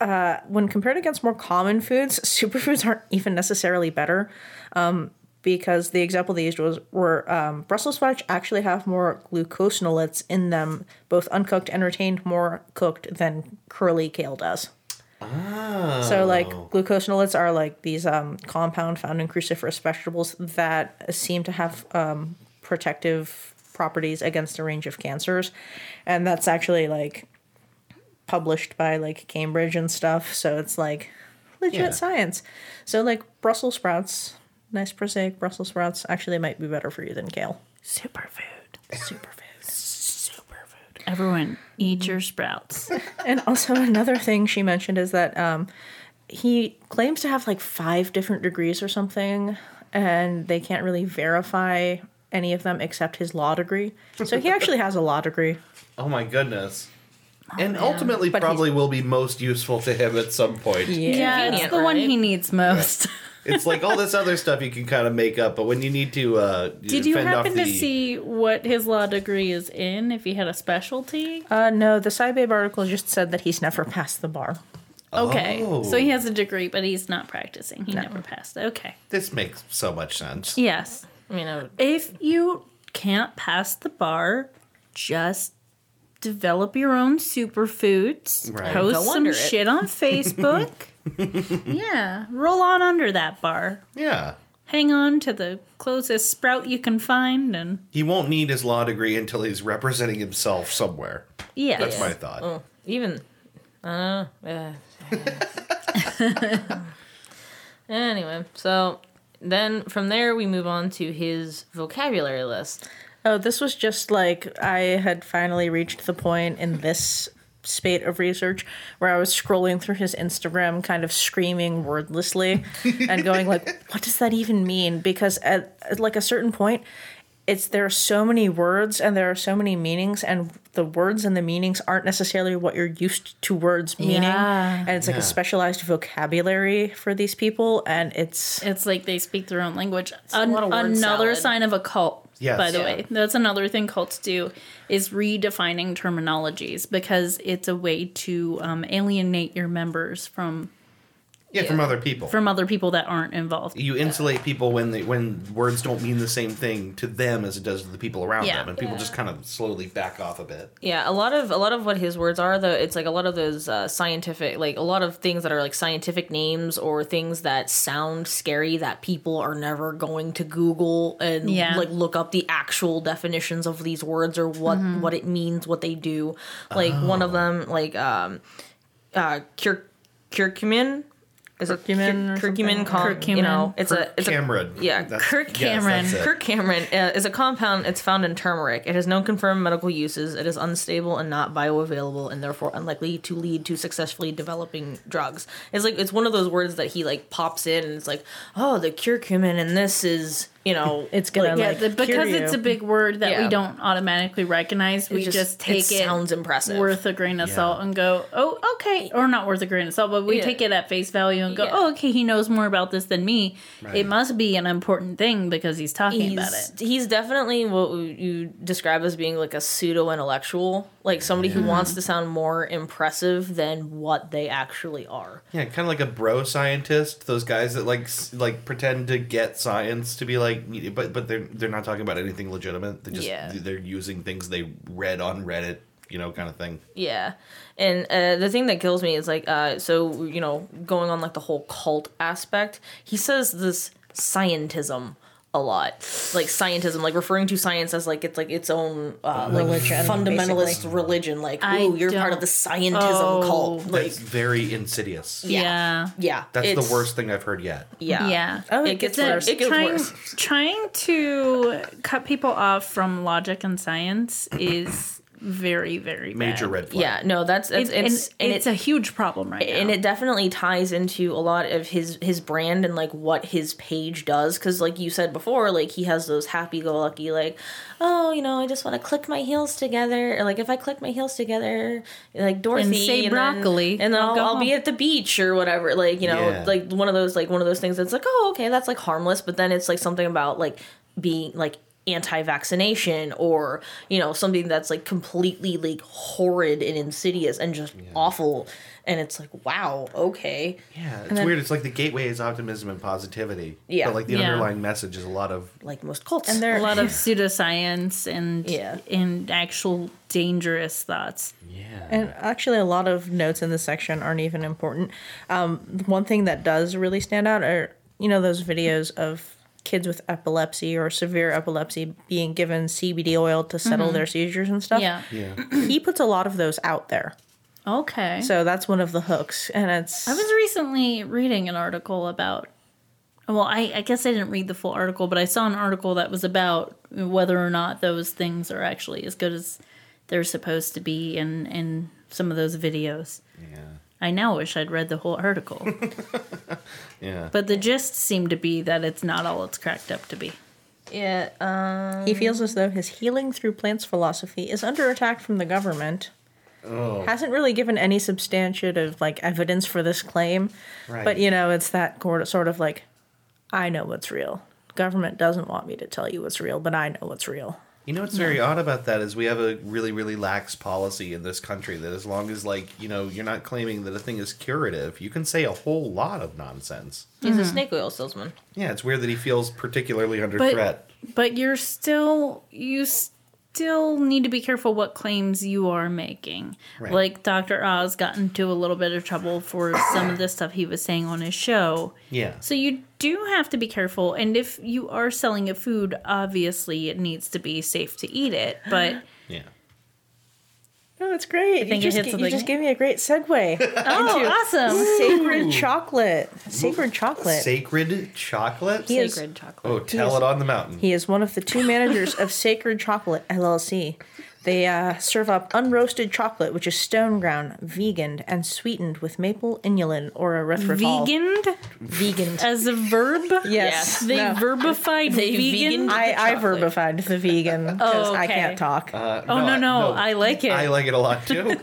Speaker 4: uh, when compared against more common foods, <laughs> superfoods aren't even necessarily better. Um, because the example they used was were um, Brussels sprouts actually have more glucosinolates in them, both uncooked and retained more cooked than curly kale does.
Speaker 2: Ah.
Speaker 4: So like glucosinolates are like these um, compound found in cruciferous vegetables that seem to have um, protective properties against a range of cancers, and that's actually like published by like Cambridge and stuff. So it's like legit
Speaker 2: Yeah.
Speaker 4: science. So like Brussels sprouts, nice prosaic Brussels sprouts. Actually, they might be better for you than kale.
Speaker 1: Superfood.
Speaker 4: Superfood.
Speaker 1: Everyone, eat your sprouts.
Speaker 4: and also <laughs> another thing she mentioned is that um, he claims to have like five different degrees or something, and they can't really verify any of them except his law degree. So he actually has a law degree.
Speaker 2: Oh my goodness.
Speaker 1: Oh,
Speaker 2: and ultimately,
Speaker 4: But
Speaker 2: probably will be most useful to him at some point.
Speaker 1: yeah, it's
Speaker 6: Convenient,
Speaker 1: the one
Speaker 6: right?
Speaker 1: he needs most.
Speaker 2: It's like all this other stuff you can kind of make up, but when you need to, uh,
Speaker 1: Did you
Speaker 2: fend off
Speaker 1: happen to
Speaker 2: the-
Speaker 1: see what his law degree is in? If he had a specialty?
Speaker 4: Uh, no, the Saibabe article just said that he's never passed the bar.
Speaker 1: Okay,
Speaker 2: Oh.
Speaker 1: so he has a degree, but he's not practicing. He never passed. Okay.
Speaker 2: This makes so much sense.
Speaker 1: Yes.
Speaker 6: I mean, I would,
Speaker 1: If you can't pass the bar, just develop your own superfoods.
Speaker 2: Right.
Speaker 1: Post
Speaker 6: Go
Speaker 1: some
Speaker 6: under it.
Speaker 1: shit
Speaker 6: <laughs>
Speaker 1: on Facebook. yeah, roll on under that bar.
Speaker 2: Yeah.
Speaker 1: Hang on to the closest sprout you can find, and
Speaker 2: He won't need his law degree until he's representing himself somewhere.
Speaker 1: yeah, Oh,
Speaker 2: That's my thought.
Speaker 6: even. Uh, uh, <laughs> anyway, so then from there we move on to his vocabulary list.
Speaker 4: Oh, this was just like I had finally reached the point in this spate of research where I was scrolling through his Instagram, kind of screaming wordlessly and going like, "What does that even mean?" Because at, at like a certain point, it's there are so many words and there are so many meanings, and the words and the meanings aren't necessarily what you're used to words meaning,
Speaker 1: Yeah.
Speaker 4: and it's like
Speaker 2: Yeah.
Speaker 4: a specialized vocabulary for these people, and it's
Speaker 1: It's like they speak their own language.
Speaker 6: a
Speaker 1: An-
Speaker 6: lot of word
Speaker 1: another
Speaker 6: salad.
Speaker 1: sign of a cult.
Speaker 2: Yes.
Speaker 1: By the
Speaker 2: Yeah.
Speaker 1: way, that's another thing cults do is redefining terminologies because it's a way to um, alienate your members from
Speaker 2: Yeah, from other people.
Speaker 1: from other people that aren't involved.
Speaker 2: you insulate people when they when words don't mean the same thing to them as it does to the people around
Speaker 1: Yeah.
Speaker 2: them, and people just kind of slowly back off a bit.
Speaker 6: Yeah, a lot of a lot of what his words are though, it's like a lot of those uh, scientific, like a lot of things that are like scientific names or things that sound scary that people are never going to Google and
Speaker 1: Yeah.
Speaker 6: like look up the actual definitions of these words or what what it means, what they do. Like one of them, like um, uh, cur- curcumin. Is it
Speaker 4: Curcumin
Speaker 6: curcumin?
Speaker 4: or
Speaker 6: Curcumin,
Speaker 4: something?
Speaker 6: com- you know, it's a it's a
Speaker 2: Cameron.
Speaker 6: yeah, Kirk
Speaker 1: Cameron.
Speaker 2: that's it.
Speaker 6: Kirk Cameron uh, is a compound. It's found in turmeric. It has no confirmed medical uses. It is unstable and not bioavailable, and therefore unlikely to lead to successfully developing drugs. It's like it's one of those words that he like pops in, and it's like, oh, the curcumin, and this is you know,
Speaker 4: It's gonna,
Speaker 6: like,
Speaker 4: like,
Speaker 1: Yeah, the, because
Speaker 4: cure
Speaker 1: it's
Speaker 4: you.
Speaker 1: a big word that we
Speaker 6: Yeah.
Speaker 1: don't automatically recognize, we
Speaker 6: it
Speaker 1: just, take it,
Speaker 6: Sounds impressive.
Speaker 1: worth a grain of salt and go, oh, okay, or not worth a grain of salt, but we
Speaker 6: Yeah.
Speaker 1: take it at face value and go,
Speaker 6: Yeah.
Speaker 1: oh, okay, he knows more about this than me.
Speaker 2: Right.
Speaker 1: It must be an important thing because he's talking about it.
Speaker 6: he's, he's definitely what you describe as being like a pseudo intellectual, like somebody who wants to sound more impressive than what they actually are.
Speaker 2: Yeah, kind of like a bro scientist. Those guys that like s- like pretend to get science to be like, but but they're they're not talking about anything legitimate. They just
Speaker 6: Yeah.
Speaker 2: they're using things they read on Reddit, you know, kind of thing.
Speaker 6: Yeah, and uh, the thing that kills me is like, uh, so you know, going on like the whole cult aspect. He says this scientism a lot, like scientism, like referring to science as like it's like its own uh, like
Speaker 4: Religion,
Speaker 6: fundamentalist
Speaker 4: basically.
Speaker 6: religion. Like,
Speaker 1: I
Speaker 6: ooh, you're part
Speaker 1: don't-
Speaker 6: of the scientism
Speaker 1: Oh.
Speaker 6: cult. Like,
Speaker 2: That's very insidious.
Speaker 6: yeah.
Speaker 1: Yeah.
Speaker 6: yeah,
Speaker 2: That's
Speaker 6: it's-
Speaker 2: the worst thing I've heard yet.
Speaker 6: Yeah,
Speaker 1: Yeah.
Speaker 4: Oh,
Speaker 6: it gets worse. It gets
Speaker 1: trying,
Speaker 6: worse.
Speaker 1: trying to cut people off from logic and science is very, very bad.
Speaker 2: Major red flag.
Speaker 6: Yeah, no, that's,
Speaker 1: It's,
Speaker 6: that's
Speaker 1: and,
Speaker 6: it's and
Speaker 1: it's
Speaker 6: it-
Speaker 1: a huge problem right
Speaker 6: and
Speaker 1: now.
Speaker 6: it definitely ties into a lot of his his brand and like what his page does because like you said before like he has those happy-go-lucky like oh you know i just want to click my heels together or like if i click my heels together like dorothy
Speaker 1: say
Speaker 6: then-
Speaker 1: broccoli,
Speaker 6: and then
Speaker 1: I'll
Speaker 6: i'll,
Speaker 1: go
Speaker 6: I'll be
Speaker 1: home.
Speaker 6: at the beach or whatever like you know
Speaker 2: Yeah.
Speaker 6: like one of those like one of those things that's like oh okay that's like harmless but then it's like something about like being like anti-vaccination or you know something that's like completely like horrid and insidious and just awful and it's like wow okay
Speaker 2: Yeah, it's
Speaker 6: then-
Speaker 2: weird. It's like the gateway is optimism and positivity.
Speaker 6: Yeah.
Speaker 2: But like the
Speaker 1: Yeah.
Speaker 2: underlying message is a lot of
Speaker 6: like most cults
Speaker 4: And
Speaker 1: a <laughs>
Speaker 4: they're
Speaker 1: lot of pseudoscience and
Speaker 6: Yeah.
Speaker 1: and actual dangerous thoughts.
Speaker 2: yeah.
Speaker 4: And actually, a lot of notes in this section aren't even important. Um, one thing that does really stand out are you know those videos of kids with epilepsy or severe epilepsy being given CBD oil to settle their seizures and stuff.
Speaker 1: Mm-hmm. Yeah.
Speaker 2: yeah.
Speaker 4: he puts a lot of those out there,
Speaker 1: Okay.
Speaker 4: so that's one of the hooks, and it's
Speaker 1: I was recently reading an article about. Well, I, I guess I didn't read the full article, but I saw an article that was about whether or not those things are actually as good as they're supposed to be in, in some of those videos.
Speaker 2: Yeah.
Speaker 1: I now wish I'd read the whole article,
Speaker 2: Yeah.
Speaker 1: but <laughs> the gist seemed to be that it's not all it's cracked up to be.
Speaker 6: yeah um
Speaker 4: he feels as though his healing through plants philosophy is under attack from the government. Hasn't really given any substantive like evidence for this claim,
Speaker 2: Right.
Speaker 4: but you know it's that cor- sort of like, I know what's real. Government doesn't want me to tell you what's real, but I know what's real.
Speaker 2: You know what's very odd about that is we have a really, really lax policy in this country that as long as like, you know, you're not claiming that a thing is curative, you can say a whole lot of nonsense.
Speaker 6: he's
Speaker 1: Hmm.
Speaker 6: a snake oil salesman
Speaker 2: Yeah, it's weird that he feels particularly under
Speaker 1: But-
Speaker 2: threat.
Speaker 1: But you're still you still need to be careful what claims you are making.
Speaker 2: Right.
Speaker 1: Like Dr. Oz got into a little bit of trouble for some of the stuff he was saying on his show.
Speaker 2: Yeah.
Speaker 1: So you do have to be careful and if you are selling a food, obviously it needs to be safe to eat it, but
Speaker 2: Yeah.
Speaker 4: No, it's great. You,
Speaker 1: think it
Speaker 4: just,
Speaker 1: hits
Speaker 4: g-
Speaker 1: the
Speaker 4: you
Speaker 1: thing?
Speaker 4: just gave me a great
Speaker 1: <laughs>
Speaker 4: segue.
Speaker 1: Oh, awesome.
Speaker 4: Sacred chocolate. Sacred chocolate.
Speaker 2: Sacred chocolate?
Speaker 4: He is-
Speaker 6: sacred chocolate
Speaker 2: Oh, tell
Speaker 4: is-
Speaker 2: it on the mountain.
Speaker 4: He is one of the two managers of Sacred Chocolate LLC. They uh, serve up unroasted chocolate, which is stone ground, vegan, and sweetened with maple inulin or erythritol.
Speaker 1: Veganed
Speaker 6: vegan
Speaker 1: as a verb?
Speaker 4: Yes.
Speaker 1: They
Speaker 4: No.
Speaker 1: verbified
Speaker 6: They
Speaker 1: vegan.
Speaker 6: veganed
Speaker 4: I, I
Speaker 6: chocolate.
Speaker 4: verbified the vegan because I
Speaker 1: okay.
Speaker 4: can't talk.
Speaker 2: Uh,
Speaker 1: Oh no, no, I like it. Uh,
Speaker 2: I like it a
Speaker 1: <laughs>
Speaker 2: lot too.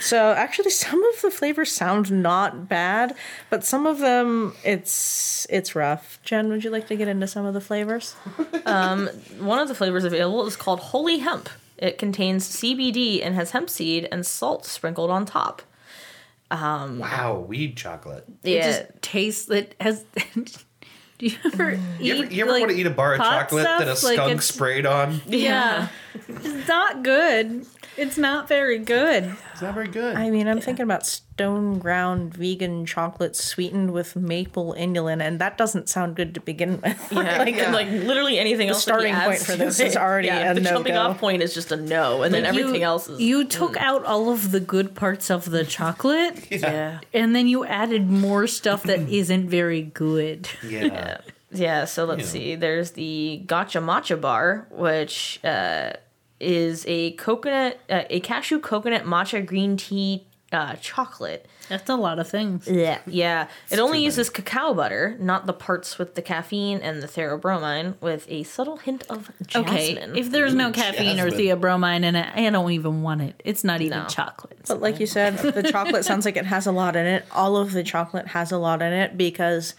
Speaker 4: so actually, some of the flavors sound not bad, but some of them it's it's rough. Jen, would you like to get into some of the flavors?
Speaker 6: One of the flavors available is called Holy Hemp. It contains CBD and has hemp seed and salt sprinkled on top.
Speaker 2: wow, weed chocolate.
Speaker 1: It just tastes it has. <laughs> do you ever
Speaker 6: Mm.
Speaker 1: eat?
Speaker 2: You ever, you ever
Speaker 1: like,
Speaker 2: want to eat a bar of
Speaker 1: pot
Speaker 2: chocolate that a
Speaker 1: stuff? Like,
Speaker 2: skunk
Speaker 1: it's-
Speaker 2: sprayed on?
Speaker 6: <laughs>
Speaker 1: Yeah, it's not good. It's not very good.
Speaker 2: It's not very good.
Speaker 4: I mean, I'm thinking about stone ground vegan chocolate sweetened with maple inulin, and that doesn't sound good to begin <laughs> with.
Speaker 6: Yeah,
Speaker 4: Like,
Speaker 6: like, and like literally anything else. that he
Speaker 4: starting
Speaker 6: adds
Speaker 4: point for
Speaker 6: to
Speaker 4: this
Speaker 6: it.
Speaker 4: is already
Speaker 6: yeah,
Speaker 4: a
Speaker 6: the
Speaker 4: no-go.
Speaker 6: jumping off point is just a no, and then everything
Speaker 1: You-
Speaker 6: else is mm.
Speaker 1: You took out all of the good parts of the
Speaker 2: <laughs>
Speaker 1: chocolate,
Speaker 6: yeah.
Speaker 1: and then you added more stuff that <laughs> isn't very good.
Speaker 2: yeah.
Speaker 6: yeah. Yeah, so let's
Speaker 2: Yeah.
Speaker 6: see. There's the Gotcha Matcha Bar, which uh, is a coconut, uh, a cashew coconut matcha green tea uh, chocolate.
Speaker 1: That's a lot of things.
Speaker 6: Yeah, yeah. It only uses cacao butter, not the parts with the caffeine and the theobromine, with a subtle hint of
Speaker 1: Okay,
Speaker 6: jasmine.
Speaker 1: if there's no caffeine or
Speaker 2: Jasmine.
Speaker 1: theobromine in it, I don't even want it. It's not even
Speaker 6: No.
Speaker 1: chocolate.
Speaker 4: But like you said, the chocolate sounds like it has a lot in it. All of the chocolate has a lot in it because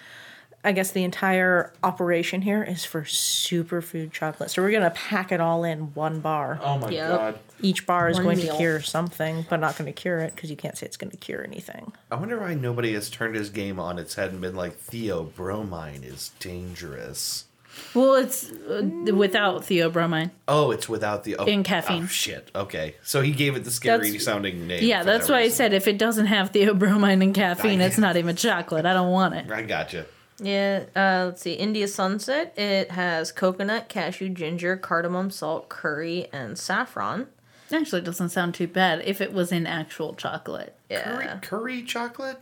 Speaker 4: I guess the entire operation here is for superfood chocolate. So we're going to pack it all in one bar.
Speaker 2: Oh my
Speaker 6: Yep.
Speaker 2: god.
Speaker 4: Each bar is
Speaker 6: One
Speaker 4: going to
Speaker 6: meal.
Speaker 4: cure something, but not going to cure it because you can't say it's going to cure anything.
Speaker 2: I wonder why nobody has turned his game on its head and been like, Theo, bromine is dangerous.
Speaker 1: Well, it's uh, without theobromine.
Speaker 2: Oh, it's without the oh,
Speaker 1: And caffeine.
Speaker 2: Oh, shit. Okay. So he gave it the scary
Speaker 1: That's-
Speaker 2: sounding name.
Speaker 1: Yeah,
Speaker 2: for
Speaker 1: that's
Speaker 2: that
Speaker 1: why I
Speaker 2: reason.
Speaker 1: said if it doesn't have <laughs> theobromine and caffeine,
Speaker 2: I-
Speaker 1: it's not even chocolate. I don't want it.
Speaker 2: I gotcha.
Speaker 6: yeah, uh, let's see. India Sunset. It has coconut, cashew, ginger, cardamom, salt, curry, and saffron.
Speaker 1: Actually, it doesn't sound too bad if it was in actual chocolate.
Speaker 2: Curry,
Speaker 6: Yeah,
Speaker 2: curry chocolate?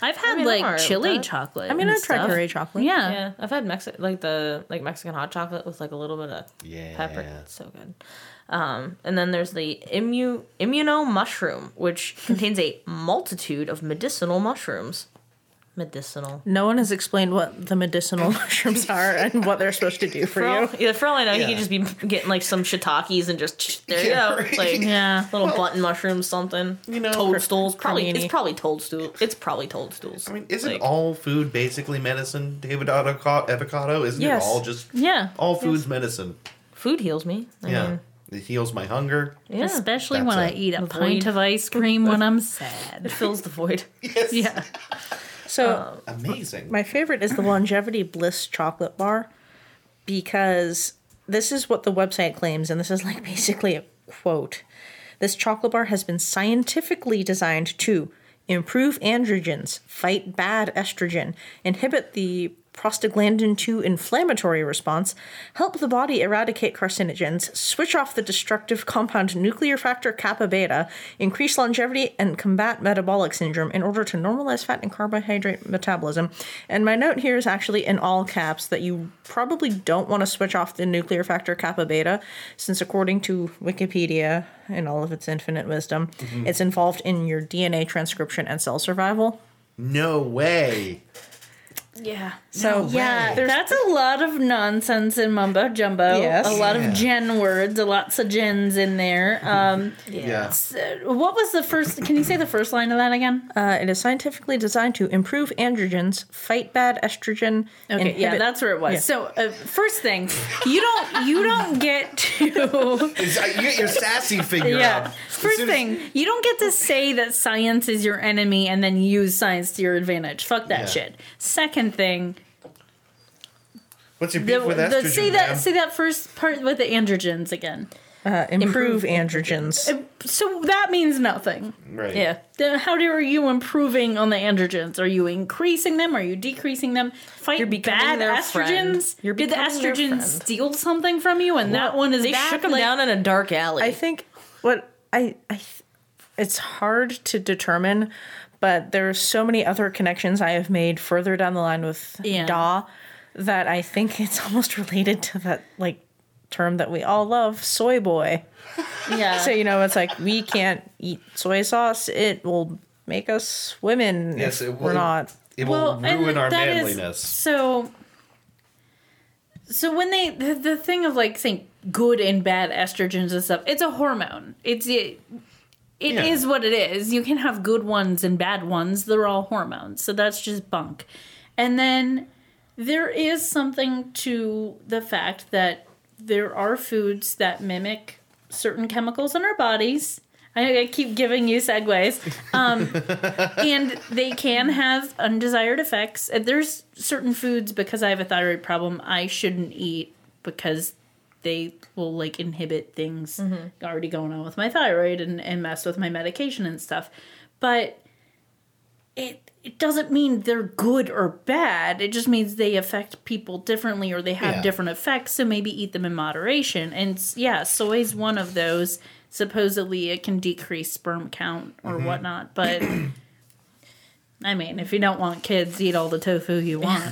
Speaker 1: I've had
Speaker 6: mean, I'm
Speaker 1: like
Speaker 6: alright with
Speaker 1: chili
Speaker 6: that.
Speaker 1: chocolate.
Speaker 4: I mean,
Speaker 1: and
Speaker 4: I've tried
Speaker 1: stuff.
Speaker 4: curry chocolate.
Speaker 1: Yeah.
Speaker 6: yeah. I've had Mexi- like the like Mexican hot chocolate with like a little bit of
Speaker 2: Yeah.
Speaker 6: pepper. It's so good. Um, and then there's the immu- immuno mushroom, which <laughs> contains a multitude of medicinal mushrooms. Medicinal.
Speaker 4: No one has explained what the medicinal <laughs> mushrooms are and what they're supposed to do for
Speaker 6: For
Speaker 4: you.
Speaker 6: all, yeah, for all I know, he
Speaker 2: Yeah.
Speaker 6: could just be getting like some shiitakes and just <laughs> there you
Speaker 2: Yeah,
Speaker 6: go,
Speaker 2: right.
Speaker 6: like
Speaker 1: Yeah.
Speaker 6: little button mushrooms, something.
Speaker 2: You know,
Speaker 6: toadstools. Probably
Speaker 4: cremini.
Speaker 6: it's probably toadstool. It's probably toadstools.
Speaker 2: I mean, isn't
Speaker 6: Like,
Speaker 2: all food basically medicine, David Avocado? Isn't
Speaker 4: Yes.
Speaker 2: it all just
Speaker 1: Yeah. Mm-hmm.
Speaker 2: all food's medicine?
Speaker 3: Food heals me. I
Speaker 2: Yeah.
Speaker 3: mean,
Speaker 2: It heals my hunger.
Speaker 3: yeah.
Speaker 1: Especially
Speaker 2: That's
Speaker 1: when I
Speaker 2: it.
Speaker 1: eat a
Speaker 3: Avoid.
Speaker 1: pint of ice cream when I'm
Speaker 3: It
Speaker 1: sad.
Speaker 3: fills the <laughs> void.
Speaker 2: Yes.
Speaker 1: yeah.
Speaker 4: So
Speaker 2: Amazing.
Speaker 4: My favorite is the Longevity Bliss chocolate bar because this is what the website claims, and this is like basically a quote. This chocolate bar has been scientifically designed to improve androgens, fight bad estrogen, inhibit the prostaglandin 2 inflammatory response, help the body eradicate carcinogens, switch off the destructive compound nuclear factor kappa beta, increase longevity, and combat metabolic syndrome in order to normalize fat and carbohydrate metabolism. And my note here is actually in all caps that you probably don't want to switch off the nuclear factor kappa beta, since according to Wikipedia, in all of its infinite wisdom, it's involved in your DNA transcription and cell survival.
Speaker 2: no way.
Speaker 1: Yeah.
Speaker 4: So
Speaker 1: Yeah,
Speaker 4: there's-
Speaker 1: that's a lot of nonsense in mumbo jumbo.
Speaker 4: Yes.
Speaker 1: A lot
Speaker 2: Yeah.
Speaker 1: of gen words, a lots of gens in there. Um,
Speaker 2: Yeah.
Speaker 1: so what was the first? Can you say the first line of that again?
Speaker 4: Uh, it is scientifically designed to improve androgens, fight bad estrogen.
Speaker 1: Okay, yeah,
Speaker 4: inhibit-
Speaker 1: that's where it was.
Speaker 4: yeah.
Speaker 1: So uh, first thing, you don't you don't get to <laughs>
Speaker 2: It's- uh, you get your sassy figure out.
Speaker 1: yeah.
Speaker 2: As
Speaker 1: First
Speaker 2: soon as-
Speaker 1: thing, you don't get to say that science is your enemy and then use science to your advantage. Fuck that
Speaker 2: Yeah.
Speaker 1: shit. Second thing,
Speaker 2: What's your
Speaker 1: the,
Speaker 2: beef with
Speaker 1: the-
Speaker 2: estrogen?
Speaker 1: say that
Speaker 2: ma'am?
Speaker 1: say that first part with the androgens again. Uh,
Speaker 4: uh, improve, androgens.
Speaker 1: So that means nothing.
Speaker 2: right.
Speaker 3: Yeah.
Speaker 1: Then how do, are you improving on the androgens? Are you increasing them? Are you decreasing them? Fight
Speaker 3: You're becoming
Speaker 1: bad
Speaker 3: their friend.
Speaker 1: estrogens.
Speaker 3: You're
Speaker 1: Did the
Speaker 3: becoming their
Speaker 1: estrogen
Speaker 3: friend.
Speaker 1: steal something from you? And that one is
Speaker 3: They
Speaker 1: bad.
Speaker 3: shook him
Speaker 1: Like,
Speaker 3: down in a dark alley.
Speaker 4: I think what I, I th- it's hard to determine, but there are so many other connections I have made further down the line with
Speaker 1: Yeah.
Speaker 4: DAW that I think <laughs> it's almost related to that like term that we all love, soy boy.
Speaker 1: Yeah.
Speaker 4: So you know, it's like we can't eat soy sauce; it will make us women
Speaker 2: Yes,
Speaker 4: if
Speaker 2: it
Speaker 4: we're
Speaker 2: will.
Speaker 4: not.
Speaker 2: It will ruin
Speaker 1: and
Speaker 2: our
Speaker 1: that is-
Speaker 2: manliness.
Speaker 1: so, so when they the, the thing of like saying good and bad estrogens and stuff, it's a hormone. It's it. It is
Speaker 2: Yeah.
Speaker 1: what it is. You can have good ones and bad ones. They're all hormones, so that's just bunk. And then there is something to the fact that there are foods that mimic certain chemicals in our bodies. I, I keep giving you segues Um, and they can have undesired effects. And There's certain foods because I have a thyroid problem I shouldn't eat because they will like inhibit things already going on with my thyroid and, and mess with my medication and stuff. But it it doesn't mean they're good or bad. It just means they affect people differently or they have
Speaker 2: Yeah.
Speaker 1: different effects. So maybe eat them in moderation. And s- yeah, soy is one of those. Supposedly, it can decrease sperm count or whatnot. But <clears throat> I mean, if you don't want kids, eat all the tofu <laughs> you want.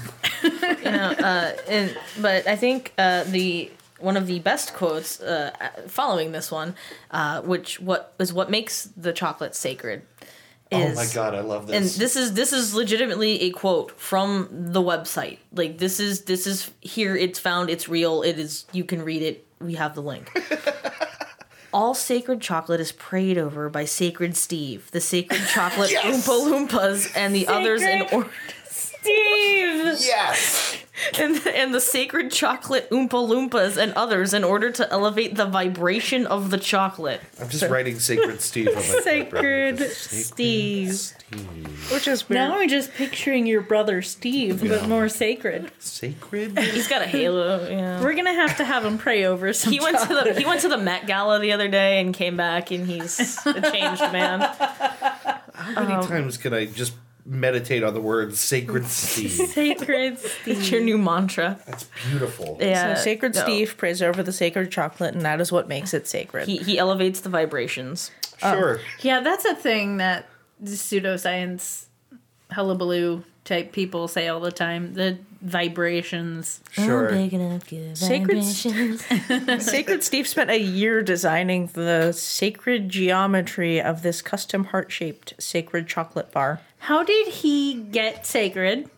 Speaker 3: and but I think uh, the one of the best quotes uh, following this one, uh, which what is what makes the chocolate sacred.
Speaker 2: Oh
Speaker 3: Is,
Speaker 2: my god, I love this.
Speaker 3: And this is this is legitimately a quote from the website. Like this is this is here. It's found. It's real. It is. You can read it. We have the link. All sacred chocolate is prayed over by Sacred Steve, the sacred chocolate
Speaker 2: Yes!
Speaker 3: Oompa Loompas, and the others in
Speaker 1: Sacred
Speaker 3: order. Steve!
Speaker 2: yes.
Speaker 3: and, and the sacred chocolate Oompa Loompas and others in order to elevate the vibration of the chocolate.
Speaker 2: I'm just writing Sacred
Speaker 1: <laughs>
Speaker 2: Steve. on my
Speaker 1: Sacred
Speaker 2: paper.
Speaker 1: Steve.
Speaker 4: Which is weird.
Speaker 1: Now I'm just picturing your brother Steve, but
Speaker 2: Yeah.
Speaker 1: more sacred.
Speaker 2: Sacred.
Speaker 3: He's got a halo. Yeah.
Speaker 1: We're gonna have to have him pray over some.
Speaker 3: He went to the he went to the Met Gala the other day and came back and he's a changed man.
Speaker 2: How
Speaker 1: Um,
Speaker 2: many times can I just meditate on the
Speaker 1: <laughs>
Speaker 2: word Sacred Steve?
Speaker 1: sacred
Speaker 3: It's your
Speaker 1: Steve.
Speaker 3: new mantra.
Speaker 2: That's beautiful.
Speaker 3: Yeah.
Speaker 4: so Sacred
Speaker 3: no.
Speaker 4: Steve prays over the sacred chocolate, and that is what makes it sacred.
Speaker 3: He, he elevates the
Speaker 6: <laughs>
Speaker 3: vibrations.
Speaker 1: Uh,
Speaker 2: Sure.
Speaker 1: <laughs> Yeah, that's a thing that the pseudoscience hullabaloo type people say all the time. The vibrations.
Speaker 2: Sure.
Speaker 3: enough, good
Speaker 4: Sacred Steve.
Speaker 6: <laughs>
Speaker 4: Sacred Steve spent a year designing the sacred geometry of this custom heart-shaped sacred chocolate bar.
Speaker 1: How did he get sacred?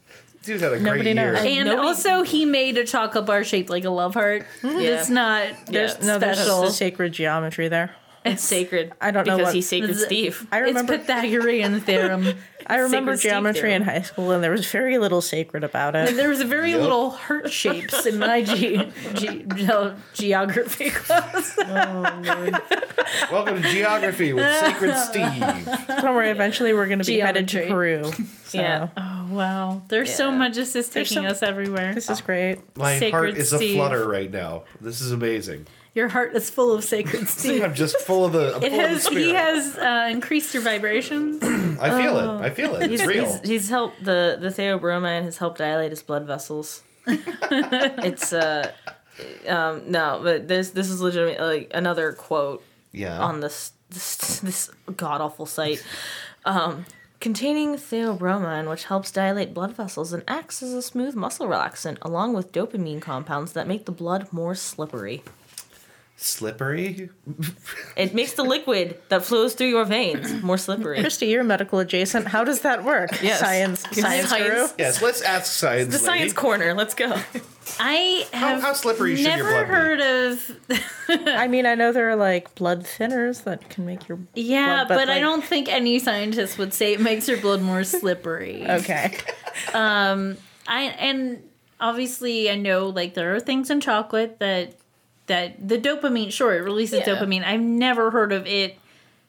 Speaker 2: Dude had a great
Speaker 4: Nobody
Speaker 2: year.
Speaker 4: knows.
Speaker 1: And
Speaker 3: nobody-
Speaker 1: also, he made a chocolate bar shaped like a love heart. It's not.
Speaker 3: There's-
Speaker 1: There's
Speaker 4: No,
Speaker 1: no
Speaker 4: there's
Speaker 1: <laughs>
Speaker 4: just
Speaker 1: special.
Speaker 4: the sacred geometry there.
Speaker 6: It's sacred.
Speaker 4: I don't know
Speaker 6: because
Speaker 4: what-
Speaker 6: he's sacred
Speaker 1: Is it-
Speaker 6: Steve.
Speaker 4: I remember.
Speaker 1: It's <laughs> Pythagorean theorem.
Speaker 4: I remember
Speaker 6: Sacred Steve
Speaker 4: geometry
Speaker 6: theorem.
Speaker 4: in high school, and there was very little sacred about
Speaker 6: <laughs>
Speaker 4: it.
Speaker 1: There was a very
Speaker 2: Yep.
Speaker 1: little heart shapes in my <laughs> ge- ge- ge- geography class.
Speaker 2: <laughs> Welcome to Geography with Sacred Steve.
Speaker 4: Don't worry, eventually we're going to be headed to
Speaker 1: Geometry.
Speaker 4: Peru.
Speaker 6: <laughs>
Speaker 4: So.
Speaker 6: Yeah.
Speaker 1: Oh wow, there's so
Speaker 6: Yeah.
Speaker 1: much. It's just taking
Speaker 4: so-
Speaker 1: us everywhere.
Speaker 4: This is great.
Speaker 2: My
Speaker 1: Sacred
Speaker 2: heart is
Speaker 1: Steve.
Speaker 2: aflutter right now. This is amazing.
Speaker 1: Your heart is full of
Speaker 2: <laughs>
Speaker 1: sacred Steve.
Speaker 2: I'm just full of the. I'm
Speaker 1: It
Speaker 2: full
Speaker 1: has.
Speaker 2: of the
Speaker 1: He
Speaker 2: spirit.
Speaker 1: has uh, increased your vibrations.
Speaker 2: I feel it. I feel it. It's
Speaker 6: Oh. He's,
Speaker 2: real.
Speaker 6: he's, he's helped the the theobromine has helped dilate his blood vessels. it's uh, um, no, but this this is legitimate. Like another quote
Speaker 2: yeah.
Speaker 6: on this this, this god awful site. Um, containing theobromine, which helps dilate blood vessels and acts as a smooth muscle relaxant, along with dopamine compounds that make the blood more slippery.
Speaker 2: Slippery.
Speaker 6: It makes the liquid that flows through your veins more slippery.
Speaker 4: Christy, you're medical adjacent. How does that work?
Speaker 6: Yes.
Speaker 4: Science, science,
Speaker 6: Science.
Speaker 4: guru.
Speaker 2: Yes. Let's ask science.
Speaker 6: The
Speaker 2: lady.
Speaker 6: science corner. Let's go.
Speaker 1: I have
Speaker 2: how slippery should your
Speaker 1: never
Speaker 2: blood be?
Speaker 1: heard of.
Speaker 4: <laughs> I mean, I know there are like blood thinners that can make your
Speaker 1: Yeah,
Speaker 4: blood,
Speaker 1: but, I
Speaker 4: like-
Speaker 1: don't think any scientist would say it makes your blood more slippery.
Speaker 4: Okay,
Speaker 1: I and obviously I know like there are things in chocolate that that the dopamine sure it releases
Speaker 6: Yeah.
Speaker 1: dopamine. I've never heard of it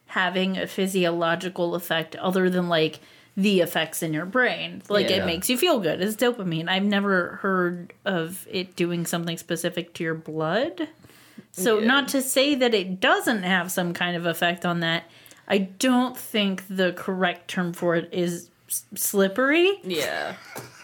Speaker 1: having a physiological effect other than like the effects in your brain. Like
Speaker 6: Yeah.
Speaker 1: it makes you feel good. It's dopamine. I've never heard of it doing something specific to your blood. So
Speaker 6: Yeah.
Speaker 1: not to say that it doesn't have some kind of effect on that. I don't think the correct term for it is s-
Speaker 6: <laughs>
Speaker 1: slippery,
Speaker 6: <laughs> Yeah,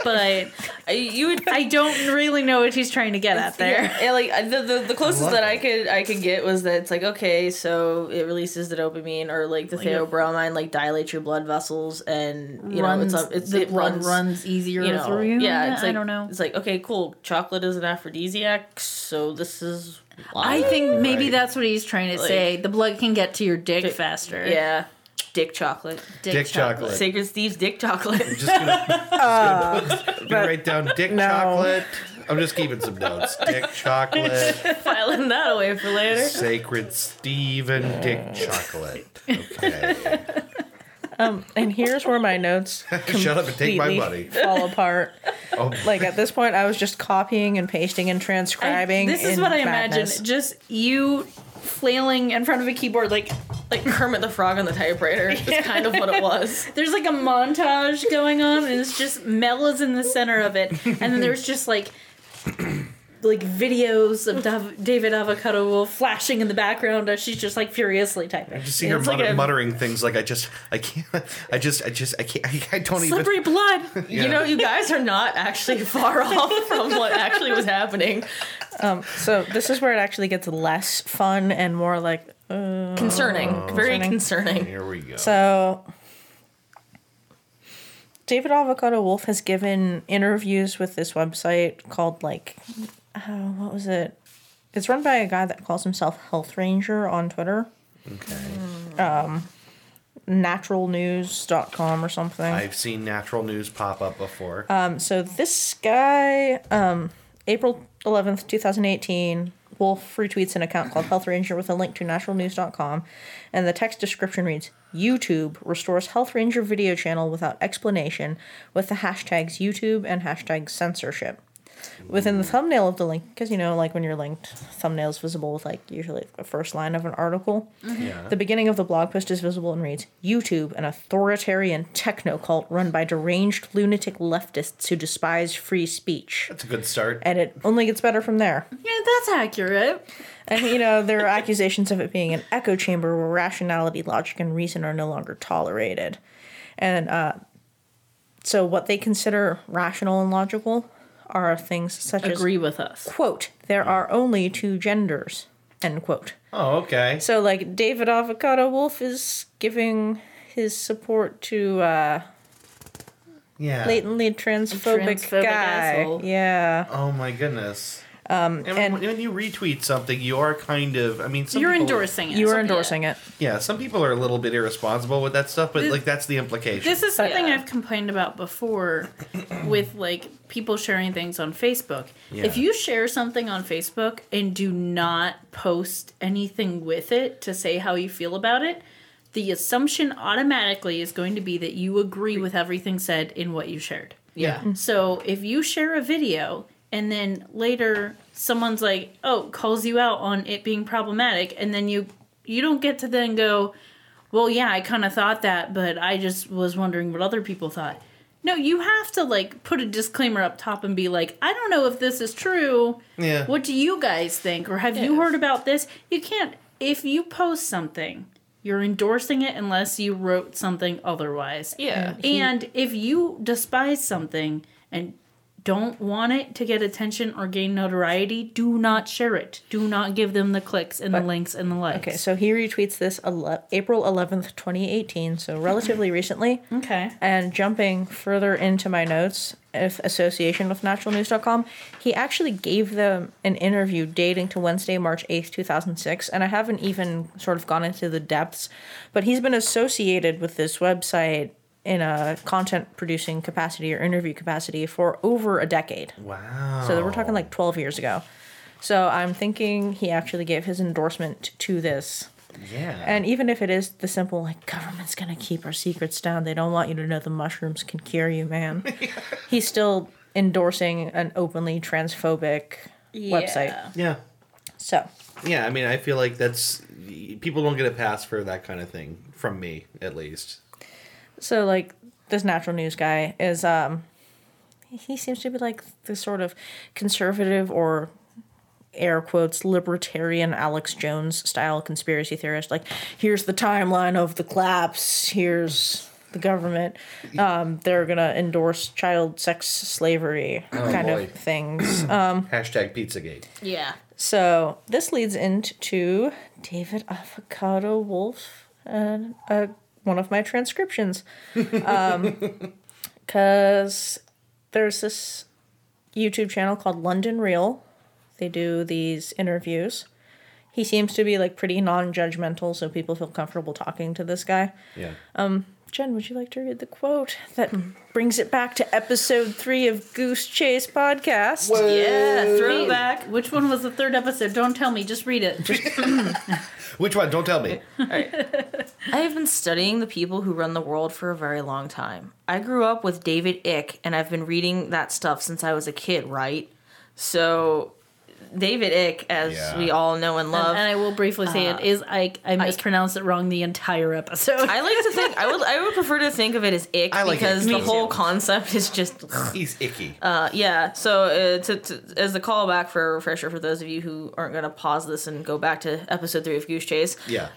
Speaker 1: but
Speaker 6: I- you would
Speaker 1: I don't really know what he's trying to get at there.
Speaker 6: Yeah, yeah, like I- the, the, the closest
Speaker 2: love
Speaker 6: that I
Speaker 2: that.
Speaker 6: could I could get was that it's like okay, so it releases the dopamine or like the theobromine, like dilates your blood vessels and you know it's up it's
Speaker 1: the
Speaker 6: it
Speaker 1: blood
Speaker 6: runs,
Speaker 1: runs easier
Speaker 6: you know
Speaker 1: through you.
Speaker 6: yeah it's like
Speaker 1: I don't know.
Speaker 6: it's like okay cool chocolate is an aphrodisiac so this is why.
Speaker 1: I think maybe
Speaker 2: Right.
Speaker 1: that's what he's trying to
Speaker 6: Like-
Speaker 1: say. The blood can get to your dick, faster.
Speaker 6: yeah dick chocolate
Speaker 2: Dick chocolate.
Speaker 6: sacred Steve's dick chocolate <laughs>
Speaker 2: Just gonna, just gonna
Speaker 6: Uh,
Speaker 2: put, gonna write down dick
Speaker 4: no.
Speaker 2: chocolate. I'm just keeping some notes. Dick
Speaker 6: <laughs>
Speaker 2: chocolate,
Speaker 6: filing that away for later
Speaker 2: sacred Stephen, dick chocolate. Okay.
Speaker 4: um, and here's where my notes
Speaker 2: Shut up and take my
Speaker 4: completely
Speaker 2: money.
Speaker 4: <laughs> fall apart.
Speaker 2: Oh,
Speaker 4: Like at this point, I was just copying and pasting and
Speaker 1: I-
Speaker 4: transcribing.
Speaker 1: this is
Speaker 4: in
Speaker 1: what I
Speaker 4: madness.
Speaker 1: imagine. Just you flailing in front of a keyboard like
Speaker 6: like <laughs> Kermit the Frog on the typewriter is kind of what it was
Speaker 1: <laughs> there's like a montage going on and it's just Mel is in the center of it and then there's just like <clears throat> like videos of Dav- David Avocado Wolf flashing in the background as she's just like furiously typing.
Speaker 2: Just see her
Speaker 6: It's like
Speaker 2: mutter,
Speaker 6: a-
Speaker 2: muttering things like I just, I can't, I just, I just, I can't, I, I don't even.
Speaker 1: Slippery blood.
Speaker 2: Yeah.
Speaker 6: You know, you guys are not
Speaker 1: <laughs>
Speaker 6: actually far off from what actually was happening.
Speaker 4: Um, so this is where it actually gets less fun and more like. Uh,
Speaker 6: Concerning. Very concerning.
Speaker 2: Here we go.
Speaker 4: So, David Avocado Wolf has given interviews with this website called like, oh, what was it? It's run by a guy that calls himself Health Ranger on Twitter, Um,
Speaker 2: okay.
Speaker 4: naturalnews.com or something.
Speaker 2: I've seen natural news pop up before.
Speaker 4: Um, so this guy, um, April 11th, 2018, Wolf retweets an account called Health Ranger with a link to naturalnews.com, and the text description reads YouTube restores Health Ranger video channel without explanation with the hashtags YouTube and hashtag censorship. Within the thumbnail of the link, because you know, like when you're linked, thumbnail's visible with like usually the first line of an article.
Speaker 2: yeah.
Speaker 4: The beginning of the blog post is visible and reads YouTube, an authoritarian techno cult run by deranged lunatic leftists who despise free speech.
Speaker 2: That's a good start.
Speaker 4: And it only gets better from there.
Speaker 1: Yeah, that's accurate.
Speaker 4: And, you know, there are accusations of it being an echo chamber where rationality, logic, and reason are no longer tolerated. And uh, so, what they consider rational and logical are things such as,
Speaker 1: Agree with us.
Speaker 4: quote, there are only two genders, end quote.
Speaker 2: Oh, okay.
Speaker 4: So like David Avocado Wolf is giving his support to uh
Speaker 2: Yeah.
Speaker 4: blatantly transphobic,
Speaker 1: Transphobic
Speaker 4: guy.
Speaker 1: asshole.
Speaker 4: Yeah.
Speaker 2: Oh my goodness. And, when, when you retweet something, you are kind of. I mean, some
Speaker 1: You're
Speaker 2: people-
Speaker 1: endorsing it.
Speaker 4: You
Speaker 1: So-
Speaker 4: are
Speaker 1: yeah.
Speaker 4: endorsing it.
Speaker 2: Yeah, some people are a little bit irresponsible with that stuff, but
Speaker 1: This-
Speaker 2: like that's the implication.
Speaker 1: This is something
Speaker 6: Yeah.
Speaker 1: I've complained about before with like people sharing things on Facebook. If
Speaker 2: Yeah.
Speaker 1: you share something on Facebook and do not post anything with it to say how you feel about it, the assumption automatically is going to be that you agree with everything said in what you shared.
Speaker 2: yeah.
Speaker 1: So if you share a video and then later someone's like, oh, calls you out on it being problematic, and then you you don't get to then go, well, yeah, I kind of thought that, but I just was wondering what other people thought. No, you have to like put a disclaimer up top and be like, I don't know if this is true.
Speaker 2: Yeah.
Speaker 1: What do you guys think? Or have you
Speaker 6: Yeah.
Speaker 1: heard about this? You can't if you post something, you're endorsing it unless you wrote something otherwise.
Speaker 6: Yeah.
Speaker 1: And if you despise something and don't want it to get attention or gain notoriety, do not share it. Do not give them the clicks and the links and the likes.
Speaker 4: Okay, so he retweets this ele- April 11th, 2018, so relatively recently.
Speaker 1: Okay.
Speaker 4: And jumping further into my notes, if association with naturalnews.com, he actually gave them an interview dating to Wednesday, March 8th, 2006. And I haven't even sort of gone into the depths, but he's been associated with this website in a content producing capacity or interview capacity for over a decade.
Speaker 2: Wow.
Speaker 4: So we're talking like 12 years ago. So I'm thinking he actually gave his endorsement to this.
Speaker 2: yeah.
Speaker 4: And even if it is the simple, like, government's gonna keep our secrets down, they don't want you to know the mushrooms can cure you, man. He's still endorsing an openly transphobic website.
Speaker 2: yeah.
Speaker 4: So,
Speaker 2: Yeah, I mean, I feel like that's people don't get a pass for that kind of thing from me, at least.
Speaker 4: so like this natural news guy is, um, he seems to be like the sort of conservative or air quotes libertarian Alex Jones style conspiracy theorist. Like, here's the timeline of the collapse. Here's the government. Um, they're gonna endorse child sex slavery kind
Speaker 2: boy.
Speaker 4: of things.
Speaker 2: Hashtag Pizzagate.
Speaker 1: Yeah.
Speaker 4: So this leads into David Avocado Wolf, and uh, one of my transcriptions, because there's this YouTube channel called London Real. They do these interviews. He seems to be like pretty non-judgmental, so people feel comfortable talking to this guy.
Speaker 2: Yeah.
Speaker 4: Jen, would you like to read the quote that brings it back to episode three of Goose Chase podcast?
Speaker 1: Yeah. Throwback. Which one was the third episode? Don't tell me. Just read it.
Speaker 2: Which one? Don't tell me.
Speaker 6: I have been studying the people who run the world for a very long time. I grew up with David Icke, and I've been reading that stuff since I was a kid, right? So, David Icke, as
Speaker 2: Yeah.
Speaker 6: we all know and love.
Speaker 1: and I will briefly say
Speaker 2: uh,
Speaker 1: it is Ike. I mispronounced it wrong the entire episode.
Speaker 6: I like to think I would I would prefer to think of it as ick
Speaker 2: I like it.
Speaker 6: because
Speaker 2: Me
Speaker 6: the
Speaker 2: too.
Speaker 6: whole concept is just
Speaker 2: He's icky.
Speaker 6: uh, yeah. So uh, to, to, as a callback for a refresher for those of you who aren't going to pause this and go back to episode three of Goose Chase,
Speaker 2: yeah.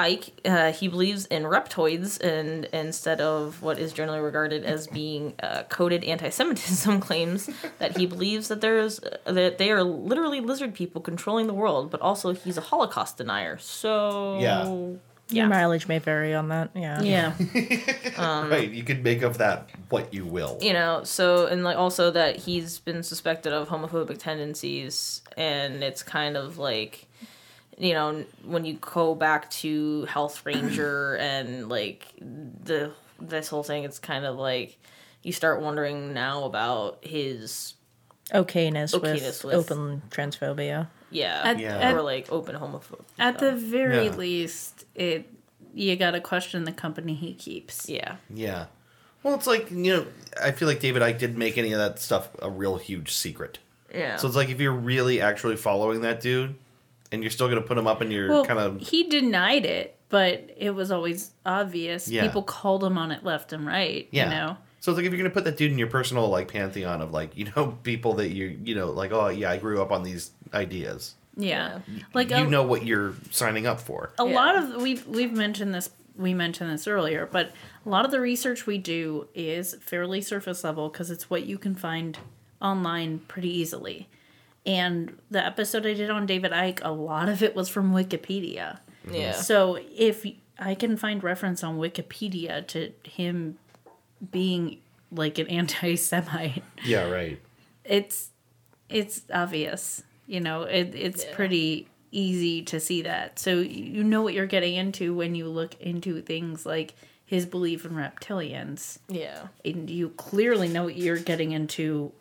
Speaker 6: Ike, uh, he believes in reptoids, and instead of what is generally regarded as being uh, coded anti-Semitism, <laughs> claims that he believes that there is uh, that they are literally lizard people controlling the world. But also, he's a Holocaust denier. So
Speaker 2: Yeah.
Speaker 4: Your mileage may vary on that. Yeah.
Speaker 1: <laughs> yeah.
Speaker 2: right. You can make of that what you will.
Speaker 6: you know so and like also that he's been suspected of homophobic tendencies and it's kind of like you know when you go back to health ranger and like the this whole thing it's kind of like you start wondering now about his
Speaker 4: okayness,
Speaker 6: Okayness
Speaker 4: with,
Speaker 6: with-
Speaker 4: open transphobia.
Speaker 6: yeah,
Speaker 1: At-
Speaker 2: Yeah.
Speaker 6: or like open homophobe
Speaker 1: At the very
Speaker 2: Oh. Yeah.
Speaker 1: least, it you got to question the company he keeps.
Speaker 6: yeah
Speaker 2: Yeah. Well, it's like, you know, I feel like David Icke didn't make any of that stuff a real huge secret.
Speaker 6: yeah
Speaker 2: So it's like if you're really actually following that dude and you're still going to put him up in your
Speaker 1: Well,
Speaker 2: kind of.
Speaker 1: he denied it, but it was always obvious.
Speaker 2: Yeah.
Speaker 1: People called him on it left and right.
Speaker 2: Yeah.
Speaker 1: You know.
Speaker 2: So it's like if you're going to put that dude in your personal, like, pantheon of, like, you know, <laughs> people that you, you know, like, oh, yeah, I grew up on these ideas.
Speaker 1: Yeah. Like oh
Speaker 2: you
Speaker 1: a,
Speaker 2: know what you're signing up for.
Speaker 1: a
Speaker 6: Yeah.
Speaker 1: lot of we've we've mentioned this we mentioned this earlier, but a lot of the research we do is fairly surface level because it's what you can find online pretty easily. And the episode I did on David Icke, a lot of it was from Wikipedia.
Speaker 6: yeah
Speaker 1: So if I can find reference on Wikipedia to him being like an anti-Semite,
Speaker 2: Yeah, right.
Speaker 1: it's it's obvious. You know, it, it's pretty easy to see that. So you know what you're getting into when you look into things like his belief in reptilians.
Speaker 6: Yeah.
Speaker 1: And you clearly know what you're getting into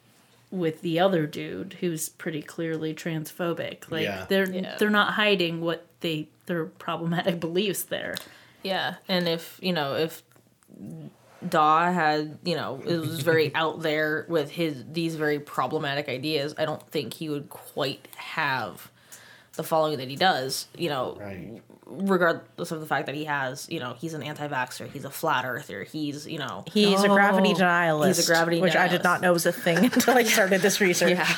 Speaker 1: with the other dude who's pretty clearly transphobic. Like
Speaker 2: Yeah.
Speaker 1: they're
Speaker 6: Yeah.
Speaker 1: they're not hiding what they their problematic <laughs> beliefs there.
Speaker 6: Yeah, and if you know if Daw had you know it was
Speaker 2: <laughs>
Speaker 6: very out there with his these very problematic ideas, I don't think he would quite have the following that he does. You know,
Speaker 2: Right.
Speaker 6: regardless of the fact that he has you know he's an anti-vaxxer, he's a flat earther, he's you know
Speaker 4: He's a gravity
Speaker 1: Oh.
Speaker 4: denialist.
Speaker 6: He's a gravity
Speaker 4: Which I did
Speaker 6: denialist.
Speaker 4: not know was a thing <laughs> until
Speaker 6: <laughs>
Speaker 4: I started this research.
Speaker 6: yeah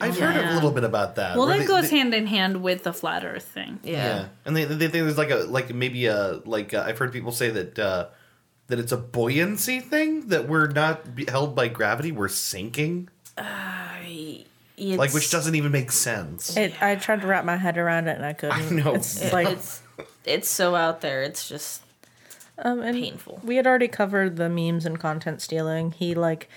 Speaker 2: I've heard a little bit about that.
Speaker 1: Well
Speaker 2: where
Speaker 1: that
Speaker 2: they-
Speaker 1: goes
Speaker 2: they-
Speaker 1: hand in hand with the flat earth thing.
Speaker 2: Yeah, and they, they think there's like a like maybe a like uh, I've heard people say that uh, that it's a buoyancy thing that we're not be held by gravity, we're sinking.
Speaker 6: It's-
Speaker 2: Like which doesn't even make sense.
Speaker 4: It, I tried to wrap my head around it and <laughs> I couldn't.
Speaker 2: I know.
Speaker 4: It's
Speaker 2: It-
Speaker 4: <laughs>
Speaker 2: <laughs>
Speaker 4: like
Speaker 6: it's it's so out there. It's just
Speaker 4: um, and
Speaker 6: painful.
Speaker 4: We had already covered the memes and content stealing. He like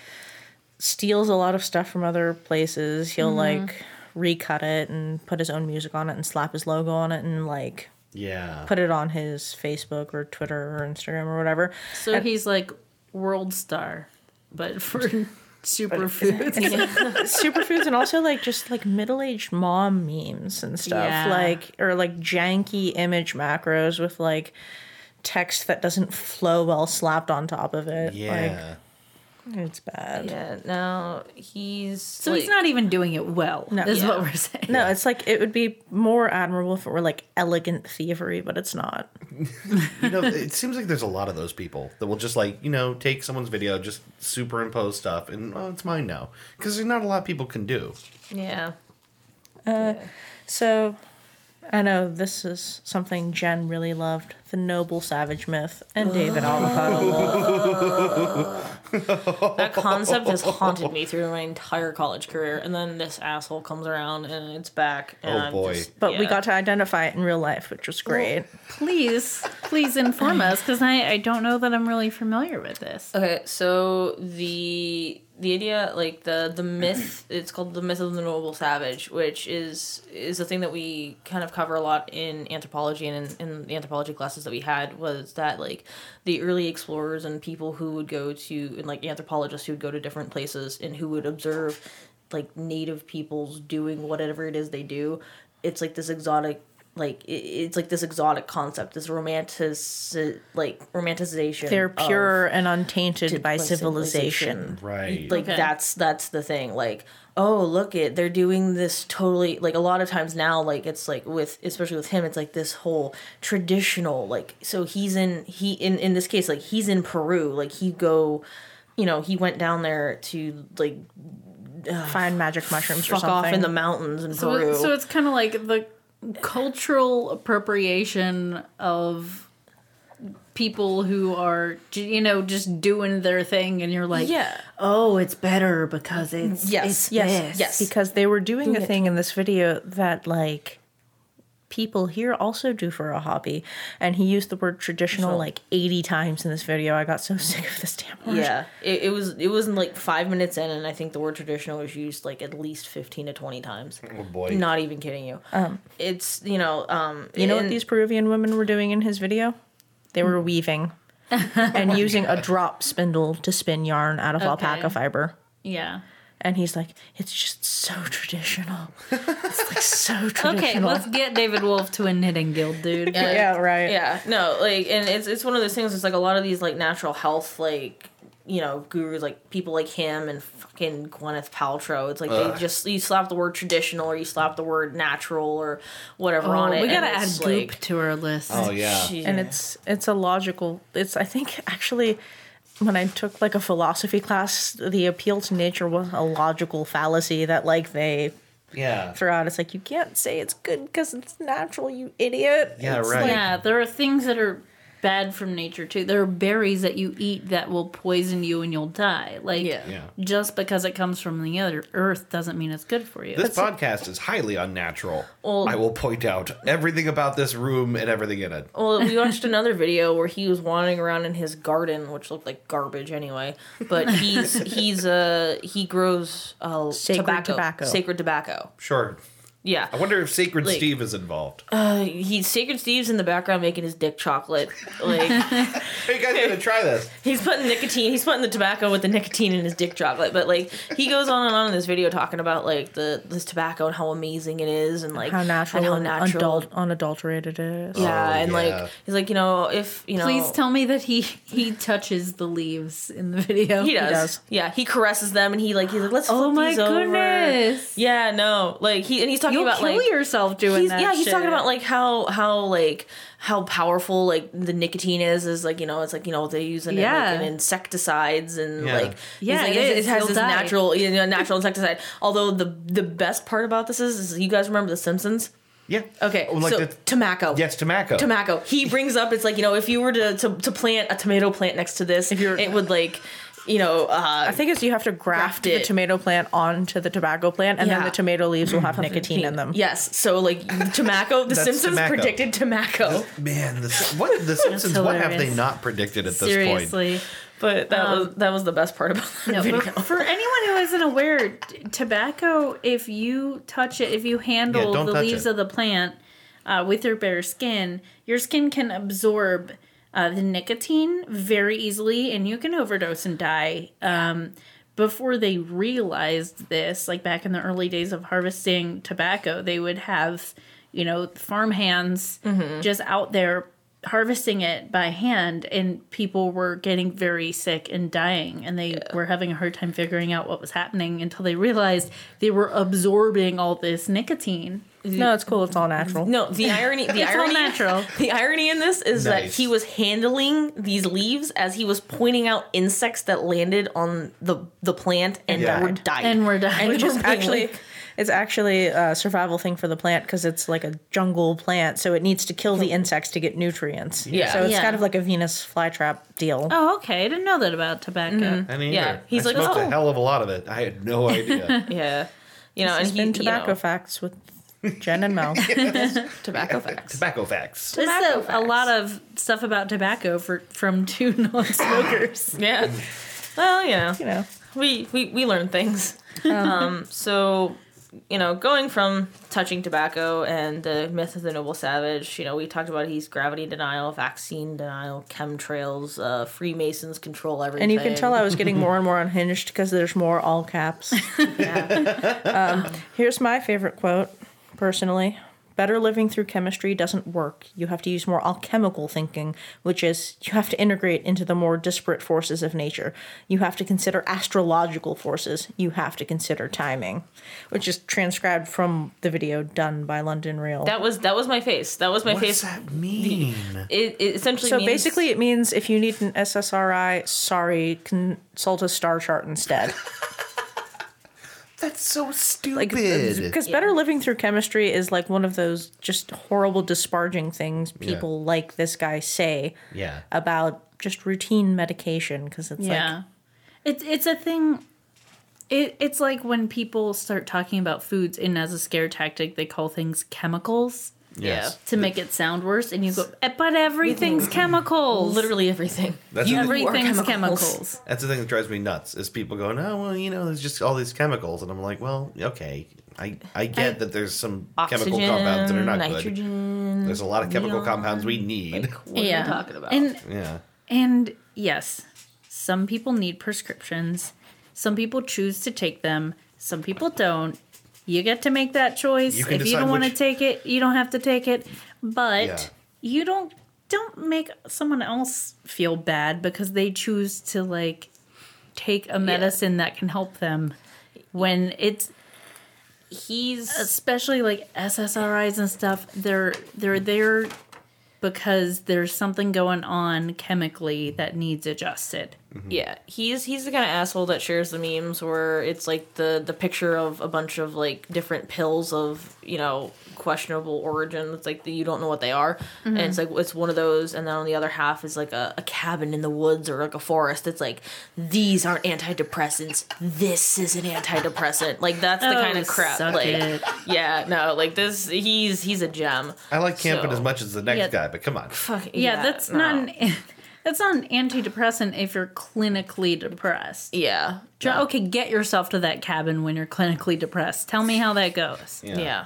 Speaker 4: steals a lot of stuff from other places. He'll
Speaker 6: Mm-hmm.
Speaker 4: like recut it and put his own music on it and slap his logo on it and like
Speaker 2: Yeah.
Speaker 4: put it on his Facebook or Twitter or Instagram or whatever.
Speaker 1: So he's like world star, but
Speaker 2: <laughs>
Speaker 1: for <laughs> superfoods.
Speaker 4: Superfoods and also like just like middle aged mom memes and stuff.
Speaker 1: Yeah.
Speaker 4: Like or like janky image macros with like text that doesn't flow well slapped on top of it.
Speaker 2: yeah.
Speaker 4: Like it's bad.
Speaker 6: Yeah, no, he's
Speaker 1: So he's not even doing it well. is what we're saying.
Speaker 4: No, it's like it would be more admirable if it were like elegant thievery, but it's not.
Speaker 2: you know, it seems like there's a lot of those people that will just like, you know, take someone's video, just superimpose stuff and oh, it's mine now. Cuz there's not a lot people can do.
Speaker 6: yeah.
Speaker 4: So I know this is something Jen really loved the noble savage myth and David Avocado
Speaker 6: <laughs>
Speaker 4: Love.
Speaker 6: That concept has haunted me through my entire college career, and then this asshole comes around and it's back. And
Speaker 2: Oh,
Speaker 6: I'm
Speaker 2: boy.
Speaker 6: just-
Speaker 4: But we
Speaker 6: yeah.
Speaker 4: got to identify it in real life, which was great.
Speaker 1: Please, please inform us because I, I don't know that I'm really familiar with this.
Speaker 6: okay. So the the idea, like the the myth, it's called the myth of the noble savage, which is is a thing that we kind of cover a lot in anthropology and in, in the anthropology classes that we had. Was that like the early explorers and people who would go to and like anthropologists who would go to different places and who would observe like native peoples doing whatever it is they do it's like this exotic like it- it's like this exotic concept this romantic like romanticization
Speaker 4: They're
Speaker 6: of-
Speaker 4: pure and untainted by
Speaker 6: like,
Speaker 4: civilization.
Speaker 6: civilization.
Speaker 2: Right.
Speaker 6: like
Speaker 1: Okay.
Speaker 6: that's that's the thing like oh look it they're doing this totally like a lot of times now like it's like with especially with him it's like this whole traditional like so he's in he in in this case like he's in peru like he go you know he went down there to like
Speaker 4: Find magic mushrooms or
Speaker 6: fuck
Speaker 4: something.
Speaker 6: off in the mountains in
Speaker 1: So,
Speaker 6: peru
Speaker 1: it- so it's kind of like the cultural appropriation of people who are j- you know just doing their thing and you're like
Speaker 6: Yeah.
Speaker 1: oh it's better because it's
Speaker 6: Yes,
Speaker 1: it's
Speaker 4: yes,
Speaker 1: this.
Speaker 4: yes, because they were doing a thing in this video that like people here also do for a hobby, and he used the word traditional like eighty times in this video. I got so <laughs> sick of this damn word.
Speaker 6: Yeah, it, it was it wasn't like five minutes in, and I think the word traditional was used like at least fifteen to twenty times.
Speaker 2: oh boy.
Speaker 6: Not even kidding you. Um, it's you know, um,
Speaker 4: You know what
Speaker 6: and-
Speaker 4: these Peruvian women were doing in his video? They
Speaker 6: Mm.
Speaker 4: were
Speaker 6: <laughs>
Speaker 4: weaving and using a drop spindle to spin yarn out of alpaca fiber.
Speaker 1: yeah
Speaker 4: And he's like, it's just so
Speaker 6: <laughs>
Speaker 4: traditional. It's like so
Speaker 1: okay
Speaker 4: traditional.
Speaker 1: let's get david wolf to a knitting guild <laughs> dude
Speaker 4: yeah, right.
Speaker 6: yeah, no, like, and it's it's one of those things. It's like a lot of these like natural health like you know gurus like people like him and fucking Gwyneth Paltrow. It's like they just you slap the word traditional or you slap the word natural or whatever on
Speaker 1: Oh,
Speaker 6: it.
Speaker 1: we
Speaker 6: and
Speaker 1: gotta add
Speaker 6: it's,
Speaker 1: goop
Speaker 6: like,
Speaker 1: to our list
Speaker 2: Oh yeah.
Speaker 6: shit.
Speaker 4: and it's it's a logical it's i think actually when i took like a philosophy class the appeal to nature was a logical fallacy that like they
Speaker 2: Yeah.
Speaker 4: threw out it's like you can't say it's good because it's natural you idiot
Speaker 2: Yeah,
Speaker 4: It's
Speaker 2: right.
Speaker 1: yeah there are things that are bad from nature too. There are berries that you eat that will poison you and you'll die. Like
Speaker 6: Yeah.
Speaker 2: Yeah.
Speaker 1: just because it comes from the other earth doesn't mean it's good for you.
Speaker 2: This podcast is highly unnatural.
Speaker 6: Well-
Speaker 2: I will point out everything about this room and everything in it.
Speaker 6: Well,
Speaker 1: <laughs>
Speaker 6: we watched another video where he was wandering around in his garden, which looked like garbage anyway. But
Speaker 1: <laughs>
Speaker 6: he's he's uh he grows uh
Speaker 4: Sacred tobacco.
Speaker 6: sacred tobacco.
Speaker 2: Sure.
Speaker 6: Yeah,
Speaker 2: I wonder if Sacred
Speaker 6: Like-
Speaker 2: Steve is involved.
Speaker 6: uh, he sacred Steve's in the background making his
Speaker 1: <laughs>
Speaker 6: dick chocolate. Like
Speaker 2: Hey, you guys gotta try
Speaker 6: <laughs>
Speaker 2: this.
Speaker 6: he's putting nicotine, he's putting the tobacco with the nicotine in his dick chocolate. But like he goes on and on in this video talking about like the this tobacco and how amazing it is and like
Speaker 4: How natural,
Speaker 6: and
Speaker 4: and
Speaker 6: how natural.
Speaker 4: Unadul- unadulterated it is.
Speaker 6: yeah,
Speaker 2: Oh,
Speaker 6: and
Speaker 2: yeah.
Speaker 6: like he's like you know if you know
Speaker 1: Please tell me that he he touches the leaves in the video.
Speaker 6: He does.
Speaker 4: does.
Speaker 6: Yeah, he caresses them and he like he's like let's
Speaker 1: Oh
Speaker 6: flip
Speaker 1: my
Speaker 6: these over."
Speaker 1: goodness.
Speaker 6: Yeah, no, like he and he's talking
Speaker 1: You'll
Speaker 6: about
Speaker 1: kill
Speaker 6: like
Speaker 1: yourself doing
Speaker 6: he's,
Speaker 1: that.
Speaker 6: yeah he's talking
Speaker 1: shit.
Speaker 6: about like how how like how powerful like the nicotine is is like you know it's like you know they use it in,
Speaker 1: Yeah.
Speaker 6: like, in insecticides and
Speaker 2: Yeah.
Speaker 6: like he's
Speaker 1: Yeah,
Speaker 6: like,
Speaker 1: it
Speaker 6: it,
Speaker 1: is.
Speaker 6: it has
Speaker 1: You'll
Speaker 6: this
Speaker 1: die.
Speaker 6: natural you know natural insecticide. Although the the best part about this is, is you guys remember The Simpsons.
Speaker 2: Yeah.
Speaker 6: Okay,
Speaker 2: Oh, like
Speaker 6: so
Speaker 2: the-
Speaker 6: tobacco.
Speaker 2: yes, tobacco.
Speaker 6: tobacco. He brings up it's like you know if you were to to, to plant a tomato plant next to this,
Speaker 4: If you're-
Speaker 6: it would like you know uh,
Speaker 4: I think it's you have to graft,
Speaker 6: Graft
Speaker 4: the
Speaker 6: it.
Speaker 4: tomato plant onto the tobacco plant, and then
Speaker 6: Yeah.
Speaker 4: the tomato leaves will have nicotine in them.
Speaker 6: Yes, so like tobacco.
Speaker 2: <laughs>
Speaker 6: The
Speaker 2: That's
Speaker 6: Simpsons
Speaker 2: tobacco.
Speaker 6: predicted tobacco,
Speaker 2: Man, the,
Speaker 6: <laughs>
Speaker 2: what the Simpsons? What have they
Speaker 1: hilarious.
Speaker 2: not predicted at this point?
Speaker 1: seriously.
Speaker 6: but that was that was the best part about
Speaker 1: Um, <laughs>
Speaker 6: that
Speaker 1: No,
Speaker 6: video.
Speaker 1: but for anyone who isn't aware, t- tobacco, if you touch it, if you handle
Speaker 2: don't
Speaker 1: the
Speaker 2: touch
Speaker 1: leaves
Speaker 2: it.
Speaker 1: of the plant uh, with your bare skin, your skin can absorb uh, the nicotine very easily and you can overdose and die. Um, before they realized this, like back in the early days of harvesting tobacco, they would have, you know, farm hands
Speaker 2: Mm-hmm.
Speaker 1: just out there harvesting it by hand, and people were getting very sick and dying, and they were having a hard time figuring out what was happening until they realized they were absorbing all this nicotine.
Speaker 4: No, it's cool. It's all natural.
Speaker 6: No, the irony. The
Speaker 1: It's all
Speaker 6: irony.
Speaker 1: natural.
Speaker 6: <laughs> The irony in this is that
Speaker 2: Nice.
Speaker 6: he was handling these leaves as he was pointing out insects that landed on the the plant and
Speaker 2: Yeah.
Speaker 6: were died.
Speaker 1: And we're dying. <laughs>
Speaker 6: And
Speaker 4: Which is
Speaker 6: Really?
Speaker 4: actually it's actually a survival thing for the plant because it's like a jungle plant, so it needs to kill the insects to get nutrients.
Speaker 6: Yeah.
Speaker 4: So it's
Speaker 1: Yeah.
Speaker 4: kind of like a Venus flytrap deal.
Speaker 1: Oh, okay. I didn't know that about tobacco.
Speaker 2: I mean,
Speaker 6: Yeah,
Speaker 2: either.
Speaker 6: he's
Speaker 2: I
Speaker 6: like,
Speaker 2: smoked
Speaker 6: oh.
Speaker 2: a hell of a lot of it. I had
Speaker 6: <laughs>
Speaker 2: no idea.
Speaker 6: yeah, you know,
Speaker 4: It's
Speaker 6: and he
Speaker 4: been tobacco
Speaker 6: you know,
Speaker 4: facts with Jen and Mel.
Speaker 6: tobacco facts.
Speaker 2: tobacco facts.
Speaker 1: There's
Speaker 6: Tobacco
Speaker 1: a, a
Speaker 6: facts.
Speaker 1: lot of stuff about tobacco for, from two <laughs> non-smokers.
Speaker 6: Yeah. Well, you know,
Speaker 4: you
Speaker 6: <laughs>
Speaker 4: know,
Speaker 6: we we we learn things. um, so you know, going from touching tobacco and the myth of the noble savage, you know, we talked about he's gravity denial, vaccine denial, chemtrails, uh, Freemasons control everything.
Speaker 4: and you can tell I was getting more and more unhinged because there's more all
Speaker 6: <laughs>
Speaker 4: caps. um, here's my favorite quote, personally. Better living through chemistry doesn't work. You have to use more alchemical thinking, which is you have to integrate into the more disparate forces of nature. You have to consider astrological forces. You have to consider timing, which is transcribed from the video done by London Real.
Speaker 6: that was that was my face. That was my
Speaker 2: What does
Speaker 6: face.
Speaker 2: that mean?
Speaker 6: It, it essentially
Speaker 4: So
Speaker 6: means-
Speaker 4: basically, it means if you need an SSRI, sorry, consult a star chart instead.
Speaker 2: That's so
Speaker 4: Like,
Speaker 6: uh,
Speaker 2: stupid.
Speaker 4: because better living through chemistry is like one of those just horrible, disparaging things people like this guy say
Speaker 2: yeah.
Speaker 6: uh,
Speaker 4: about just routine medication. Because it's like,
Speaker 1: yeah, <laughs> it's it's a thing. It, it's like when people start talking about foods, and as a scare tactic, they call things chemicals
Speaker 2: Yes.
Speaker 1: to make it sound worse. And you go, "Eh, but everything's chemicals.
Speaker 6: Mm-hmm. literally everything.
Speaker 2: That's
Speaker 6: You
Speaker 2: a-
Speaker 6: are
Speaker 1: everything's chemicals.
Speaker 2: That's the thing that drives me nuts is people going, oh well, you know, there's just all these chemicals, and I'm like, well, okay, I I get that there's some chemical
Speaker 6: Oxygen,
Speaker 2: compounds that are not
Speaker 6: nitrogen.
Speaker 2: good. There's a lot of chemical
Speaker 6: neon,
Speaker 2: compounds we need.
Speaker 6: Like, what are you talking about?
Speaker 1: And
Speaker 2: yeah.
Speaker 1: and yes, some people need prescriptions. Some people choose to take them. Some people don't. You get to make that choice.
Speaker 2: You can
Speaker 1: if you
Speaker 2: decide
Speaker 1: don't want to
Speaker 2: which-
Speaker 1: take it, you don't have to take it. But
Speaker 2: Yeah.
Speaker 1: you don't don't make someone else feel bad because they choose to like take a medicine that can help them when it's
Speaker 6: he's
Speaker 1: especially like SSRIs and stuff, they're they're there because there's something going on chemically that needs adjusted.
Speaker 3: Yeah, he's he's the kind of asshole that shares the memes where it's like the the picture of a bunch of like different pills of you know questionable origin. It's like the, you don't know what they are, and
Speaker 1: Mm-hmm.
Speaker 3: it's like it's one of those, and then on the other half is like a, a cabin in the woods or like a forest. That's like these aren't antidepressants. This is an antidepressant. Like that's the kind
Speaker 1: Oh,
Speaker 3: of crap.
Speaker 1: suck
Speaker 3: Like <laughs>
Speaker 1: it.
Speaker 3: yeah, no, like this. He's he's a gem.
Speaker 2: I like camping
Speaker 3: So-
Speaker 2: as much as the next
Speaker 1: Yeah.
Speaker 2: guy, but come on.
Speaker 3: Fuck,
Speaker 1: Yeah, that's not
Speaker 3: no.
Speaker 1: an <laughs> that's not an antidepressant if you're clinically depressed.
Speaker 3: yeah.
Speaker 1: Try- Okay, get yourself to that cabin when you're clinically depressed. Tell me how that goes.
Speaker 2: Yeah.
Speaker 3: Yeah.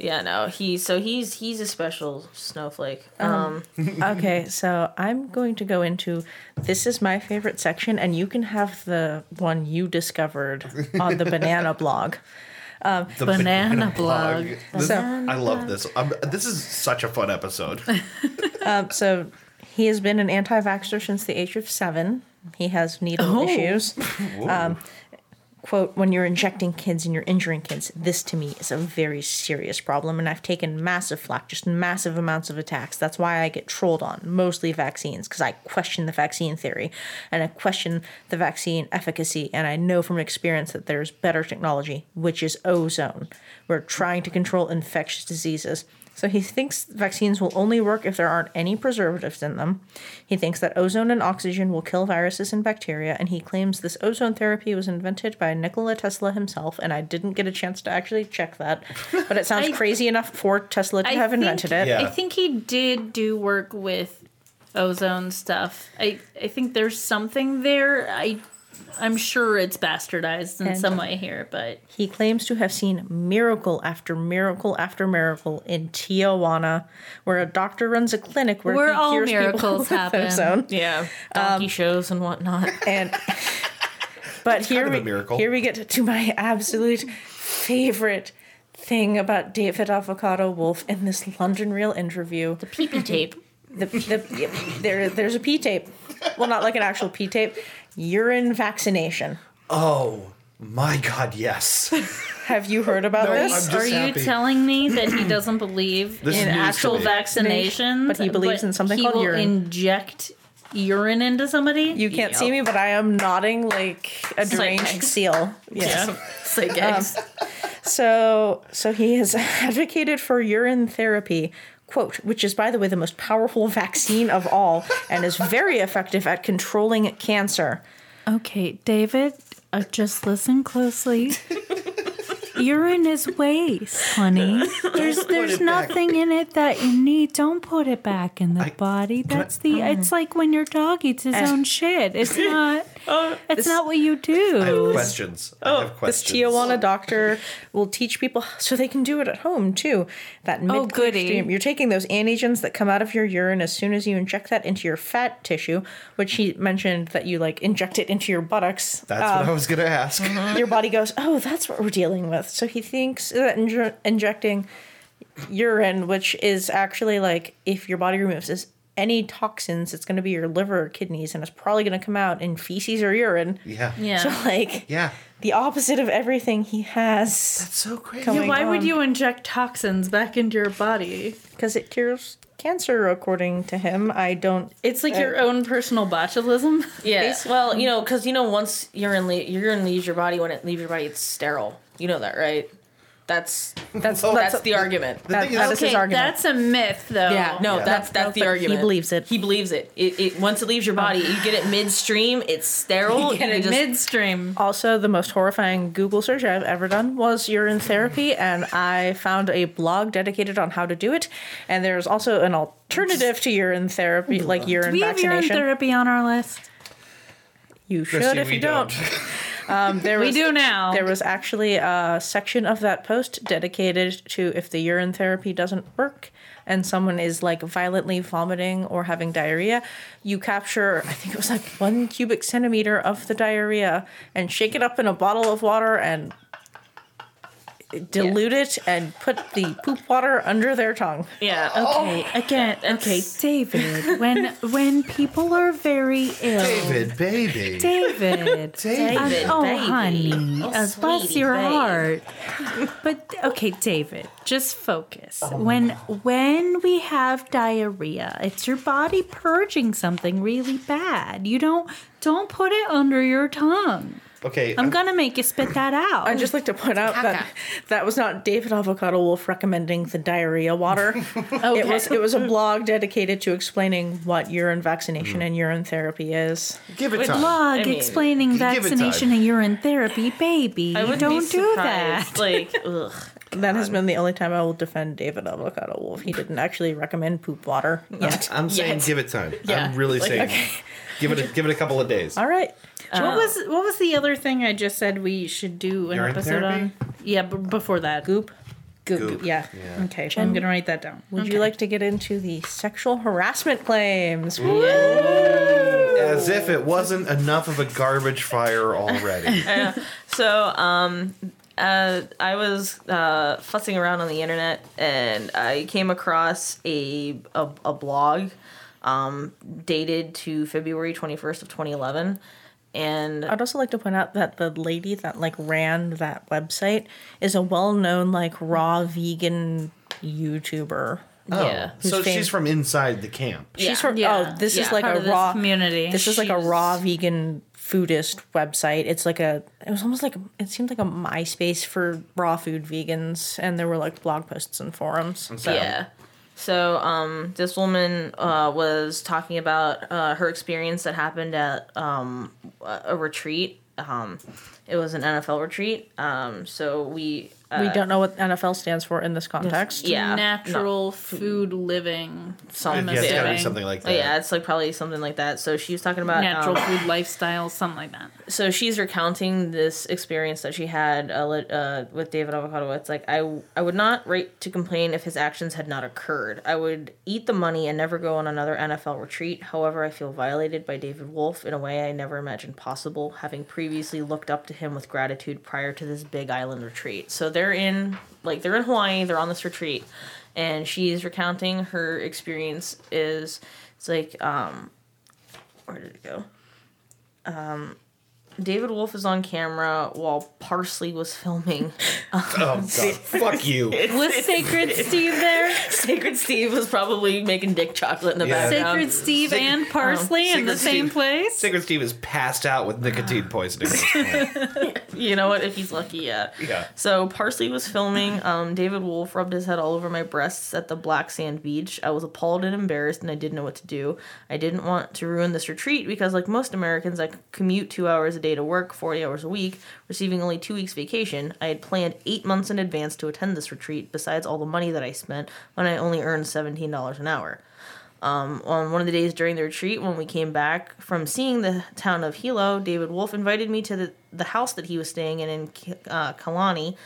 Speaker 3: Yeah, no. He so he's he's a special snowflake. Um,
Speaker 4: okay, so I'm going to go into this is my favorite section, and you can have the one you discovered on the banana <laughs> blog.
Speaker 2: The
Speaker 1: Banana
Speaker 2: <laughs>
Speaker 1: blog.
Speaker 2: This-
Speaker 4: So-
Speaker 2: I love this. i this is such a fun episode. <laughs>
Speaker 4: Um, so he has been an anti vaxxer since the age of seven. He has needle
Speaker 1: Oh.
Speaker 4: issues.
Speaker 2: Whoa.
Speaker 4: Um, quote when you're injecting kids and you're injuring kids this to me is a very serious problem and i've taken massive flack just massive amounts of attacks that's why i get trolled on mostly vaccines because i question the vaccine theory and i question the vaccine efficacy and i know from experience that there's better technology which is ozone we're trying to control infectious diseases so he thinks vaccines will only work if there aren't any preservatives in them. He thinks that ozone and oxygen will kill viruses and bacteria, and he claims this ozone therapy was invented by Nikola Tesla himself, and I didn't get a chance to actually
Speaker 1: <laughs>
Speaker 4: check that. But it sounds
Speaker 1: I-
Speaker 4: crazy enough for Tesla to
Speaker 1: I
Speaker 4: have
Speaker 1: think-
Speaker 4: invented it.
Speaker 2: Yeah.
Speaker 1: I think he did do work with ozone stuff. I I think there's something there. I I'm sure it's bastardized in
Speaker 4: And-
Speaker 1: some way here, but
Speaker 4: He claims to have seen miracle after miracle after miracle in Tijuana, where a doctor runs a clinic where,
Speaker 1: Where
Speaker 4: he
Speaker 1: all
Speaker 4: cures people
Speaker 1: miracles
Speaker 4: <laughs> with
Speaker 1: happen.
Speaker 4: ozone.
Speaker 3: yeah, donkey shows and whatnot.
Speaker 4: and <laughs> but here
Speaker 2: of
Speaker 4: we
Speaker 2: a miracle.
Speaker 4: here we get to my absolute favorite thing about David Avocado Wolf in this London Real interview.
Speaker 3: The pee pee tape.
Speaker 4: <laughs> The, the, yep, there there's a P tape, well not like an actual P tape, urine vaccination.
Speaker 2: oh my god, yes.
Speaker 4: Have you heard about
Speaker 2: No,
Speaker 4: this?
Speaker 2: I'm just
Speaker 1: are you
Speaker 2: happy.
Speaker 1: telling me that
Speaker 2: <clears throat>
Speaker 1: he doesn't believe
Speaker 2: This
Speaker 1: in
Speaker 2: is news to
Speaker 1: actual
Speaker 2: me.
Speaker 1: vaccinations?
Speaker 4: But he believes in something
Speaker 1: he
Speaker 4: called
Speaker 1: will
Speaker 4: urine.
Speaker 1: Inject urine into somebody.
Speaker 4: you can't
Speaker 3: Yep.
Speaker 4: see me, but I am nodding like a deranged
Speaker 3: Psychic.
Speaker 4: seal. Yes.
Speaker 1: Psychics. eggs.
Speaker 4: So, so he has <laughs> advocated for urine therapy, quote, which is by the way the most powerful <laughs> vaccine of all and is very effective at controlling cancer. Um,
Speaker 1: Okay, David, uh, just listen
Speaker 2: <laughs>
Speaker 1: closely. Urine is waste, honey. There's there's
Speaker 2: it back.
Speaker 1: nothing in it that you need. Don't put it back in the body. That's the. It's like when your dog eats his own shit. It's not. it's not what you
Speaker 2: I have
Speaker 1: do.
Speaker 2: questions. I have
Speaker 4: This
Speaker 2: questions.
Speaker 4: Tijuana doctor will teach people so they can do it at home too. That mid
Speaker 1: goody.
Speaker 4: You're taking those antigens that come out of your urine as soon as you inject that into your fat tissue, which he mentioned that you like inject it into your buttocks.
Speaker 2: That's what I was gonna ask.
Speaker 4: your body goes, oh, that's what we're dealing with. So he thinks that inj- injecting urine, which is actually like if your body removes this, any toxins, it's going to be your liver or kidneys, and it's probably going to come out in feces or urine.
Speaker 2: <laughs> Yeah.
Speaker 1: Yeah.
Speaker 4: So, like,
Speaker 2: Yeah.
Speaker 4: the opposite of everything he has
Speaker 2: So crazy.
Speaker 4: Come-
Speaker 1: Why would
Speaker 4: God.
Speaker 1: you inject toxins back into your body?
Speaker 4: because it cures cancer, according to him. I don't.
Speaker 1: It's like your own personal botulism. <laughs>
Speaker 3: Yeah. Well, you know, because you know, once urine le- urine leaves your body, when it leaves your body, it's sterile. You know that, right? That's
Speaker 4: That's
Speaker 2: Oh,
Speaker 3: that's
Speaker 4: that's
Speaker 3: the argument.
Speaker 2: The thing
Speaker 4: that- that
Speaker 2: is,
Speaker 4: is- his argument.
Speaker 1: that's a myth, though.
Speaker 3: Yeah, no, that's that's
Speaker 4: but
Speaker 3: the
Speaker 4: he
Speaker 3: argument.
Speaker 4: believes it.
Speaker 3: He believes it. It, it. Once it leaves your body, you get it midstream. It's sterile. You
Speaker 1: Get it
Speaker 3: just-
Speaker 1: midstream.
Speaker 4: Also, the most horrifying Google search I've ever done was urine therapy, and I found a blog dedicated on how to do it. And there's also an alternative to urine therapy, like urine
Speaker 1: We have urine
Speaker 4: vaccination.
Speaker 1: therapy on our list.
Speaker 4: you should
Speaker 2: Christy,
Speaker 4: if
Speaker 2: we
Speaker 4: you don't. <laughs> Um, there
Speaker 1: We
Speaker 4: was,
Speaker 1: do now.
Speaker 4: There was actually a section of that post dedicated to if the urine therapy doesn't work and someone is like violently vomiting or having diarrhea, you capture, I think it was like one cubic centimeter of the diarrhea and shake it up in a bottle of water and dilute it and put the poop water under their tongue.
Speaker 6: Yeah.
Speaker 3: Oh,
Speaker 1: Okay, again, okay, David. When when people are very ill,
Speaker 2: David,
Speaker 6: <laughs>
Speaker 2: baby.
Speaker 1: David.
Speaker 2: David.
Speaker 1: Uh, oh, honey. uh, bless
Speaker 6: sweetie,
Speaker 1: your
Speaker 6: babe.
Speaker 1: heart. But okay, David, just focus. When when we have diarrhea, it's your body purging something really bad. You don't don't put it under your tongue.
Speaker 2: Okay.
Speaker 1: I'm gonna make you spit that out.
Speaker 4: I'd just like to point out that that was not David Avocado Wolf recommending the diarrhea water. It was it was a blog dedicated to explaining what urine vaccination and urine therapy is.
Speaker 2: give it
Speaker 6: Wait,
Speaker 2: time.
Speaker 1: blog
Speaker 6: I mean,
Speaker 1: explaining
Speaker 2: give it
Speaker 1: vaccination
Speaker 2: time.
Speaker 1: and urine therapy, baby.
Speaker 6: I
Speaker 1: you
Speaker 6: wouldn't
Speaker 1: don't
Speaker 6: be
Speaker 1: do that.
Speaker 6: surprised. Like, ugh.
Speaker 4: That has been the only time I will defend David Avocado Wolf. He didn't actually recommend poop water
Speaker 2: <laughs>
Speaker 4: yet.
Speaker 2: I'm saying
Speaker 6: Yet.
Speaker 2: give it time.
Speaker 6: Yeah.
Speaker 2: I'm really
Speaker 6: Like,
Speaker 2: saying give it a, give it a couple of days.
Speaker 4: All right.
Speaker 1: What was what was the other thing I just said we should do an
Speaker 2: Urine
Speaker 1: episode
Speaker 2: therapy?
Speaker 1: on? Yeah, b- before that, goop.
Speaker 4: Goop.
Speaker 2: Goop.
Speaker 4: Yeah.
Speaker 2: Yeah.
Speaker 4: Okay.
Speaker 1: I'm gonna write that down.
Speaker 4: Would you like to get into the sexual harassment claims?
Speaker 2: As if it wasn't enough of a garbage fire
Speaker 6: <laughs>
Speaker 2: already.
Speaker 6: So, um, uh, I was uh, fussing around on the internet and I came across a a, a blog um, dated to February twenty first of twenty eleven, and
Speaker 4: I'd also like to point out that the lady that like ran that website is a well-known like raw vegan YouTuber.
Speaker 6: yeah,
Speaker 2: Oh. so
Speaker 4: Who's fam-
Speaker 2: she's from inside the camp.
Speaker 4: She's
Speaker 6: Yeah.
Speaker 4: from oh, this
Speaker 6: Yeah.
Speaker 4: is like
Speaker 1: Part
Speaker 4: a
Speaker 1: of this
Speaker 4: raw
Speaker 1: community.
Speaker 4: This is like a
Speaker 6: She's-
Speaker 4: raw vegan foodist website. It's like a it was almost like it seemed like a MySpace for raw food vegans and there were like blog posts and forums. So
Speaker 6: Yeah. So um, this woman uh, was talking about uh, her experience that happened at um, a a retreat. Um, it was an NFL retreat. Um, so we uh,
Speaker 4: we don't know what NFL stands for in this context.
Speaker 6: yeah
Speaker 1: natural food living,
Speaker 6: some
Speaker 2: Yeah, it's
Speaker 1: Yeah.
Speaker 2: gotta be something like
Speaker 6: Oh,
Speaker 2: that.
Speaker 6: yeah, it's like probably something like that. So she was talking about um,
Speaker 1: natural
Speaker 6: natural.
Speaker 1: food lifestyle, something like that.
Speaker 6: so she's recounting this experience that she had uh, li- uh, with David Avocado. It's like I I would not write to complain if his actions had not occurred. I would eat the money and never go on another NFL retreat. However, I feel violated by David Wolf in a way I never imagined possible, having previously looked up to him with gratitude prior to this Big Island retreat. So they're in like they're in Hawaii. They're on this retreat, and she's recounting her experience. Is it's like um, where did it go? David Wolf is on camera while Parsley was filming.
Speaker 2: Oh
Speaker 6: <laughs>
Speaker 2: god, fuck you.
Speaker 1: Was Sacred Steve there?
Speaker 6: Sacred Steve was probably making dick chocolate in the
Speaker 2: Yeah.
Speaker 6: background.
Speaker 1: Sacred Steve
Speaker 2: Sac-
Speaker 1: and Parsley in
Speaker 2: Sacred
Speaker 1: the same
Speaker 2: Steve.
Speaker 1: place?
Speaker 2: Sacred Steve is passed out with nicotine poisoning. at this
Speaker 6: <laughs>
Speaker 2: point.
Speaker 6: You know what? If he's lucky, yeah.
Speaker 2: Yeah.
Speaker 6: So Parsley was filming. Um, David Wolf rubbed his head all over my breasts at the black sand beach. I was appalled and embarrassed, and I didn't know what to do. I didn't want to ruin this retreat because, like most Americans, I commute two hours a day to work, forty hours a week, receiving only two weeks vacation. I had planned eight months in advance to attend this retreat. Besides all the money that I spent, when I only earned seventeen dollars an hour. on one of the days during the retreat when we came back from seeing the town of Hilo, David Wolf invited me to the, the house that he was staying in in Ki- uh, Kalani.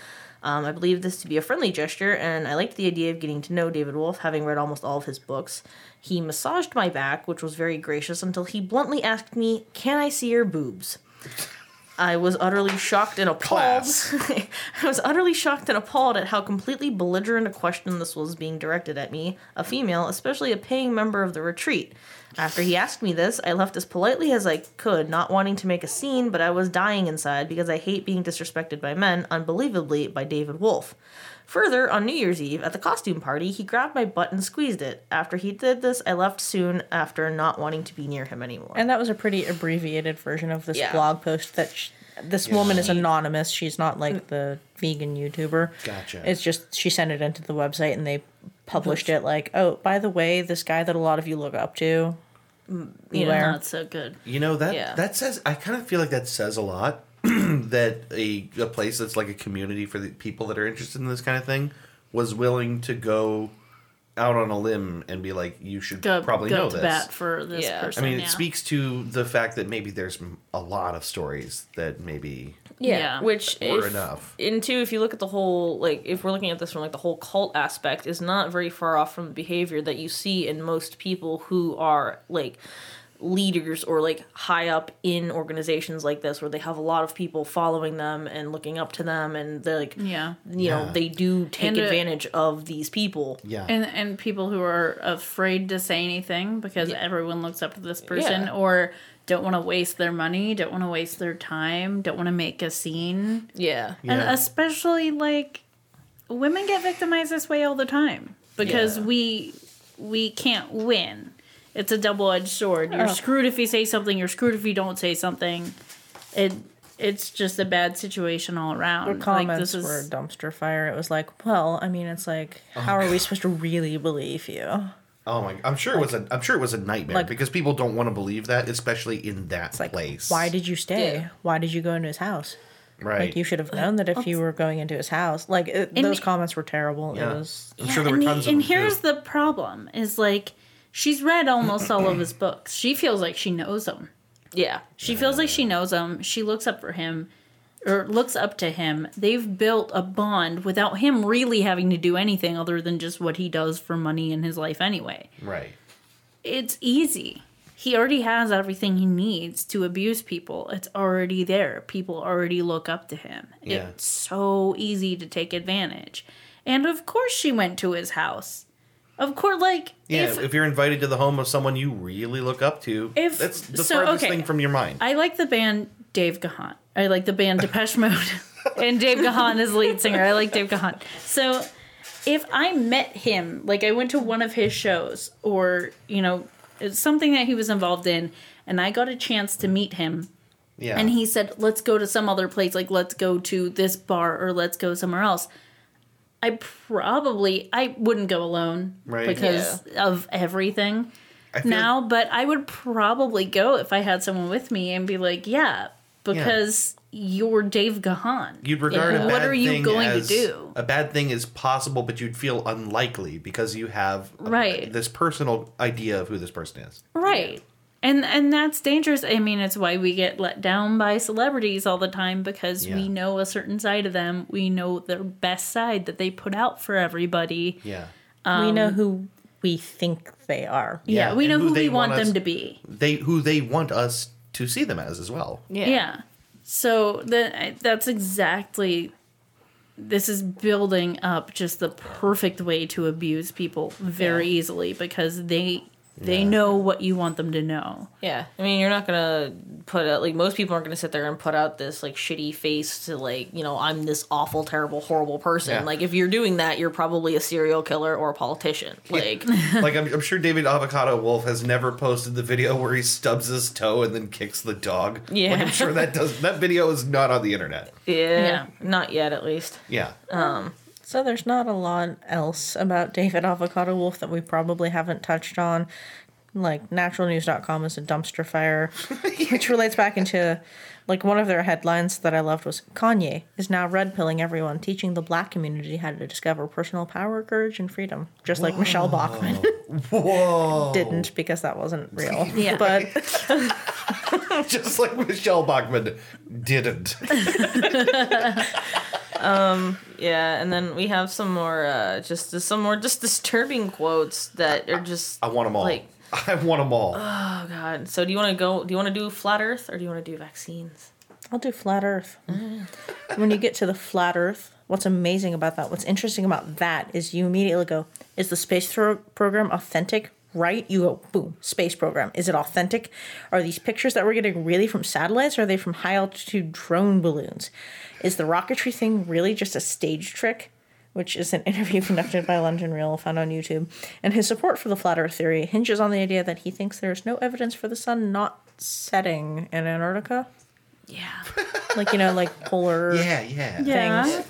Speaker 6: Um, I believe this to be a friendly gesture, and I liked the idea of getting to know David Wolf, having read almost all of his books. He massaged my back, which was very gracious, until he bluntly asked me, Can I see your boobs? I was utterly shocked and appalled.
Speaker 2: Class.
Speaker 6: I was utterly shocked and appalled at how completely belligerent a question this was being directed at me, a female, especially a paying member of the retreat. After he asked me this, I left as politely as I could, not wanting to make a scene, but I was dying inside because I hate being disrespected by men, unbelievably, by David Wolf. Further, on New Year's Eve, at the costume party, he grabbed my butt and squeezed it. After he did this, I left soon after not wanting to be near him anymore.
Speaker 4: And that was a pretty abbreviated version of this
Speaker 6: Yeah.
Speaker 4: blog post that sh this woman is anonymous. She's not like the vegan YouTuber.
Speaker 2: Gotcha.
Speaker 4: It's just she sent it into the website and they published it like, oh, by the way, this guy that a lot of you look up to.
Speaker 6: you know,
Speaker 4: Beware.
Speaker 6: not so good.
Speaker 2: You know that
Speaker 6: Yeah.
Speaker 2: that says I kind of feel like that says a lot <clears throat> that a a place that's like a community for the people that are interested in this kind of thing was willing to go out on a limb and be like you should
Speaker 1: Go,
Speaker 2: probably
Speaker 1: go
Speaker 2: know
Speaker 1: to
Speaker 2: this.
Speaker 1: bat for this
Speaker 6: Yeah. I
Speaker 2: I
Speaker 1: person.
Speaker 2: mean,
Speaker 1: yeah.
Speaker 2: it speaks to the fact that maybe there's m- a lot of stories that maybe
Speaker 6: Yeah,
Speaker 1: Yeah.
Speaker 6: which
Speaker 2: Or
Speaker 6: if,
Speaker 2: enough.
Speaker 6: And two, if you look at the whole like, if we're looking at this from like the whole cult aspect, is not very far off from the behavior that you see in most people who are like
Speaker 3: leaders or like high up in organizations like this where they have a lot of people following them and looking up to them and they're like
Speaker 1: Yeah.
Speaker 3: you know
Speaker 5: Yeah.
Speaker 3: they do take
Speaker 1: And, uh,
Speaker 3: advantage of these people
Speaker 5: Yeah.
Speaker 1: And and people who are afraid to say anything because everyone looks up to this person
Speaker 3: Yeah.
Speaker 1: or don't want to waste their money, don't want to waste their time, don't want to make a scene.
Speaker 3: yeah
Speaker 1: And especially like women get victimized this way all the time because
Speaker 3: Yeah.
Speaker 1: we we can't win. It's a double-edged sword. You're
Speaker 4: Oh.
Speaker 1: screwed if you say something, you're screwed if you don't say something. It it's just a bad situation all around.
Speaker 4: Her comments
Speaker 1: is-
Speaker 4: were a dumpster fire. It was like, well, I mean, it's like, how are we supposed to really believe you?
Speaker 2: Oh my! I'm sure it was a. I'm sure it was a nightmare
Speaker 4: Like-
Speaker 2: because people don't want to believe that, especially in that
Speaker 4: It's like,
Speaker 2: place.
Speaker 4: why did you stay?
Speaker 3: Yeah.
Speaker 4: Why did you go into his house?
Speaker 2: right?
Speaker 4: Like, you should have known that if you were going into his house. Like, it,
Speaker 1: And-
Speaker 4: those comments were terrible.
Speaker 2: Yeah.
Speaker 4: It was.
Speaker 2: I'm sure there were
Speaker 1: and
Speaker 2: tons
Speaker 1: the-
Speaker 2: of
Speaker 1: and
Speaker 2: them, too.
Speaker 1: here's the problem is like she's read almost all of his books. She feels like she knows him.
Speaker 3: yeah
Speaker 1: She feels like she knows him. She looks up for him or looks up to him. They've built a bond without him really having to do anything other than just what he does for money in his life anyway.
Speaker 2: right.
Speaker 1: It's easy. He already has everything he needs to abuse people. It's already there. People already look up to him.
Speaker 2: Yeah.
Speaker 1: It's so easy to take advantage. And of course she went to his house. Of course like
Speaker 2: Yeah,
Speaker 1: if
Speaker 2: if, you're invited to the home of someone you really look up to,
Speaker 1: If-
Speaker 2: that's the
Speaker 1: so,
Speaker 2: furthest
Speaker 1: okay.
Speaker 2: thing from your mind.
Speaker 1: I like the band Dave Gahan. I like the band Depeche Mode.
Speaker 2: <laughs>
Speaker 1: and Dave Gahan is lead singer. I like Dave Gahan. So if I met him, like I went to one of his shows or, you know, it's something that he was involved in and I got a chance to meet him
Speaker 2: yeah,
Speaker 1: and he said, "Let's go to some other place. Like let's go to this bar or let's go somewhere else." I probably I wouldn't go alone
Speaker 2: Right.
Speaker 1: because of everything
Speaker 2: I feel-
Speaker 1: now, but I would probably go if I had someone with me and be like, "Yeah, because you're Dave Gahan."
Speaker 2: you'd regard
Speaker 3: Yeah.
Speaker 2: a bad
Speaker 1: What are you
Speaker 2: thing
Speaker 1: going to
Speaker 2: as-
Speaker 1: do?
Speaker 2: A bad thing is possible, but you'd feel unlikely because you have a-
Speaker 1: Right.
Speaker 2: this personal idea of who this person is.
Speaker 1: right. And and that's dangerous. I mean, it's why we get let down by celebrities all the time because
Speaker 2: Yeah.
Speaker 1: we know a certain side of them. We know their best side that they put out for everybody.
Speaker 2: Yeah,
Speaker 1: Um,
Speaker 4: we know who we think they are.
Speaker 1: Yeah,
Speaker 2: Yeah,
Speaker 1: we
Speaker 2: and
Speaker 1: know
Speaker 2: who
Speaker 1: who, we
Speaker 2: they
Speaker 1: want,
Speaker 2: want us-
Speaker 1: them to be.
Speaker 2: they who they want us to see them as as well.
Speaker 1: Yeah. So the, that's exactly. This is building up just the perfect way to abuse people very easily because they they know what you want them to know.
Speaker 3: Yeah, I mean, you're not gonna put out like most people aren't gonna sit there and put out this like shitty face to like you know I'm this awful, terrible, horrible person.
Speaker 2: Yeah.
Speaker 3: Like if you're doing that, you're probably a serial killer or a politician. Like
Speaker 2: <laughs> like I'm, I'm sure David Avocado Wolf has never posted the video where he stubs his toe and then kicks the dog.
Speaker 3: Yeah.
Speaker 2: like, I'm sure that does that video is not on the internet.
Speaker 3: yeah,
Speaker 1: Yeah.
Speaker 3: not yet at least.
Speaker 2: Yeah,
Speaker 1: Uh.
Speaker 4: So there's not a lot else about David Avocado Wolf that we probably haven't touched on. Like naturalnews.com is a dumpster fire, which relates back into like one of their headlines that I loved was Kanye is now red pilling everyone, teaching the black community how to discover personal power, courage, and freedom. Just like Michelle Bachman <laughs>
Speaker 2: whoa,
Speaker 4: didn't because that wasn't real.
Speaker 1: Yeah.
Speaker 4: But
Speaker 2: <laughs> just like Michelle Bachman didn't.
Speaker 3: Yeah, and then we have some more uh just some more just disturbing quotes that are just
Speaker 2: I want them all.
Speaker 3: Like-
Speaker 2: I want them all.
Speaker 3: oh god. So do you want to go? Do you want to do flat Earth or do you want to do vaccines?
Speaker 4: I'll do flat earth. when you get to the flat earth, what's amazing about that, what's interesting about that is you immediately go, is the space thro- program authentic? Right? You go, boom, space program. Is it authentic? Are these pictures that we're getting really from satellites? Or are they from high altitude drone balloons? Is the rocketry thing really just a stage trick? which is an <laughs> interview conducted by London Real found on YouTube, and his support for the flat earth theory hinges on the idea that he thinks there is no evidence for the sun not setting in Antarctica.
Speaker 1: Yeah.
Speaker 4: Like, you know, like
Speaker 2: <laughs>
Speaker 4: polar
Speaker 2: yeah, yeah,
Speaker 1: Yeah.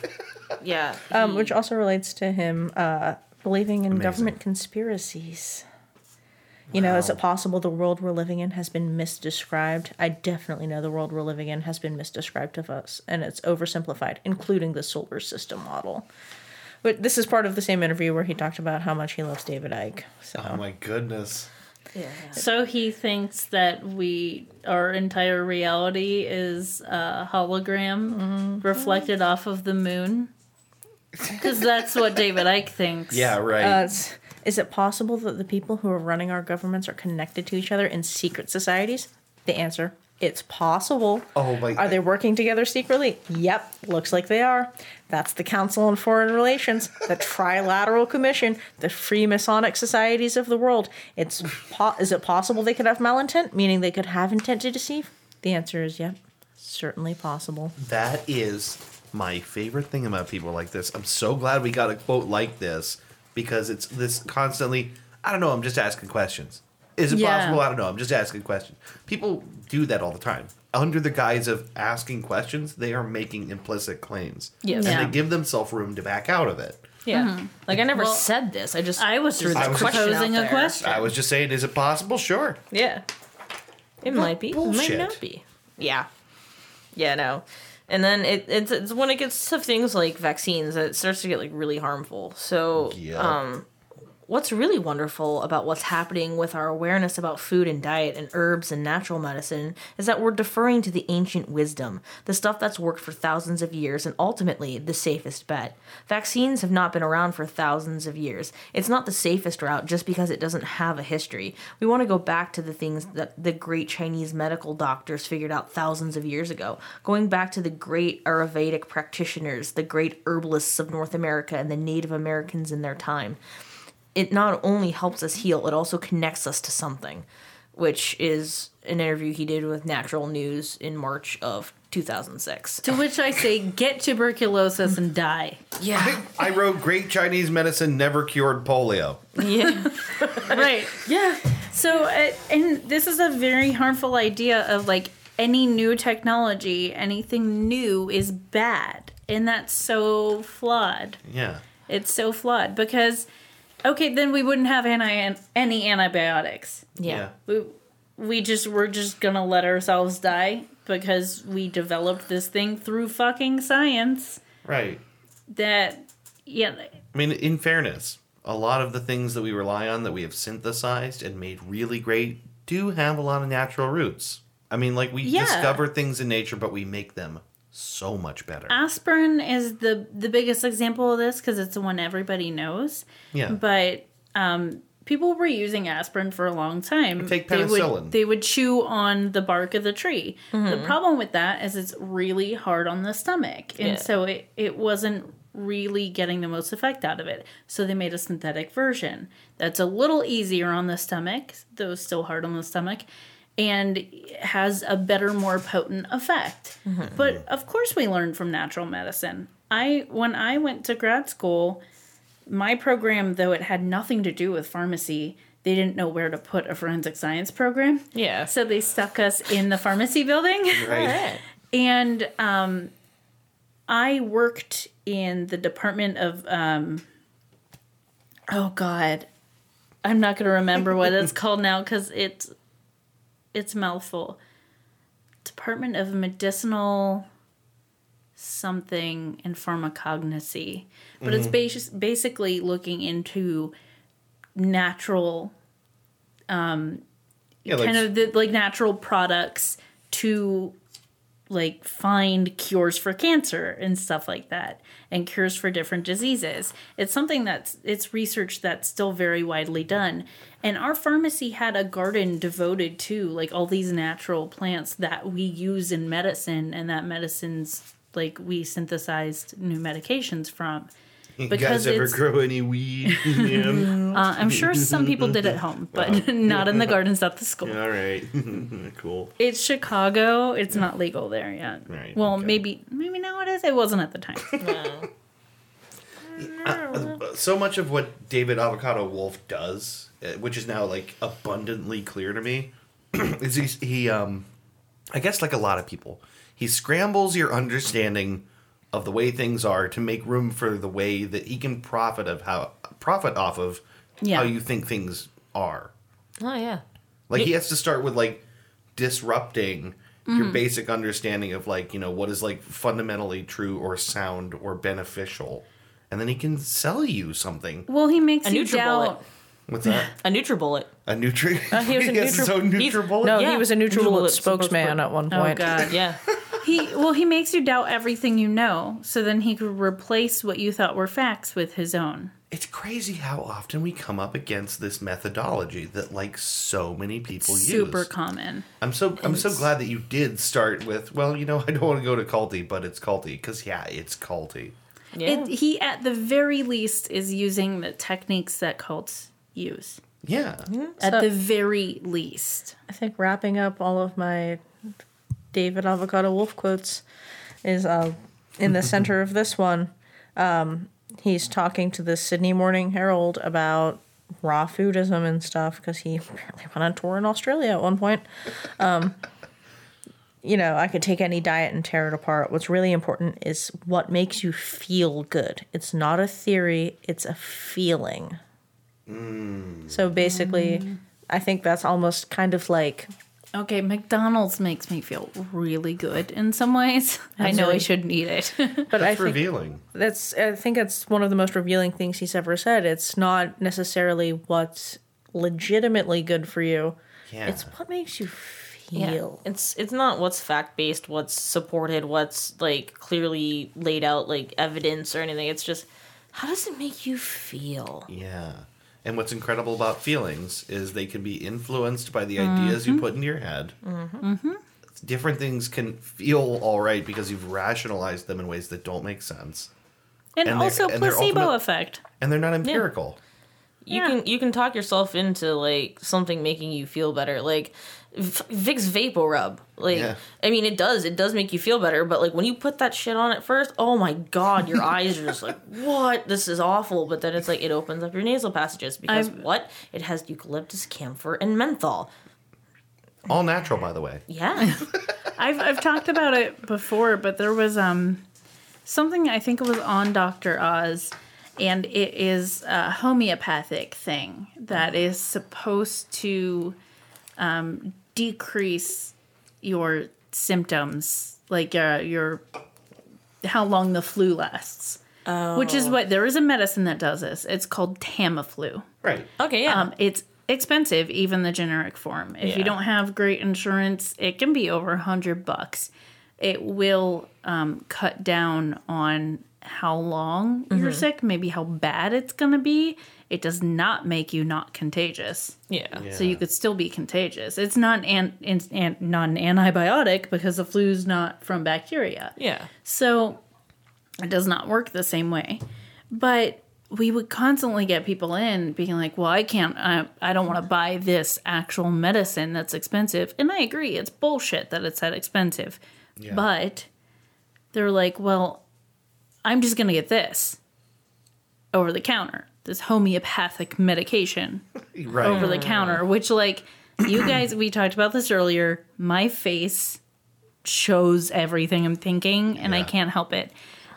Speaker 3: Yeah,
Speaker 4: um, which also relates to him uh, believing in government conspiracies. You know, is it possible the world we're living in has been misdescribed? I definitely know the world we're living in has been misdescribed of us, and it's oversimplified, including the solar system model. But this is part of the same interview where he talked about how much he loves David Icke. So
Speaker 2: Oh my goodness.
Speaker 3: yeah.
Speaker 1: So he thinks that we our entire reality is a hologram reflected off of the moon. Cuz that's what David Ike thinks.
Speaker 2: Yeah, right.
Speaker 4: uh, it's- Is it possible that the people who are running our governments are connected to each other in secret societies? The answer it's possible.
Speaker 2: Oh my-
Speaker 4: Are they working together secretly? Yep, looks like they are. That's the Council on Foreign Relations,
Speaker 2: <laughs>
Speaker 4: the Trilateral Commission, the Freemasonic Societies of the World. It's po- is it possible they could have malintent, meaning they could have intent to deceive? The answer is yep, certainly possible.
Speaker 2: That is my favorite thing about people like this. I'm so glad we got a quote like this because it's this constantly. I don't know. I'm just asking questions. Is it
Speaker 1: Yeah.
Speaker 2: possible? I don't know. I'm just asking questions. People do that all the time. Under the guise of asking questions, they are making implicit claims.
Speaker 6: Yes.
Speaker 2: And
Speaker 1: Yeah.
Speaker 2: they give themselves room to back out of it.
Speaker 6: Yeah. Like I never
Speaker 1: Well,
Speaker 6: said this. I just
Speaker 1: I was
Speaker 6: threw
Speaker 1: just
Speaker 6: this
Speaker 2: I was
Speaker 6: question
Speaker 1: proposing
Speaker 6: out
Speaker 1: a
Speaker 6: there.
Speaker 1: question.
Speaker 2: I was just saying, is it possible? Sure.
Speaker 6: Yeah. It might be.
Speaker 2: bullshit.
Speaker 6: It might not be. Yeah. Yeah, no. And then it, it's, it's when it gets to things like vaccines, it starts to get like really harmful. So,
Speaker 2: Yeah.
Speaker 6: um, what's really wonderful about what's happening with our awareness about food and diet and herbs and natural medicine is that we're deferring to the ancient wisdom, the stuff that's worked for thousands of years and ultimately the safest bet. Vaccines have not been around for thousands of years. It's not the safest route just because it doesn't have a history. We want to go back to the things that the great Chinese medical doctors figured out thousands of years ago, going back to the great Ayurvedic practitioners, the great herbalists of North America, and the Native Americans in their time it not only helps us heal, it also connects us to something, which is an interview he did with Natural News in March of 2006.
Speaker 1: to which I say, get tuberculosis and die.
Speaker 6: Yeah.
Speaker 2: I wrote Great Chinese Medicine Never Cured Polio.
Speaker 6: yeah.
Speaker 1: <laughs> right. Yeah. So, uh, and this is a very harmful idea of like any new technology, anything new is bad. And that's so flawed.
Speaker 2: Yeah.
Speaker 1: It's so flawed because, okay, then we wouldn't have anti- any antibiotics.
Speaker 6: Yeah.
Speaker 1: We, we just, we're just gonna let ourselves die because we developed this thing through fucking science
Speaker 2: Right.
Speaker 1: that, yeah,
Speaker 2: I mean, in fairness, a lot of the things that we rely on that we have synthesized and made really great do have a lot of natural roots. I mean, like we
Speaker 1: Yeah.
Speaker 2: discover things in nature, but we make them so much better.
Speaker 1: Ah, aspirin is the the biggest example of this because it's the one everybody knows.
Speaker 2: Yeah.
Speaker 1: But um, people were using aspirin for a long time.
Speaker 2: Take
Speaker 1: They
Speaker 2: penicillin.
Speaker 1: would, they would chew on the bark of the tree. The problem with that is it's really hard on the stomach, and
Speaker 6: Yeah.
Speaker 1: so it it wasn't really getting the most effect out of it. So they made a synthetic version that's a little easier on the stomach, though still hard on the stomach. And has a better, more potent effect. But of course, we learn from natural medicine. I when I went to grad school, my program, though it had nothing to do with pharmacy, they didn't know where to put a forensic science program.
Speaker 6: Yeah.
Speaker 1: So they stuck us in the pharmacy building. <laughs>
Speaker 2: right.
Speaker 1: And um, I worked in the department of, um, oh God, I'm not going to remember what it's called now because it's, it's a mouthful. Department of Medicinal something and pharmacognosy. But it's bas- basically looking into natural
Speaker 2: Yeah, like,
Speaker 1: kind of the, like natural products to like find cures for cancer and stuff like that and cures for different diseases it's something that's it's research that's still very widely done and our pharmacy had a garden devoted to like all these natural plants that we use in medicine and that medicines like we synthesized new medications from
Speaker 2: you
Speaker 1: because
Speaker 2: guys ever
Speaker 1: it's-
Speaker 2: grow any weed? <laughs>
Speaker 1: <laughs>
Speaker 2: yeah.
Speaker 1: uh, i'm sure some people did
Speaker 2: <laughs>
Speaker 1: at home but <laughs> not in the gardens at the school
Speaker 2: All right. <laughs> cool.
Speaker 1: It's Chicago. It's not legal there yet.
Speaker 2: Right,
Speaker 1: Well,
Speaker 2: okay.
Speaker 1: maybe maybe now it is. It wasn't at the time.
Speaker 2: So much of what David Avocado Wolf does, uh, which is now like abundantly clear to me, <clears throat> is he, he um I guess like a lot of people, he scrambles your understanding of the way things are to make room for the way that he can profit of how profit off of
Speaker 1: Yeah.
Speaker 2: how you think things are.
Speaker 6: Oh, yeah.
Speaker 2: Like he has to start with like disrupting your basic understanding of like, you know, what is like fundamentally true or sound or beneficial. And then he can sell you something.
Speaker 1: well, he makes
Speaker 6: A
Speaker 1: you
Speaker 6: NutriBullet.
Speaker 1: doubt.
Speaker 2: What's
Speaker 4: <laughs>
Speaker 2: that?
Speaker 6: A NutriBullet.
Speaker 2: A Nutri.
Speaker 4: Uh,
Speaker 2: <laughs>
Speaker 6: he was a
Speaker 2: has his
Speaker 6: Nutri-
Speaker 2: own
Speaker 6: he's-
Speaker 2: NutriBullet.
Speaker 4: No,
Speaker 6: Yeah.
Speaker 4: he was a neutral
Speaker 6: Neutral
Speaker 4: bullet
Speaker 6: spokesperson.
Speaker 4: spokesman at one
Speaker 1: Oh
Speaker 4: point.
Speaker 1: God.
Speaker 6: <laughs> Yeah.
Speaker 1: He well, he makes you doubt everything you know. So then he could replace what you thought were facts with his own.
Speaker 2: it's crazy how often we come up against this methodology that like so many people
Speaker 1: Super
Speaker 2: use.
Speaker 1: common.
Speaker 2: I'm so I'm so glad that you did start with well, you know, <laughs> I don't want to go to culty, but it's culty because yeah, it's culty.
Speaker 3: Yeah.
Speaker 1: It, he, at the very least, is using the techniques that cults use.
Speaker 2: Yeah,
Speaker 1: at the very least.
Speaker 4: I think wrapping up all of my David Avocado Wolf quotes is uh, in the center of this one. Um, he's talking to the Sydney Morning Herald about raw foodism and stuff because he <laughs> apparently went on tour in Australia at one point. Um, you know, I could take any diet and tear it apart. What's really important is what makes you feel good. It's not a theory, it's a feeling. So basically, I think that's almost kind of like
Speaker 1: Okay, McDonald's makes me feel really good in some ways. <laughs> I know I
Speaker 4: Absolutely.
Speaker 1: shouldn't eat it.
Speaker 4: But I
Speaker 2: it's
Speaker 4: think
Speaker 2: revealing.
Speaker 4: that's I think that's one of the most revealing things he's ever said. It's not necessarily what's legitimately good for you.
Speaker 2: Yeah,
Speaker 4: It's what makes you feel.
Speaker 3: It's it's not what's fact based, what's supported, what's like clearly laid out like evidence or anything. It's just how does it make you feel?
Speaker 2: yeah. And what's incredible about feelings is they can be influenced by the
Speaker 4: Mm-hmm.
Speaker 2: ideas you put into your head. Different things can feel all right because you've rationalized them in ways that don't make sense,
Speaker 1: and,
Speaker 2: And they're-
Speaker 1: also
Speaker 2: and they're
Speaker 1: placebo
Speaker 2: ultimate-
Speaker 1: effect.
Speaker 2: and they're not empirical.
Speaker 3: You
Speaker 1: Yeah.
Speaker 3: can you can talk yourself into like something making you feel better, like v- Vicks Vapor Rub. Like
Speaker 2: Yeah.
Speaker 3: I mean, it does it does make you feel better, but like when you put that shit on at first, oh my god, your eyes are just like what this is awful. But then it's like it opens up your nasal passages because
Speaker 1: I've-
Speaker 3: what it has eucalyptus, camphor, and menthol.
Speaker 2: All natural, by the way.
Speaker 3: Yeah.
Speaker 1: I've I've talked about it before, but there was um something I think it was on Doctor Oz, and it is a homeopathic thing that is supposed to um, decrease your symptoms, like uh, your how long the flu lasts. Which is what there is a medicine that does this. It's called Tamiflu.
Speaker 2: Right.
Speaker 3: Okay. Yeah.
Speaker 1: Um, it's expensive, even the generic form. If you
Speaker 3: Yeah.
Speaker 1: don't have great insurance, it can be over a hundred bucks. It will um, cut down on how long
Speaker 3: Mm-hmm.
Speaker 1: you're sick, maybe how bad it's going to be. It does not make you not contagious,
Speaker 3: yeah.
Speaker 1: so you could still be contagious. It's not an, an, an not an antibiotic because the flu's not from bacteria.
Speaker 3: Yeah.
Speaker 1: So it does not work the same way. But we would constantly get people in being like, well, I can't, I, I don't want to buy this actual medicine that's expensive. And I agree, it's bullshit that it's that expensive. But they're like, well, I'm just going to get this over the counter, this homeopathic medication
Speaker 2: Right.
Speaker 1: over the counter, which like you guys we talked about this earlier. My face shows everything I'm thinking and I
Speaker 2: Yeah.
Speaker 1: can't help it.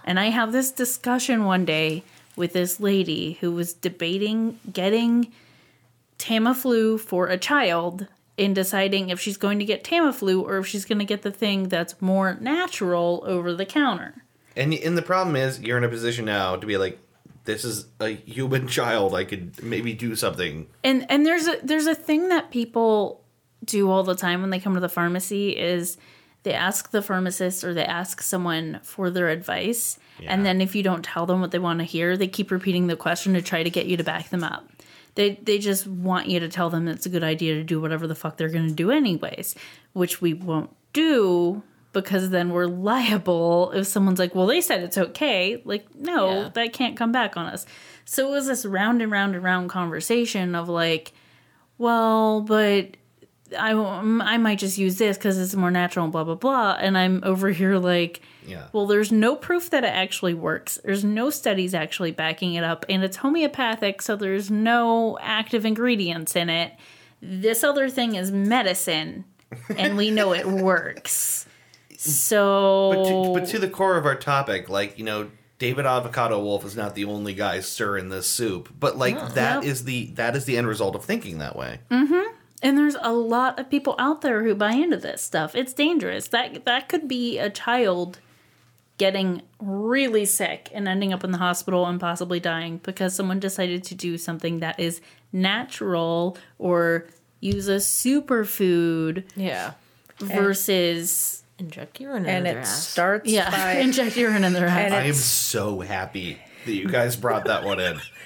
Speaker 1: And I have this discussion one day with this lady who was debating getting Tamiflu for a child and deciding if she's going to get Tamiflu or if she's going to get the thing that's more natural over the counter.
Speaker 2: And and the problem is you're in a position now to be like, this is a human <laughs> child. I could maybe do something.
Speaker 1: And and there's a there's a thing that people do all the time when they come to the pharmacy is they ask the pharmacist or they ask someone for their advice and then if you don't tell them what they want to hear, they keep repeating the question to try to get you to back them up. They they just want you to tell them it's a good idea to do whatever the fuck they're going to do anyways, which we won't do because then we're liable if someone's like, "Well, they said it's okay." Like, no,
Speaker 3: Yeah.
Speaker 1: that can't come back on us. So it was this round and round and round conversation of like, "Well, but I won't- I might just use this because it's more natural and blah blah blah," and I'm over here like.
Speaker 2: Yeah.
Speaker 1: Well, there's no proof that it actually works. There's no studies actually backing it up, and it's homeopathic, so there's no active ingredients in it. This other thing is medicine, and we know it
Speaker 2: <laughs>
Speaker 1: works. So,
Speaker 2: but, to, but to the core of our topic, like you know, David Avocado Wolf is not the only guy stirring this soup. But like that is
Speaker 1: Nope.
Speaker 2: the that is the end result of thinking that way.
Speaker 1: and there's a lot of people out there who buy into this stuff. It's dangerous. That that could be a child getting really sick and ending up in the hospital and possibly dying because someone decided to do something that is natural or use a superfood
Speaker 3: Yeah.
Speaker 1: versus
Speaker 3: Inject urine
Speaker 4: And
Speaker 3: into
Speaker 4: it
Speaker 3: their ass.
Speaker 4: starts
Speaker 1: yeah <laughs>
Speaker 4: by
Speaker 1: inject urine in their
Speaker 4: And
Speaker 1: eye.
Speaker 2: I am
Speaker 4: It's-
Speaker 2: so happy that you guys brought that one in.
Speaker 4: <laughs>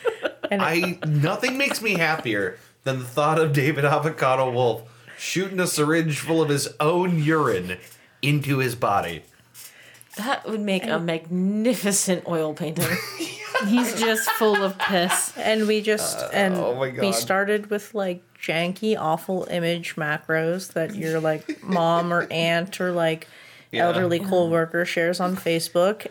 Speaker 4: And
Speaker 2: I nothing makes me happier than the thought of David Avocado Wolf shooting a syringe full of his own urine into his body.
Speaker 3: That would make a magnificent oil painting.
Speaker 1: He's just full of
Speaker 4: <laughs>
Speaker 1: piss.
Speaker 4: and we just and
Speaker 2: oh my
Speaker 4: we
Speaker 2: God.
Speaker 4: started with like janky, awful image macros that your like
Speaker 2: <laughs>
Speaker 4: mom or aunt or like
Speaker 2: Yeah.
Speaker 4: elderly coworker shares on Facebook,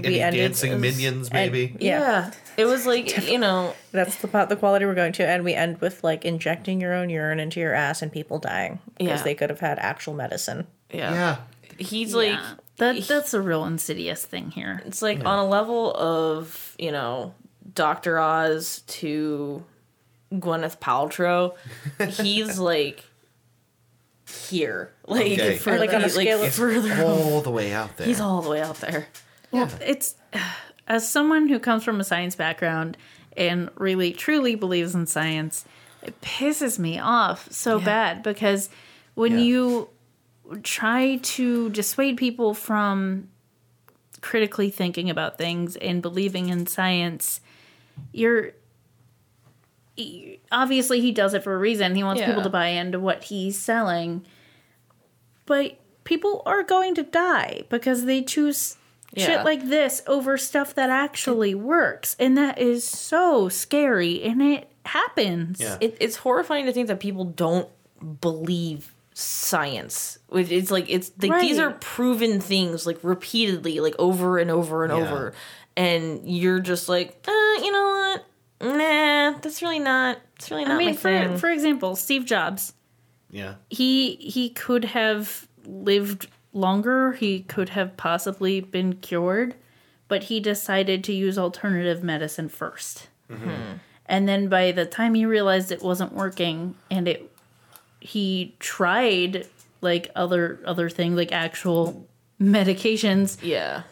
Speaker 2: Any,
Speaker 4: we
Speaker 2: any
Speaker 4: ended
Speaker 2: dancing
Speaker 4: as-
Speaker 2: minions,
Speaker 4: and-
Speaker 2: maybe.
Speaker 4: yeah,
Speaker 3: It was like, you know,
Speaker 4: that's the pot, the quality we're going to, and we end with like injecting your own urine into your ass and people dying because
Speaker 3: Yeah.
Speaker 4: they could have had actual medicine.
Speaker 3: yeah.
Speaker 2: yeah.
Speaker 3: He's like,
Speaker 1: Yeah. That that's a real insidious thing here.
Speaker 3: it's like on a level of, you know, Dr. Oz to Gwyneth Paltrow.
Speaker 2: <laughs>
Speaker 3: He's like here. Like,
Speaker 2: Okay.
Speaker 3: for,
Speaker 4: Like, on a
Speaker 3: like,
Speaker 4: scale of-
Speaker 2: It's
Speaker 3: further.
Speaker 2: all the way out there.
Speaker 3: He's all the way out there.
Speaker 1: It's <sighs> as someone who comes from a science background and really truly believes in science, it pisses me off so bad because when
Speaker 2: Yeah.
Speaker 1: you try to dissuade people from critically thinking about things and believing in science, you're he- obviously he does it for a reason. He wants
Speaker 3: Yeah.
Speaker 1: people to buy into what he's selling. But people are going to die because they choose
Speaker 3: Yeah.
Speaker 1: shit like this over stuff that actually works. And that is so scary and it happens.
Speaker 2: Yeah.
Speaker 3: it, it's horrifying to think that people don't believe science which it's like it's like these
Speaker 1: Right.
Speaker 3: are proven things like repeatedly like over and over and
Speaker 2: Yeah.
Speaker 3: over and you're just like uh, you know what nah that's really not it's really not
Speaker 1: I
Speaker 3: my
Speaker 1: mean,
Speaker 3: thing
Speaker 1: for, for example, Steve Jobs,
Speaker 2: yeah.
Speaker 1: he he could have lived longer. He could have possibly been cured, but he decided to use alternative medicine 1st And then by the time he realized it wasn't working, and it he tried like other other thing like actual medications
Speaker 3: yeah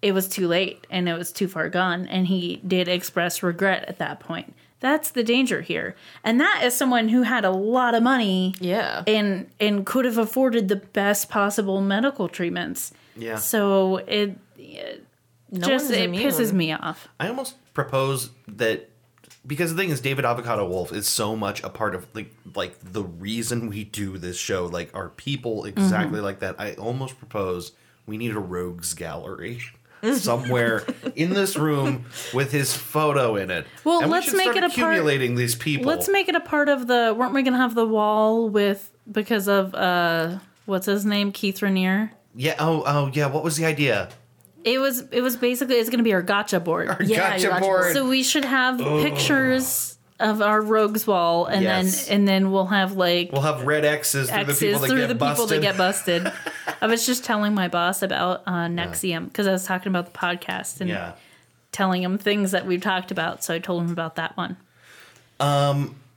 Speaker 1: it was too late and it was too far gone and he did express regret at that point that's the danger here and that is someone who had a lot of money
Speaker 3: yeah
Speaker 1: and and could have afforded the best possible medical treatments
Speaker 2: Yeah.
Speaker 1: so it
Speaker 3: no
Speaker 1: just
Speaker 3: one's
Speaker 1: it
Speaker 3: immune.
Speaker 1: pisses me off
Speaker 2: I almost propose that because the thing is David Avocado Wolf is so much a part of like like the reason we do this show like are people exactly
Speaker 1: Mm-hmm.
Speaker 2: like that. I almost propose we need a
Speaker 1: <laughs>
Speaker 2: rogues gallery somewhere in this room with his photo in it.
Speaker 1: Well,
Speaker 2: we
Speaker 1: let's
Speaker 2: should
Speaker 1: make
Speaker 2: start
Speaker 1: it a part-
Speaker 2: accumulating these people.
Speaker 1: let's make it a part of the weren't we gonna have the wall with because of uh what's his name keith Raniere?
Speaker 2: yeah. Oh. Oh. Yeah. What was the idea?
Speaker 1: it was it was basically it's gonna be our gotcha board
Speaker 3: Yeah,
Speaker 2: gotcha
Speaker 3: you're watching-
Speaker 2: board.
Speaker 1: So we should have pictures of our rogues wall, and
Speaker 2: Yes.
Speaker 1: then and then we'll have like
Speaker 2: we'll have red X's through the people
Speaker 1: X's
Speaker 2: that
Speaker 1: through
Speaker 2: get
Speaker 1: the
Speaker 2: busted.
Speaker 1: people that get busted. <laughs> I was just telling my boss about uh, Nexium because I was talking about the podcast and
Speaker 2: yeah.
Speaker 1: telling him things that we've talked about. So I told him about that one.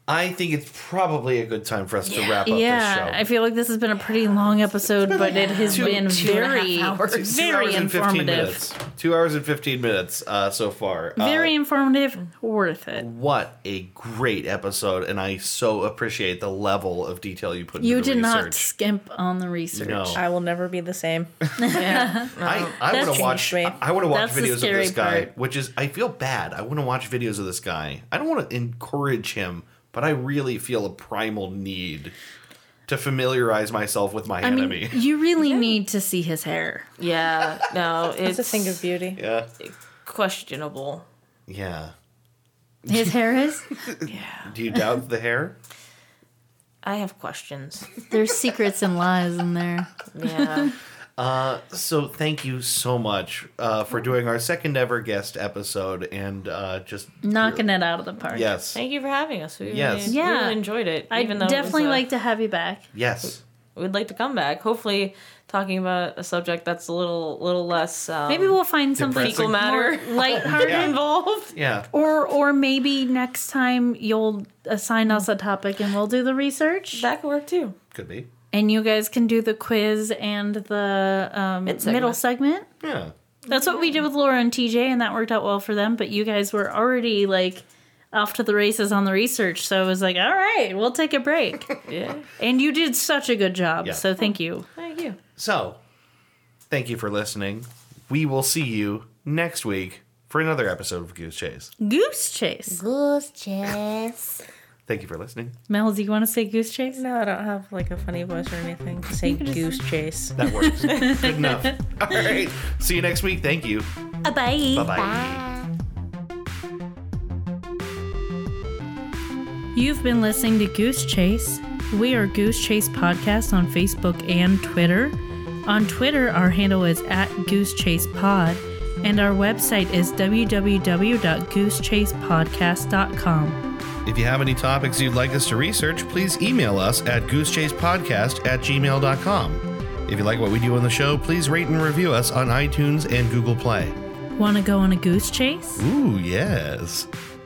Speaker 2: I think it's probably a good time for us to wrap up this show.
Speaker 1: yeah, I feel like this has been a pretty long episode, but it has
Speaker 2: two-
Speaker 1: been
Speaker 2: two and a
Speaker 1: very,
Speaker 3: half hours.
Speaker 2: Two
Speaker 1: very
Speaker 2: hours and 15
Speaker 1: informative.
Speaker 2: minutes. Two hours and 15 minutes uh, so far. Uh,
Speaker 1: Very informative. Worth it.
Speaker 2: what a great episode, and I so appreciate the level of detail you put into
Speaker 1: You
Speaker 2: the
Speaker 1: did not
Speaker 2: research.
Speaker 1: skimp on the research.
Speaker 2: No.
Speaker 4: I will never be the <laughs> same.
Speaker 3: yeah
Speaker 2: I, I want
Speaker 1: uh, That's-
Speaker 2: to watch.
Speaker 4: Wait.
Speaker 2: I want to watch
Speaker 1: That's the
Speaker 2: videos of
Speaker 1: scary
Speaker 2: this guy,
Speaker 1: part.
Speaker 2: which is I feel bad. I want to watch videos of this guy. I don't want to encourage him, but I really feel a primal need to familiarize myself with my
Speaker 1: I mean,
Speaker 2: enemy. <laughs>
Speaker 1: you really need to see his hair.
Speaker 3: yeah
Speaker 1: <laughs>
Speaker 3: no it's,
Speaker 4: It's a thing of beauty.
Speaker 2: yeah,
Speaker 3: questionable
Speaker 2: yeah.
Speaker 1: His hair is.
Speaker 2: Do you doubt the hair?
Speaker 3: i have
Speaker 1: <laughs>
Speaker 3: questions
Speaker 1: There's secrets and lies in there.
Speaker 3: yeah
Speaker 2: So thank you so much uh,
Speaker 3: Oh.
Speaker 2: for doing our second ever guest episode and uh, just
Speaker 1: Knocking it out of the park.
Speaker 2: yes,
Speaker 3: thank you for having us we
Speaker 2: Yes.
Speaker 3: really,
Speaker 1: Yeah.
Speaker 3: really enjoyed it
Speaker 1: I
Speaker 3: even though it was,
Speaker 1: definitely
Speaker 3: uh,
Speaker 1: like to have you back.
Speaker 2: yes.
Speaker 3: we'd like to come back. Hopefully, talking about a subject that's a little little less um,
Speaker 1: Maybe we'll find something
Speaker 2: Depressing.
Speaker 1: more
Speaker 3: matter.
Speaker 1: <laughs> lighthearted.
Speaker 2: Yeah.
Speaker 3: involved.
Speaker 2: Yeah.
Speaker 1: Or, or maybe next time you'll assign us a topic and we'll do the research,
Speaker 3: That could work too.
Speaker 2: Could be.
Speaker 1: and you guys can do the quiz and the um,
Speaker 3: Mid-segment.
Speaker 1: middle segment.
Speaker 2: Yeah.
Speaker 1: That's what we did with Laura and TJ, and that worked out well for them. But you guys were already like off to the races on the research, so it was like, all right, we'll take a break.
Speaker 3: Yeah.
Speaker 1: and you did such a good job,
Speaker 2: Yeah.
Speaker 1: so thank you.
Speaker 3: Thank you.
Speaker 2: So, thank you for listening. We will see you next week for another episode of Goose Chase.
Speaker 1: Goose chase.
Speaker 5: Goose chase.
Speaker 2: Thank you for listening.
Speaker 1: Mel, do you want to say goose chase?
Speaker 4: No, I don't have like a funny voice or anything. Say goose chase.
Speaker 2: That
Speaker 3: <laughs>
Speaker 2: works. Good enough. All right. See you next week. Thank you.
Speaker 1: Uh, bye.
Speaker 2: Bye bye.
Speaker 5: Bye.
Speaker 1: You've been listening to Goose Chase. We are Goose Chase Podcast on Facebook and Twitter. On Twitter, our handle is at Goose Chase Pod, and our website is www.goosechasepodcast.com.
Speaker 2: If you have any topics you'd like us to research, please email us at goosechasepodcast at gmail.com. If you like what we do on the show, please rate and review us on iTunes and Google Play.
Speaker 1: Want to go on a goose chase?
Speaker 2: Ooh, yes.